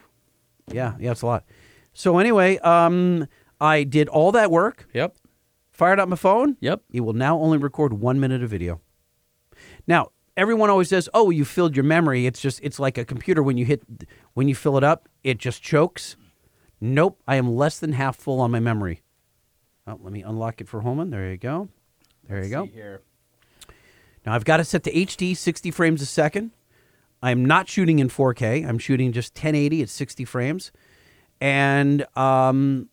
A: Yeah, yeah, it's a lot. So anyway, um, I did all that work,
D: Yep.
A: fired up my phone.
D: Yep.
A: It will now only record one minute of video. Now everyone always says, "Oh, you filled your memory." It's just it's like a computer when you hit when you fill it up, it just chokes. Nope, I am less than half full on my memory. Oh, let me unlock it for Holman. There you go. There you go.
D: Here.
A: Now I've got it set to HD 60 frames a second. I'm not shooting in 4K. I'm shooting just 1080 at 60 frames, and um,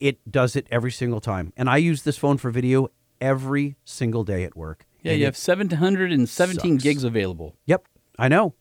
A: it does it every single time. And I use this phone for video every single day at work.
D: Yeah,
A: And
D: you
A: it-
D: have seven hundred and seventeen
A: sucks.
D: gigs available.
A: Yep, I know.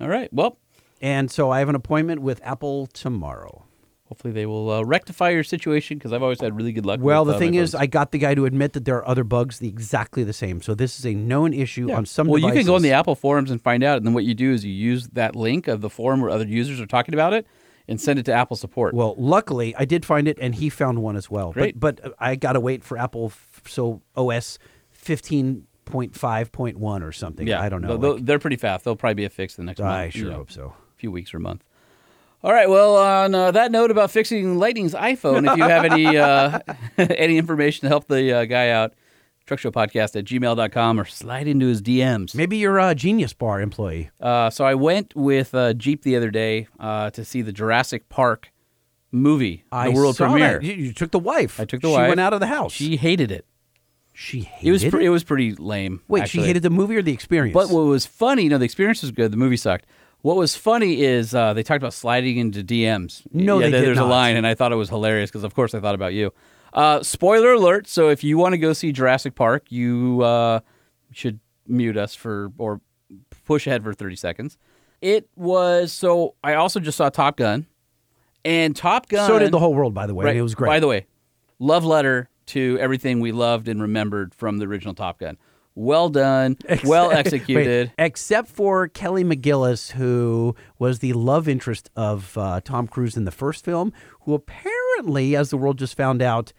D: All right. Well,
A: And so I have an appointment with Apple tomorrow.
D: hopefully they will uh, rectify your situation because I've always had really good luck.
A: Well,
D: with,
A: the
D: uh,
A: thing
D: my
A: is,
D: phones.
A: I got the guy to admit that there are other bugs the- exactly the same. So this is a known issue
D: Yeah.
A: on some.
D: Well, you can go on
A: devices.
D: the Apple forums and find out, and then what you do is you use that link of the forum where other users are talking about it, and send it to Apple support.
A: Well, luckily, I did find it, and he found one as well.
D: Great.
A: But, but I got to wait for Apple, f- so OS 15.5.1 or something. I don't know.
D: They'll- they'll-
A: like-
D: they're pretty fast. They'll probably be a fix the next.
A: I
D: month,
A: sure
D: you know,
A: hope so.
D: Few weeks or month. All right. Well, on uh, that note about fixing Lightning's iPhone, if you have any uh, any information to help the uh, guy out, truckshowpodcast at gmail.com or slide into his DMs.
A: Maybe you're a Genius Bar employee.
D: Uh, so I went with uh, Jeep the other day uh, to see the Jurassic Park movie,
A: I
D: the world
A: saw
D: premiere.
A: That. You, you took the wife.
D: I took the
A: she
D: wife.
A: went out of the house.
D: She hated it.
A: she hated
D: It was pre- it was pretty lame.
A: Wait,
D: actually.
A: she hated the movie or the experience?
D: But what was funny, no, the experience was good. The movie sucked. What was funny is uh, they talked about sliding into DMs.
A: No,
D: yeah,
A: they
D: there-
A: did
D: there's
A: not.
D: a line, and I thought it was hilarious because, of course, I thought about you. Uh, spoiler alert! So if you want to go see Jurassic Park, you uh, should mute us for or push ahead for 30 seconds. It was so. I also just saw Top Gun, and Top Gun.
A: so did the whole world, by the way. and It was great.
D: By the way, love letter to everything we loved and remembered from the original Top Gun. Well done, well executed.
A: Wait, except for Kelly McGillis, who was the love interest of uh, Tom Cruise in the first film, who apparently, as the world just found out,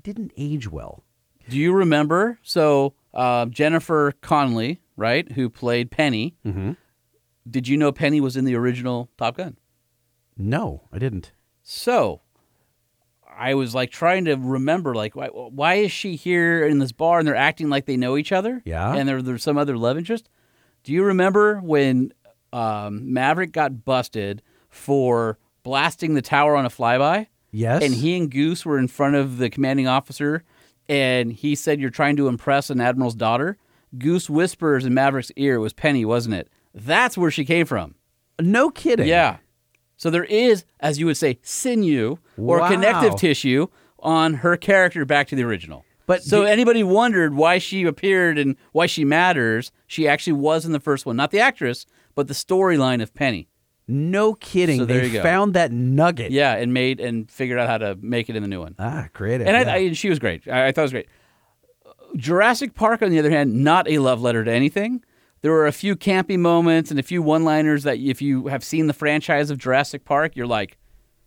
A: didn't age well.
D: Do you remember? So uh, Jennifer Connelly, right, who played Penny.
A: Mhm.
D: Did you know Penny was in the original Top Gun?
A: No, I didn't.
D: So I was like trying to remember, like, why, why is she here in this bar and they're acting like they know each other?
A: Yeah.
D: And there, there's some other love interest. Do you remember when um, Maverick got busted for blasting the tower on a flyby?
A: Yes.
D: And he and Goose were in front of the commanding officer, and he said, You're trying to impress an admiral's daughter. Goose whispers in Maverick's ear, It was Penny, wasn't it? That's where she came from.
A: no kidding.
D: Yeah. So there is, as you would say, sinew or
A: Wow.
D: connective tissue on her character back to the original.
A: But
D: so
A: do-
D: anybody wondered why she appeared and why she matters, she actually was in the first one, not the actress, but the storyline of Penny.
A: No kidding.
D: So there
A: they
D: you go.
A: found that nugget.
D: Yeah, and made and figured out how to make it in the new one.
A: Ah, creative.
D: And I,
A: yeah.
D: I, and she was great. I, I thought it was great. Jurassic Park, on the other hand, not a love letter to anything. There were a few campy moments and a few one-liners that, if you have seen the franchise of Jurassic Park, you're like,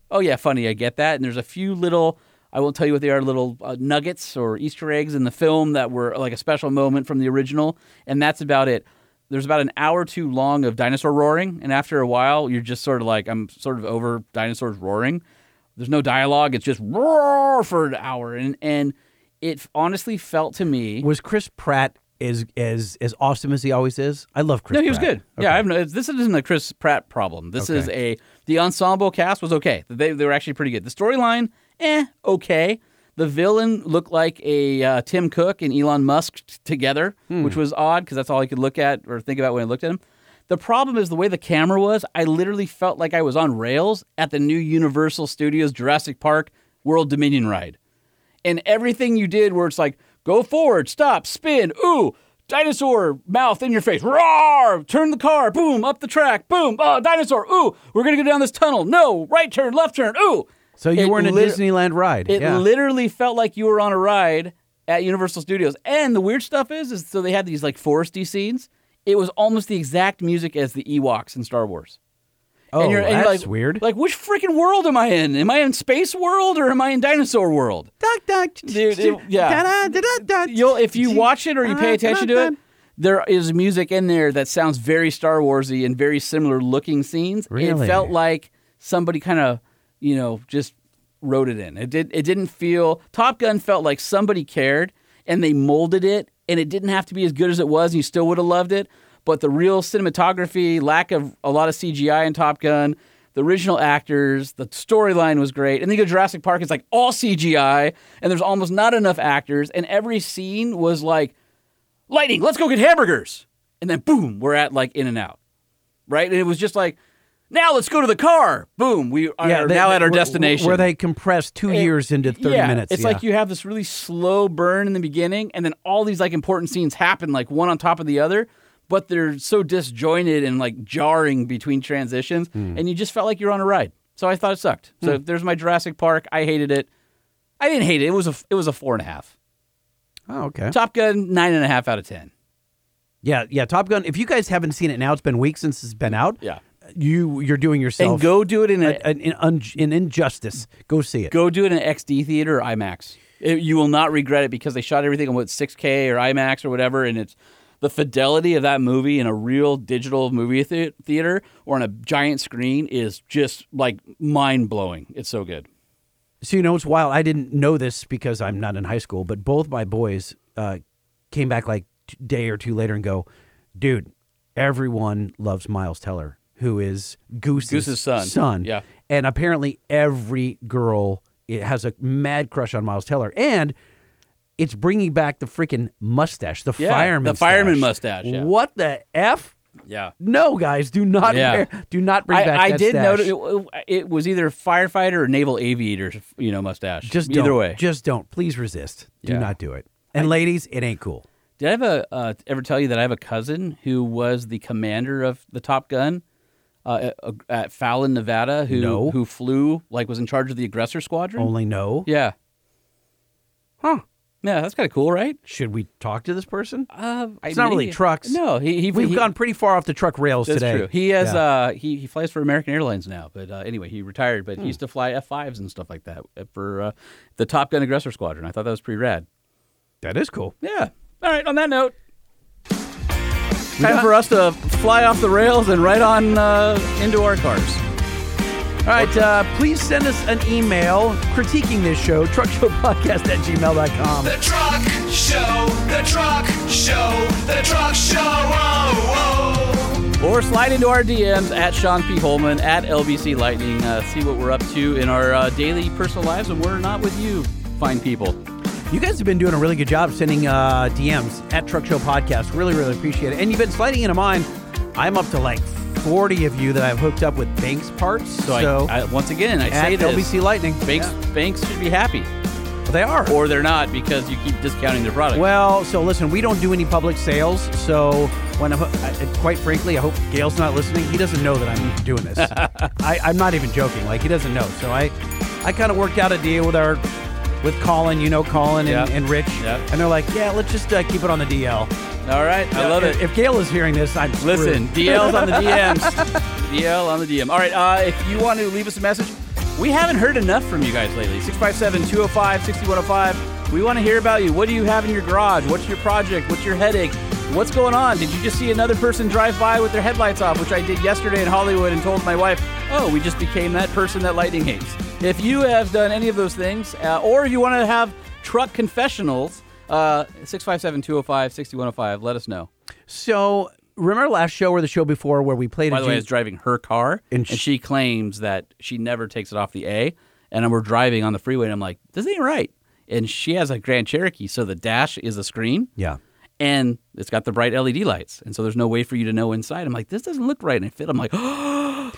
D: "Oh yeah, funny, I get that." And there's a few little, I won't tell you what they are, little uh, nuggets or Easter eggs in the film that were like a special moment from the original, and that's about it. There's about an hour too long of dinosaur roaring, and after a while, you're just sort of like, "I'm sort of over dinosaurs roaring." There's no dialogue; it's just roar for an hour, and and it honestly felt to me
A: was Chris Pratt as as as awesome as he always is? I love Chris.
D: no, he was
A: Pratt.
D: good. Yeah, I have no, it's- this isn't a Chris Pratt problem. This is a the ensemble cast was okay. They they were actually pretty good. The storyline, eh, okay. The villain looked like a uh, Tim Cook and Elon Musk t- together,
A: Hmm.
D: which was odd because that's all I could look at or think about when I looked at him. The problem is the way the camera was. I literally felt like I was on rails at the new Universal Studios Jurassic Park World Dominion ride and everything you did where it's like go forward, stop, spin, ooh, dinosaur mouth in your face, roar, turn the car, boom, up the track, boom, oh, dinosaur, ooh, we're gonna go down this tunnel, no, right turn, left turn, ooh.
A: So you
D: It
A: were in a
D: lit-
A: Disneyland ride.
D: It
A: yeah.
D: literally felt like you were on a ride at Universal Studios. And the weird stuff is, is so they had these like foresty scenes. It was almost the exact music as the Ewoks in Star Wars.
A: Oh, that's
D: like,
A: weird.
D: Like, which freaking world am I in? Am I in space world or am I in dinosaur world?
A: Duck, duck,
D: Dude, it- yeah. You'll if you watch it or you pay attention to it, there is music in there that sounds very Star Warsy and very similar looking scenes.
A: Really?
D: It felt like somebody kind of, you know, just wrote it in. It did. It didn't feel. Top Gun felt like somebody cared and they molded it, and it didn't have to be as good as it was, and you still would have loved it. But the real cinematography, lack of a lot of CGI in Top Gun, the original actors, the storyline was great. And then you go Jurassic Park, it's like all CGI, and there's almost not enough actors, and every scene was like lightning, let's go get hamburgers. And then boom, we're at like In and Out. Right? And it was just like, now let's go to the car. Boom, we are
A: they-
D: now at our
A: where-
D: destination.
A: Where they compressed two years into 30
D: yeah,
A: minutes.
D: It's
A: yeah.
D: like you have this really slow burn in the beginning, and then all these like important scenes happen like one on top of the other, but they're so disjointed and like jarring between transitions,
A: Hmm.
D: and you just felt like you're on a ride. So I thought it sucked. So there's my Jurassic Park. I hated it. I didn't hate it. It was a it was a four and a half.
A: Oh, okay.
D: Top Gun nine and a half out of ten.
A: Yeah, yeah. Top Gun. If you guys haven't seen it now, it's been weeks since it's been out.
D: Yeah.
A: You you're doing yourself
D: And go do it in a,
A: an, an, un- an injustice. Go see it.
D: go do it in an XD theater or IMAX. It- you will not regret it because they shot everything on what 6K or IMAX or whatever, and it's the fidelity of that movie in a real digital movie the- theater or on a giant screen is just like mind blowing. It's so good.
A: So you know it's wild. I didn't know this because I'm not in high school, but both my boys uh, came back like t- day or two later and go, "Dude, everyone loves Miles Teller, who is Goose's,
D: Goose's son.
A: Son,
D: Yeah.
A: And apparently, every girl it has a mad crush on Miles Teller, and it's bringing back the freaking mustache, the
D: Yeah,
A: fireman,
D: the fireman mustache, yeah.
A: What the f?
D: Yeah.
A: No, guys, do not
D: Yeah.
A: wear- do not bring
D: I,
A: back.
D: I
A: that
D: did
A: stash.
D: notice it, it was either firefighter or naval aviator, you know, mustache.
A: Just
D: either
A: don't.
D: way.
A: Just don't. Please resist. Do
D: Yeah.
A: not do it. And ladies, it ain't cool.
D: Did I have a, uh, ever tell you that I have a cousin who was the commander of the Top Gun uh, at, at Fallon, Nevada, who
A: No.
D: who flew like was in charge of the aggressor squadron?
A: Only no.
D: Mm. Yeah,
A: Huh.
D: yeah, that's kind of cool, right?
A: Should we talk to this person?
D: Uh,
A: It's not really trucks.
D: No, he, he
A: We've
D: he-
A: gone pretty far off the truck rails
D: That's
A: today.
D: true. He has
A: Yeah.
D: uh he, he flies for American Airlines now, but uh, anyway, he retired.
A: Hmm.
D: But he used to fly F fives and stuff like that for uh, the Top Gun aggressor squadron. I thought that was pretty rad.
A: that is cool.
D: Yeah. All right. On that note, time for us to fly off the rails and right on uh, into our cars.
A: All right. Uh, please send us an email critiquing this show, truckshowpodcast at gmail.com.
B: The truck show, the truck show, the truck show. Oh, oh.
D: Or slide into our DMs at Sean P. Holman, at LBC Lightning. Uh, see what we're up to in our uh, daily personal lives when we're not with you, fine people.
A: You guys have been doing a really good job sending uh, DMs at Truck Show Podcast. Really, really appreciate it. And you've been sliding into mine. I'm up to like 40 of you that I've hooked up with Banks parts. So,
D: So, I- I, once again, I
A: at
D: say this.
A: LBC Lightning.
D: Banks, banks should be happy,
A: Yeah. They are.
D: or they're not because you keep discounting their product.
A: Well, so listen, we don't do any public sales, so When I'm, I, and quite frankly, I hope Gail's not listening. He doesn't know that I'm doing this. I, I'm not even joking. Like he doesn't know. So I, I kind of worked out a deal with our, with Colin. You know Colin and,
D: Yeah.
A: and Rich.
D: Yeah.
A: And they're like, yeah, let's just uh, keep it on the DL.
D: All right, I
A: Yeah,
D: love
A: if,
D: it.
A: If Gail is hearing this, I'm screwed.
D: Listen, DL's on the DMs. DL on the DM. All right, uh, if you want to leave us a message, we haven't heard enough from you guys lately. 657 205 6105. We want to hear about you. What do you have in your garage? What's your project? What's your headache? What's going on? Did you just see another person drive by with their headlights off, which I did yesterday in Hollywood and told my wife, oh, we just became that person that lightning hates? If you have done any of those things, uh, or you want to have truck confessionals, uh, 657 205 6105, let us know.
A: So remember last show or the show before where we played?
D: By
A: a
D: the way,
A: Ju-
D: is driving her car, and,
A: sh-
D: she claims that she never takes it off the A. And we're driving on the freeway, and I'm like, "This ain't right." And she has a Grand Cherokee, so the dash is a screen.
A: Yeah.
D: and it's got the bright LED lights, and so there's no way for you to know inside. I'm like, "This doesn't look right," and I fit. I'm like, "I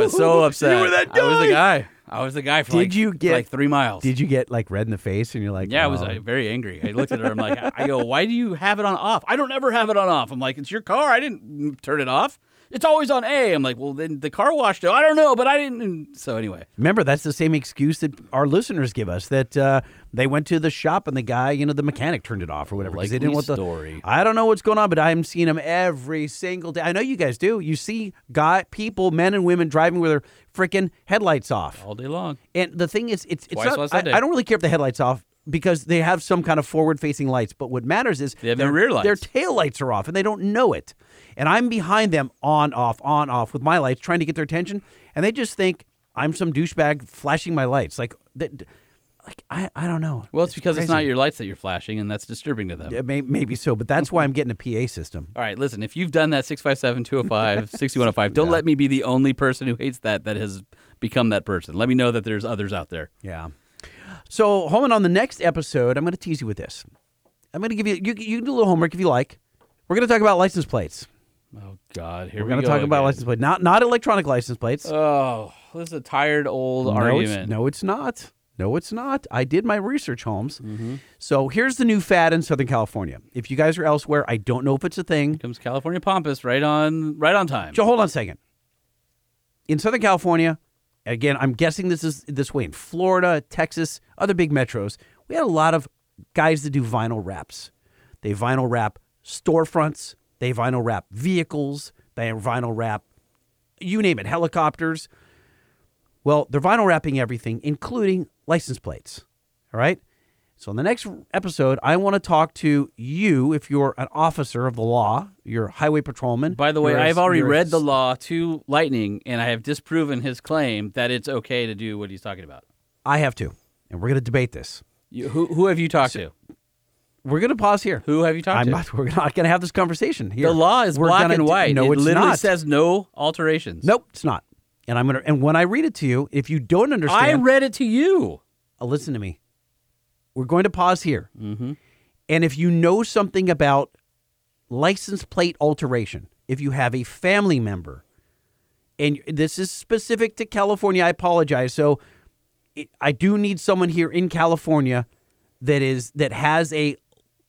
D: was so upset."
A: You were that
D: I was the
A: guy.
D: guy. I was the guy for
A: Did
D: like,
A: you
D: for
A: get-
D: like three miles?
A: Did you get like red in the face and you're like,
D: Yeah, I was uh,
A: "Oh."
D: like, very angry. I looked at her. I'm like, I go, why do you have it on off? I don't ever have it on off. I'm like, it's your car. I didn't mm, turn it off. It's always on A. I'm like, well, then the car washed it. I don't know, but I didn't. and So anyway,
A: Remember, that's the same excuse that our listeners give us that uh, they went to the shop and the guy, you know, the mechanic turned it off or whatever. 'cause
D: Like
A: they didn't
D: Lee's
A: want the
D: story.
A: I don't know what's going on, but I'm seeing them every single day. I know you guys do. You see guy, people, men and women driving with their freaking headlights off.
D: all day long.
A: And the thing is, it's, it's
D: Twice
A: not,
D: last
A: I,
D: Sunday.
A: I don't really care if the headlights off because they have some kind of forward-facing lights. But what matters is
D: They have no rear lights.
A: Their tail lights are off, and they don't know it. And I'm behind them, on off, on off, with my lights, trying to get their attention, and they just think I'm some douchebag flashing my lights. Like, that, like I, I don't know.
D: Well, it's, because it's
A: crazy.
D: not your lights that you're flashing, and that's disturbing to them.
A: Yeah, may, maybe so, but that's why I'm getting a PA system.
D: All right, listen, if you've done that, 657 205 6105, don't let me be the only person who hates that that has become that person. Let me know that there's others out there.
A: Yeah. So, Holman, on the next episode, I'm going to tease you with this. I'm going to give you, you you can do a little homework if you like. We're going to talk about license plates.
D: Oh, God. Here
A: We're
D: we
A: going to
D: go
A: talk about
D: again.
A: license plate, not not electronic license plates.
D: Oh, this is a tired old
A: no,
D: argument.
A: it's, no, it's not. No, it's not. I did my research, Holmes.
D: Mm-hmm.
A: So here's the new fad in Southern California. If you guys are elsewhere, I don't know if it's a thing.
D: Comes California Pompous right on right on time.
A: So hold on a second. In Southern California, again, I'm guessing this is this way in Florida, Texas, other big metros. We had a lot of guys that do vinyl wraps. They vinyl wrap storefronts. They vinyl wrap vehicles. They vinyl wrap, you name it, helicopters. Well, they're vinyl wrapping everything, including license plates. All right. So, in the next episode, I want to talk to you if you're an officer of the law, you're a highway patrolman.
D: By the way,
A: you're a-
D: I've already
A: you're a
D: read the law to Lightning, and I have disproven his claim that it's okay to do what he's talking about.
A: I have to, and we're going to debate this.
D: You, who, who have you talked to?
A: We're going to pause here.
D: Who have you talked
A: I'm
D: to?
A: not. We're not going to have this conversation here.
D: the law is
A: We're
D: black
A: gonna
D: and
A: d-
D: white.
A: No,
D: it
A: it's
D: literally
A: not.
D: says no alterations.
A: nope, it's not. And I'm gonna. And when I read it to you, if you don't
D: I
A: understand,
D: read it to you.
A: uh, listen to me. We're going to pause here,
D: Mm-hmm.
A: and if you know something about license plate alteration, if you have a family member, and this is specific to California, I apologize. So, it, I do need someone here in California that is that has a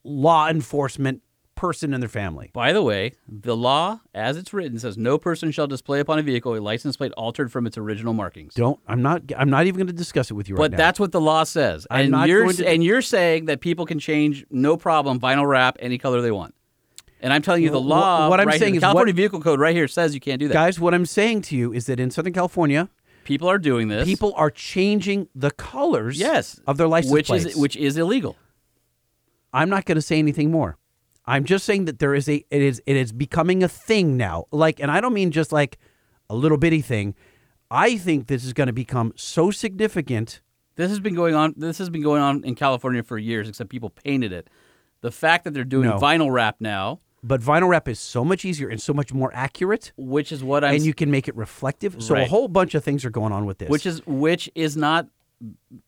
A: law enforcement person in their family.
D: By the way, the law, as it's written, says no person shall display upon a vehicle a license plate altered from its original markings.
A: Don't I'm not I'm not even going to discuss it with you right
D: But
A: now.
D: that's what the law says,
A: I'm
D: and
A: not
D: you're
A: going to-
D: and you're saying that people can change no problem vinyl wrap any color they want. And I'm telling you, the
A: Wh-
D: law.
A: what I'm
D: right here,
A: saying
D: the
A: is what-
D: California Vehicle Code right here says you can't do that.
A: guys, what I'm saying to you is that in Southern California,
D: people are doing this.
A: people are changing the colors
D: yes,
A: of their license
D: which
A: plates.
D: is which is illegal.
A: I'm not going to say anything more. I'm just saying that there is a it is it is becoming a thing now. Like and I don't mean just like a little bitty thing. I think this is going to become so significant.
D: This has been going on. This has been going on in California for years, except people painted it. The fact that they're doing
A: No.
D: vinyl wrap now,
A: But vinyl wrap is so much easier and so much more accurate,
D: which is what I'm,
A: and you can make it reflective. So a
D: Right.
A: whole bunch of things are going on with this.
D: which is which is not.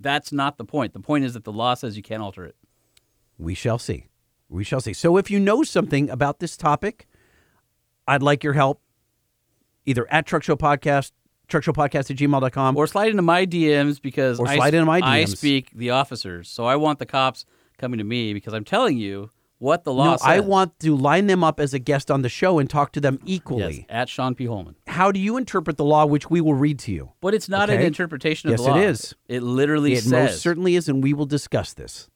D: That's not the point. The point is that the law says you can't alter it.
A: We shall see. We shall see. So if you know something about this topic, I'd like your help either at Truck Show Podcast, Truck Show Podcast at gmail.com.
D: Or slide into my DMs because
A: Or
D: I,
A: slide into my
D: I
A: DMs.
D: speak the officers. So I want the cops coming to me because I'm telling you what the law
A: no,
D: says.
A: I want to line them up as a guest on the show and talk to them
D: Yes,
A: equally.
D: at Sean P. Holman.
A: How do you interpret the law, which we will read to you?
D: But it's not an
A: Okay?
D: interpretation of
A: yes,
D: the law.
A: it is.
D: It literally
A: it
D: says
A: most certainly is, and we will discuss this.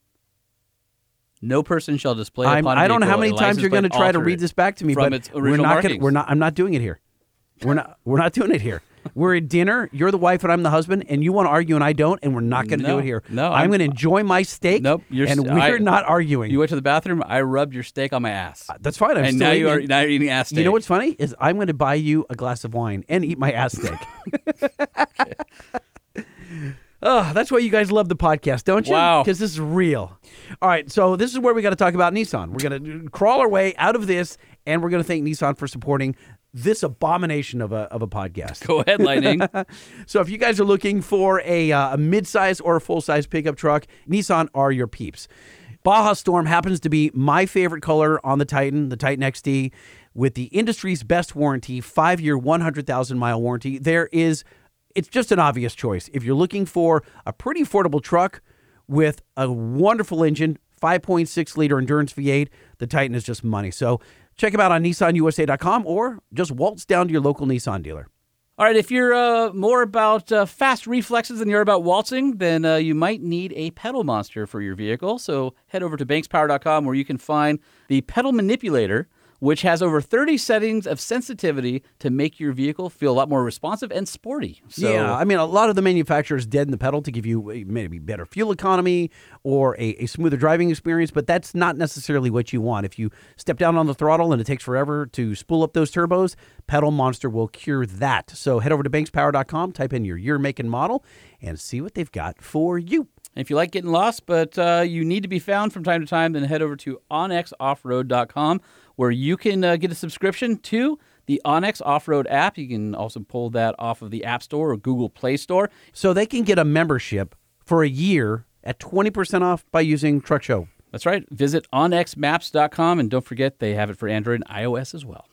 D: no person shall display
A: I'm,
D: upon
A: I don't know
D: vehicle
A: how many
D: a
A: times
D: license
A: you're going to
D: plate
A: try to
D: altered
A: read this back to me,
D: from
A: but
D: its
A: we're
D: original
A: not. Gonna,
D: markings.
A: we're not. I'm not doing it here. We're not. We're not doing it here. We're at dinner. You're the wife, and I'm the husband, and you want to argue, and I don't, and we're not going to
D: No,
A: do it here.
D: no,
A: I'm,
D: I'm-
A: going to enjoy my steak.
D: Nope, you're
A: and
D: st-
A: we're
D: I-
A: not arguing.
D: You went to the bathroom. I rubbed your steak on my ass.
A: That's fine. I'm
D: and
A: still
D: now you are
A: eating it.
D: now you're eating ass steak.
A: You know what's funny is I'm going to buy you a glass of wine and eat my ass steak. Oh, that's why you guys love the podcast, don't you?
D: Wow.
A: Because this is real. All right, so this is where we got to talk about Nissan. We're going to crawl our way out of this, and we're going to thank Nissan for supporting this abomination of a, of a podcast.
D: Go ahead, Lightning.
A: so if you guys are looking for a, uh, a mid-size or a full-size pickup truck, Nissan are your peeps. Baja Storm happens to be my favorite color on the Titan, the Titan XD, with the industry's best warranty, five-year, 100,000-mile warranty. There is, it's just an obvious choice. If you're looking for a pretty affordable truck with a wonderful engine, 5.6 liter endurance V8, the Titan is just money. So check them out on nissanusa.com or just waltz down to your local Nissan dealer.
D: All right, if you're uh, more about uh, fast reflexes than you're about waltzing, then uh, you might need a pedal monster for your vehicle. So head over to bankspower.com where you can find the pedal manipulator, which has over 30 settings of sensitivity to make your vehicle feel a lot more responsive and sporty. So,
A: yeah, I mean, a lot of the manufacturers deaden the pedal to give you uh, maybe better fuel economy or a, a smoother driving experience, but that's not necessarily what you want. If you step down on the throttle and it takes forever to spool up those turbos, Pedal Monster will cure that. So head over to bankspower.com, type in your year, make, and model, and see what they've got for you.
D: And if you like getting lost, but uh, you need to be found from time to time, then head over to onxoffroad.com where you can uh, get a subscription to the Onyx Off-Road app. You can also pull that off of the App Store or Google Play Store.
A: So they can get a membership for a year at 20% off by using Truck Show.
D: That's right. Visit onxmaps.com and don't forget they have it for Android and iOS as well.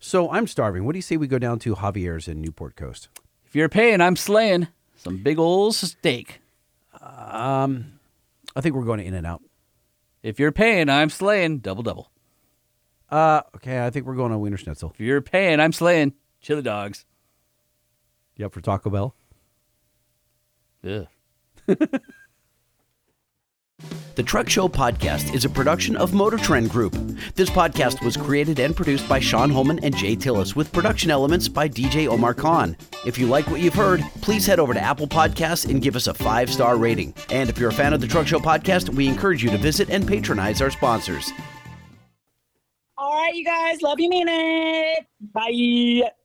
A: So I'm starving. What do you say we go down to Javier's in Newport Coast?
D: If you're paying, I'm slaying some big old steak.
A: Um, I think we're going to In and Out.
D: If you're paying, I'm slaying double double.
A: Uh, okay, I think we're going to Wiener Schnitzel.
D: If you're paying, I'm slaying chili dogs.
A: You up for Taco Bell?
D: Ugh.
A: The Truck Show Podcast is a production of Motor Trend Group. This podcast was created and produced by Sean Holman and Jay Tillis, with production elements by DJ Omar Khan. If you like what you've heard, please head over to Apple Podcasts and give us a five star rating. And if you're a fan of the Truck Show Podcast, we encourage you to visit and patronize our sponsors.
F: All right, you guys. Love you, mean it. Bye.